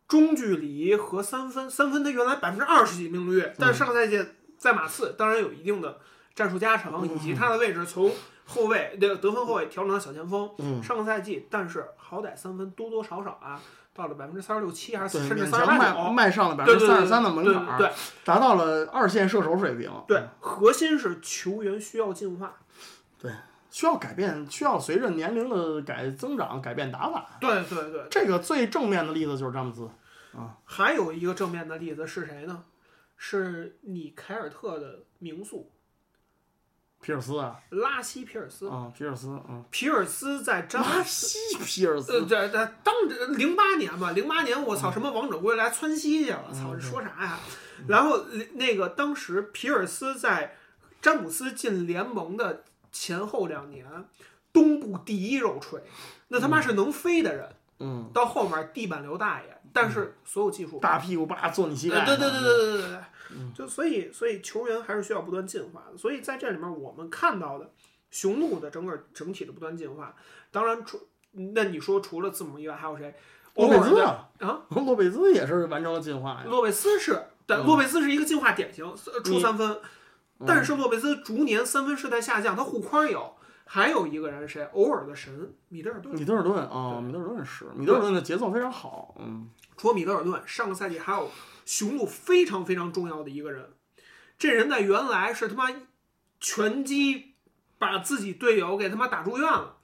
[SPEAKER 3] 中距离和三分，三分他原来百分之二十几命中率，但是上个赛季在马刺当然有一定的战术加成，以及他的位置从后卫那个得分后卫调整到小前锋。
[SPEAKER 4] 嗯，
[SPEAKER 3] 上个赛季，但是好歹三分多多少少啊，到了百分之三十六七还是
[SPEAKER 4] 对，
[SPEAKER 3] 甚至
[SPEAKER 4] 勉
[SPEAKER 3] 三十
[SPEAKER 4] 强
[SPEAKER 3] 八
[SPEAKER 4] 迈
[SPEAKER 3] 九。
[SPEAKER 4] 迈上了百
[SPEAKER 3] 对对
[SPEAKER 4] 分之
[SPEAKER 3] 对对
[SPEAKER 4] 三十三的门
[SPEAKER 3] 对
[SPEAKER 4] 槛
[SPEAKER 3] 对
[SPEAKER 4] 儿，嗯达到了二线射手水平。
[SPEAKER 3] 对，核心是球员需要进化。
[SPEAKER 4] 需要改变，需要随着年龄的改增长改变打法。
[SPEAKER 3] 对对对，
[SPEAKER 4] 这个最正面的例子就是詹姆斯，
[SPEAKER 3] 还有一个正面的例子是谁呢？是你凯尔特的名宿
[SPEAKER 4] 皮尔斯啊，
[SPEAKER 3] 拉希皮尔斯。
[SPEAKER 4] 嗯，皮尔斯，嗯，
[SPEAKER 3] 皮尔斯在詹姆
[SPEAKER 4] 巴
[SPEAKER 3] 斯，
[SPEAKER 4] 西皮尔
[SPEAKER 3] 呃，
[SPEAKER 4] 斯，
[SPEAKER 3] 这这当零八年嘛，零八年我操什么王者归来窜稀去了，操
[SPEAKER 4] 嗯
[SPEAKER 3] 这说啥呀？然后那个当时皮尔斯在詹姆斯进联盟的前后两年，东部第一肉锤，那他妈是能飞的人，
[SPEAKER 4] 嗯。
[SPEAKER 3] 到后面地板流大爷，但是所有技术
[SPEAKER 4] 大屁股叭坐你膝盖、
[SPEAKER 3] 呃对对对，对对对对，
[SPEAKER 4] 嗯
[SPEAKER 3] 就所以所以球员还是需要不断进化的。所以在这里面我们看到的雄鹿的整个整体的不断进化，当然除那你说除了字母以外还有谁？
[SPEAKER 4] 洛
[SPEAKER 3] 偶
[SPEAKER 4] 贝
[SPEAKER 3] 尔
[SPEAKER 4] 兹
[SPEAKER 3] 的
[SPEAKER 4] 啊，
[SPEAKER 3] 啊，
[SPEAKER 4] 洛贝兹也是完成了进化呀。
[SPEAKER 3] 洛贝斯是，但
[SPEAKER 4] 嗯
[SPEAKER 3] 洛贝斯是一个进化典型，呃出
[SPEAKER 4] 你嗯
[SPEAKER 3] 三分，但是洛贝斯逐年三分是在下降，他护框有。还有一个人谁？偶尔的神米德尔顿，
[SPEAKER 4] 米德尔顿啊，米德尔顿是，米德尔顿的节奏非常好，嗯，
[SPEAKER 3] 除了米德尔顿，上个赛季还有雄鹿非常非常重要的一个人，这人在原来是他妈拳击把自己队友给他妈打住院了，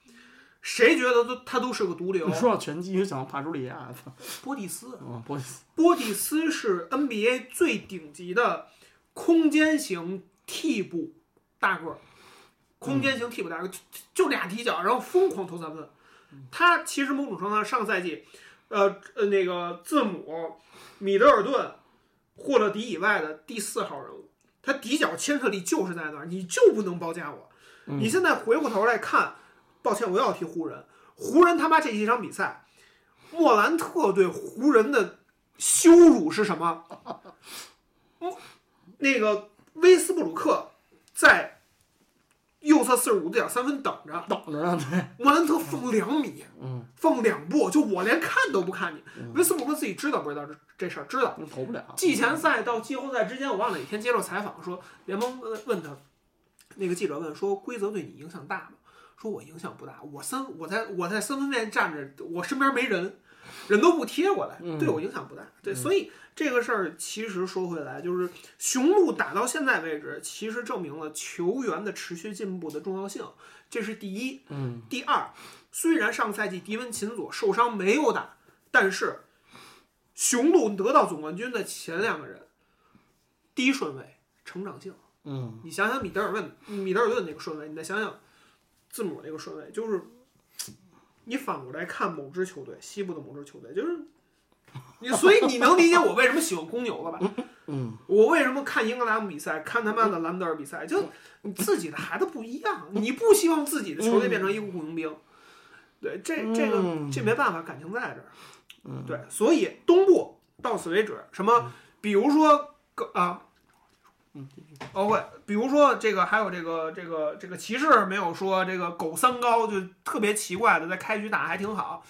[SPEAKER 3] 谁觉得都他都是个毒瘤
[SPEAKER 4] 你？说到拳击，就想到帕朱利亚，操
[SPEAKER 3] 波蒂斯，
[SPEAKER 4] 嗯，波西斯
[SPEAKER 3] 波蒂斯是 NBA 最顶级的空间型替补大个儿，空间型替补大卫，就就俩底角，然后疯狂投三分。他其实某种程度上上赛季，呃呃那个字母、米德尔顿、霍勒迪以外的第四号人物，他底角牵扯力就是在那儿，你就不能包夹我。你现在回过头来看，抱歉，我又要提湖人，湖人他妈这几场比赛，莫兰特对湖人的羞辱是什么？那个威斯布鲁克在右侧四十五点三分等着，
[SPEAKER 4] 等着呢，对，
[SPEAKER 3] 莫兰特放两米，
[SPEAKER 4] 嗯，
[SPEAKER 3] 放两步，就我连看都不看你。威斯布鲁克自己知道不知道这这事儿？知道。
[SPEAKER 4] 那投不了。
[SPEAKER 3] 季前赛到季后赛之间，我忘了哪天接受采访说，联盟问问他，那个记者问说，规则对你影响大吗？说我影响不大，我三我在我在三分线站着，我身边没人，人都不贴过来，对我影响不大。对，所以这个事儿其实说回来，就是雄鹿打到现在为止，其实证明了球员的持续进步的重要性，这是第一。
[SPEAKER 4] 嗯，
[SPEAKER 3] 第二，虽然上赛季迪文琴佐受伤没有打，但是雄鹿得到总冠军的前两个人，第一顺位成长性。
[SPEAKER 4] 嗯，
[SPEAKER 3] 你想想米德尔顿，米德尔顿那个顺位，你再想想字母那个顺位，就是你反过来看某支球队，西部的某支球队，就是你，所以你能理解我为什么喜欢公牛了吧？
[SPEAKER 4] 嗯，
[SPEAKER 3] 我为什么看英格兰比赛，看他妈的兰德尔比赛，就你自己的孩子不一样，你不希望自己的球队变成一个雇佣兵，对，这这个
[SPEAKER 4] 嗯
[SPEAKER 3] 这没办法，感情在这儿，对，所以东部到此为止，什么，比如说个啊。
[SPEAKER 4] 嗯
[SPEAKER 3] 包括比如说这个，还有这个这个这个骑士没有说这个狗三高就特别奇怪的，在开局打还挺好，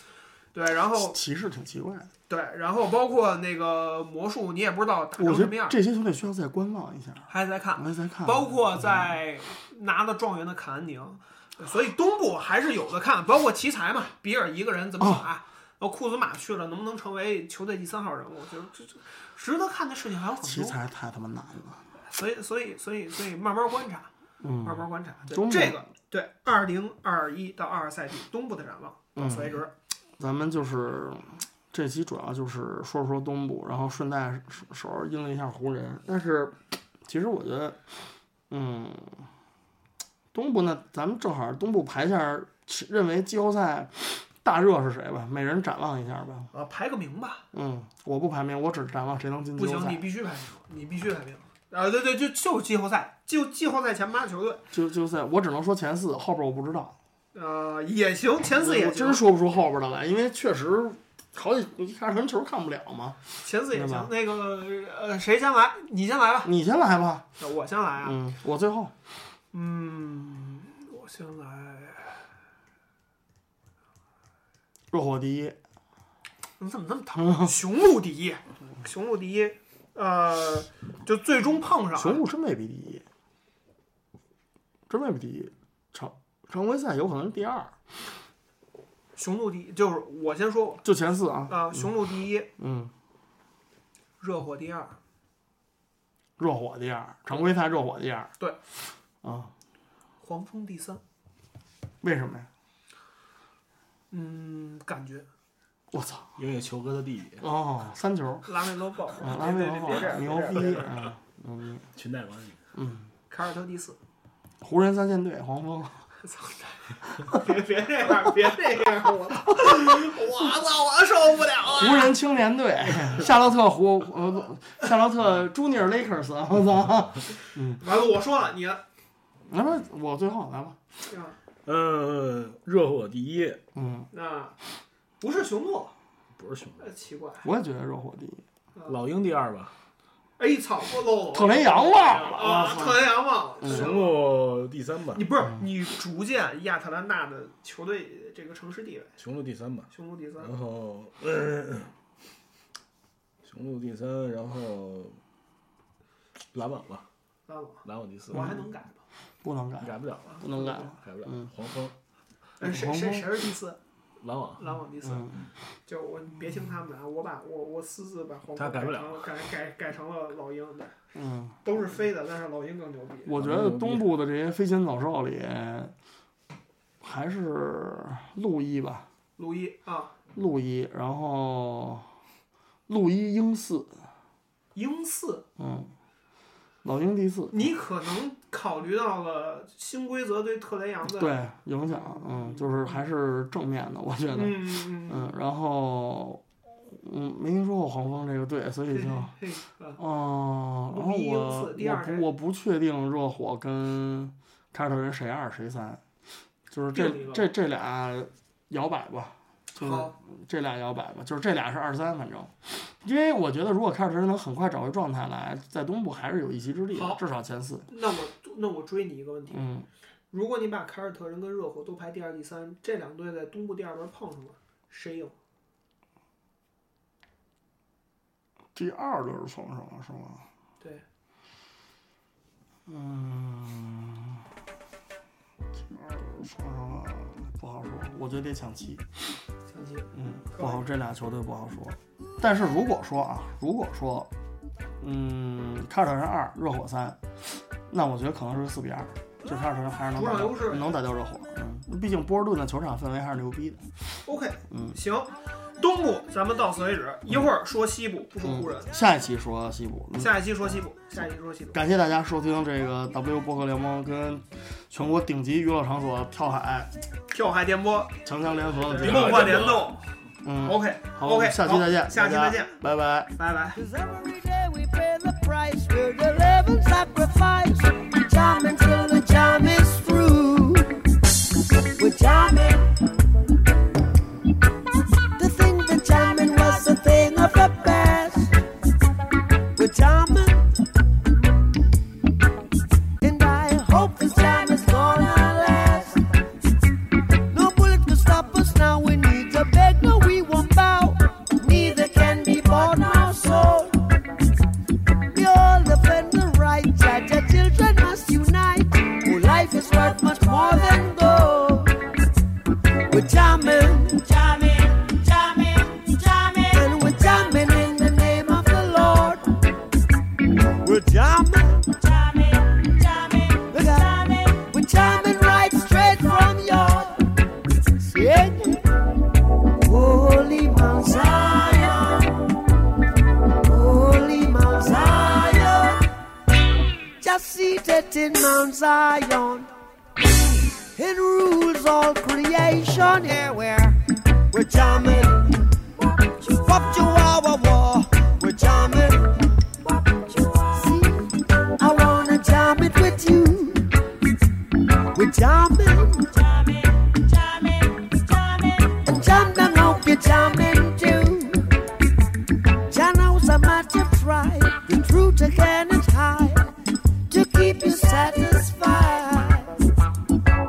[SPEAKER 3] 对，然后
[SPEAKER 4] 骑士挺奇怪的，
[SPEAKER 3] 对，然后包括那个魔术，你也不知道打成
[SPEAKER 4] 我觉
[SPEAKER 3] 什么样
[SPEAKER 4] 得，这些嗯球队需要再观望一下，
[SPEAKER 3] 还在看，
[SPEAKER 4] 我也在看。
[SPEAKER 3] 包括在拿了状元的凯恩宁，所以东部还是有的看，包括奇才嘛，比尔一个人怎么打，
[SPEAKER 4] 哦
[SPEAKER 3] 然后库兹马去了能不能成为球队第三号人物，就是这这值得看的事情还有很
[SPEAKER 4] 奇
[SPEAKER 3] 多，
[SPEAKER 4] 才太他妈难了。
[SPEAKER 3] 所以所以所以所以慢慢观察。
[SPEAKER 4] 嗯
[SPEAKER 3] 慢慢观察。对
[SPEAKER 4] 中国
[SPEAKER 3] 这个对二零二一到二二赛季东部的展望
[SPEAKER 4] 嗯
[SPEAKER 3] 到此为止。
[SPEAKER 4] 咱们就是这期主要就是说说东部，然后顺带手手儿应了一下湖人。但是其实我觉得，嗯，东部呢，咱们正好东部排一下，其认为季后赛大热是谁吧，每人展望一下吧。
[SPEAKER 3] 呃，排个名吧，
[SPEAKER 4] 嗯，我不排名，我只展望谁能进
[SPEAKER 3] 不
[SPEAKER 4] 季后
[SPEAKER 3] 行，你
[SPEAKER 4] 赛。
[SPEAKER 3] 必须排名，你必须排名。啊，对对，就就是季后赛，就季后赛前八球队，
[SPEAKER 4] 就季后赛，我只能说前四，后边我不知道。
[SPEAKER 3] 呃，也行，前四
[SPEAKER 4] 我
[SPEAKER 3] 也
[SPEAKER 4] 真
[SPEAKER 3] 行，
[SPEAKER 4] 说不出后边的来，因为确实好几你看人球看不了嘛。
[SPEAKER 3] 前四也
[SPEAKER 4] 对
[SPEAKER 3] 行
[SPEAKER 4] 吧。
[SPEAKER 3] 那个呃，谁先来？你先来吧，
[SPEAKER 4] 你先来吧，
[SPEAKER 3] 那我先来啊。
[SPEAKER 4] 嗯，我最后，
[SPEAKER 3] 嗯，我先来。
[SPEAKER 4] 热火第一，
[SPEAKER 3] 你怎么那么 疼？雄鹿第一，雄鹿第一，呃，就最终碰上
[SPEAKER 4] 雄
[SPEAKER 3] 了。
[SPEAKER 4] 鹿真未必第一，真未必第一，常常规赛有可能是第二，
[SPEAKER 3] 雄鹿第一，就是我先说我
[SPEAKER 4] 就前四啊。
[SPEAKER 3] 啊，雄鹿第一，
[SPEAKER 4] 嗯，
[SPEAKER 3] 热火第二，
[SPEAKER 4] 热火第二，常规赛热火第二。
[SPEAKER 3] 对，
[SPEAKER 4] 啊，
[SPEAKER 3] 黄蜂第三。
[SPEAKER 4] 为什么呀？
[SPEAKER 3] 嗯，感觉
[SPEAKER 4] 我操！
[SPEAKER 5] 因为球哥的弟弟
[SPEAKER 4] 哦，三球，
[SPEAKER 3] 拉梅洛爆，
[SPEAKER 4] 啊拉维
[SPEAKER 3] 别别
[SPEAKER 4] 奥
[SPEAKER 3] 别这
[SPEAKER 4] 尔
[SPEAKER 3] 样，
[SPEAKER 4] 牛
[SPEAKER 3] 别这
[SPEAKER 4] 逼
[SPEAKER 3] 样
[SPEAKER 4] 啊！牛逼！
[SPEAKER 5] 裙带管理，
[SPEAKER 3] 凯尔特第四，
[SPEAKER 4] 湖人三线队，黄蜂。
[SPEAKER 3] 操！ 别别这样，别这样，我操！我操！我受不了啊！
[SPEAKER 4] 湖人青年队， 夏洛特湖，呃，夏洛特 Junior Lakers，啊我操！
[SPEAKER 3] 完了，我说了，你啊，
[SPEAKER 4] 来吧，我最后来吧。
[SPEAKER 5] 嗯，热火第一，
[SPEAKER 4] 嗯，
[SPEAKER 3] 那不是雄鹿，
[SPEAKER 5] 不是雄鹿，
[SPEAKER 3] 呃奇怪。
[SPEAKER 4] 我也觉得热火第一。
[SPEAKER 5] 老鹰第二吧，
[SPEAKER 3] 哎操！我漏了
[SPEAKER 4] 特雷杨忘了，嗯
[SPEAKER 3] 啊！特雷杨忘了。
[SPEAKER 5] 雄
[SPEAKER 3] 雄鹿，
[SPEAKER 5] 鹿第三吧
[SPEAKER 3] 你，不是你逐渐亚特兰大的球队这个城市地位，
[SPEAKER 5] 雄鹿第三吧，
[SPEAKER 3] 雄鹿第三，
[SPEAKER 5] 然后，嗯雄鹿第三，然后篮网吧，
[SPEAKER 3] 拉倒，
[SPEAKER 5] 篮网第四，嗯
[SPEAKER 3] 我还能改吗？
[SPEAKER 4] 不能改，
[SPEAKER 5] 改不了了，
[SPEAKER 4] 不能改了。
[SPEAKER 5] 改不了
[SPEAKER 4] 嗯，
[SPEAKER 5] 黄蜂，
[SPEAKER 3] 呃谁谁谁是第四？
[SPEAKER 5] 篮网，
[SPEAKER 3] 篮网第四，
[SPEAKER 4] 嗯
[SPEAKER 3] 就我别听他们的啊，我把我我私自把黄蜂
[SPEAKER 5] 他改
[SPEAKER 3] 改
[SPEAKER 5] 不
[SPEAKER 3] 成
[SPEAKER 5] 了
[SPEAKER 3] 改改改成了老鹰的，
[SPEAKER 4] 嗯，
[SPEAKER 3] 都是飞的，但是老鹰更牛逼。
[SPEAKER 4] 我觉得东部的这些飞禽走兽里，还是路易吧，
[SPEAKER 3] 路易啊，
[SPEAKER 4] 路易，然后路易英四，
[SPEAKER 3] 鹰四，
[SPEAKER 4] 嗯，老鹰第四，
[SPEAKER 3] 你可能考虑到了新规则对特雷杨的，
[SPEAKER 4] 对影响，嗯，就是还是正面的，我觉得，
[SPEAKER 3] 嗯嗯嗯，
[SPEAKER 4] 嗯，然后，嗯，没听说过黄蜂这个队，所以就，
[SPEAKER 3] 嘿，啊
[SPEAKER 4] 哦、然
[SPEAKER 3] 无
[SPEAKER 4] 后
[SPEAKER 3] 一应
[SPEAKER 4] 我
[SPEAKER 3] 四第
[SPEAKER 4] 我
[SPEAKER 3] 二人
[SPEAKER 4] 不我不确定热火跟凯尔特人谁二谁三，就是这
[SPEAKER 3] 定理吧
[SPEAKER 4] 这这俩摇摆吧，就是
[SPEAKER 3] 好，
[SPEAKER 4] 这俩摇摆吧，就是这俩是二三，反正，因为我觉得如果凯尔特人能很快找回状态来，在东部还是有一席之地的
[SPEAKER 3] 好，
[SPEAKER 4] 至少前四，
[SPEAKER 3] 那我那我追你一个问题，
[SPEAKER 4] 嗯，
[SPEAKER 3] 如果你把凯尔特人跟热火都排第二、第三，这两队在东部第二轮碰上了，谁赢？
[SPEAKER 4] 第二轮碰上了是吗？
[SPEAKER 3] 对，
[SPEAKER 4] 嗯，第二轮碰上了不好说，我觉得得抢七。
[SPEAKER 3] 相机，
[SPEAKER 4] 嗯，不好，这俩球队不好说。但是如果说啊，如果说，嗯，凯尔特人二，热火三，那我觉得可能是四比二，就凯尔特人还是能
[SPEAKER 3] 主
[SPEAKER 4] 打
[SPEAKER 3] 场
[SPEAKER 4] 掉
[SPEAKER 3] 优势
[SPEAKER 4] 能打掉热火。嗯，毕竟波士顿的球场氛围还是牛逼的。
[SPEAKER 3] OK，
[SPEAKER 4] 嗯
[SPEAKER 3] 行，东部咱们到此为止，一会儿说西部，不说湖人，
[SPEAKER 4] 嗯，下一期说西部。嗯
[SPEAKER 3] 下一期说西部，下一期说西部，
[SPEAKER 4] 感谢大家收听这个 W 播客联盟跟全国顶级娱乐场所跳海
[SPEAKER 3] 跳海电波，
[SPEAKER 4] 强强联合的节目。
[SPEAKER 3] 梦幻联动
[SPEAKER 4] 嗯，
[SPEAKER 3] ，OK
[SPEAKER 4] 好，我
[SPEAKER 3] OK，
[SPEAKER 4] 们下期再见，
[SPEAKER 3] 下期再见，，
[SPEAKER 4] 拜拜。
[SPEAKER 3] 拜拜。
[SPEAKER 6] Cause every day we pay the price with a living sacrifice. We jam until the jam is through. We're jamming. To think that jamming was a thing of the past. We're jamming. And I hope this jam is gonna last. No bullet can stop us now. We need to beg, no, we won't bow. Neither can be bought nor sold. We all defend the right. Judge our children must unite. Oh, life is worth much more than gold. We're jamming, jamming, jamming, jamming, and we're jamming in the name of the Lord. We're jamming, jamming, jamming, we're jamming, we're jamming right straight from your. Siete. Holy Mount Zion. Holy Mount Zion. Just seated in Mount Zion. It rules all creation. Here we're, we're jamming. Wop to our war. We're jamming. See, I wanna jam it with you. We're jamming and John don't hope you jump into. John knows how much you try, the truth you cannot hide, to keep you satisfied.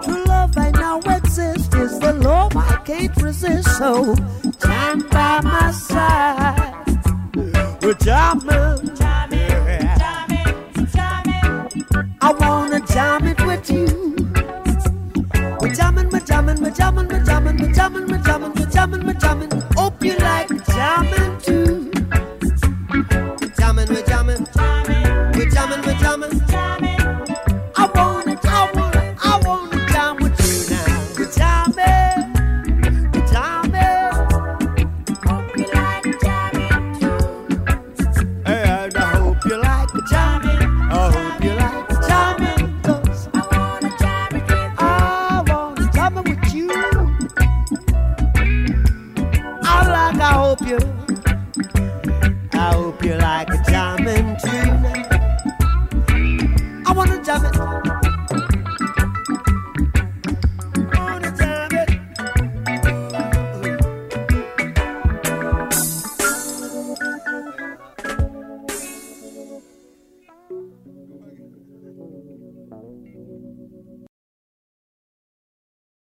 [SPEAKER 6] True love I know exists is the love I can't resist, so John by my side. We're jamming, I wanna jam it with you. We're jamming, we're jamming, we're jamming, we're jamming, we're jamming, we're jamming, we're jamming, we're jamming. Hope you like jamming too. We're jamming, we're jamming, we're jamming, we're jamming, I wanna, I wanna, I wanna jam with you now. We're jamming, we're jamming. Hope you like jamming too. And I hope you like the jamming. I hope you like the jamming 'cause I wanna jam it with you. I like, I hope you. I hope you like a jamming too. I wanna jam it.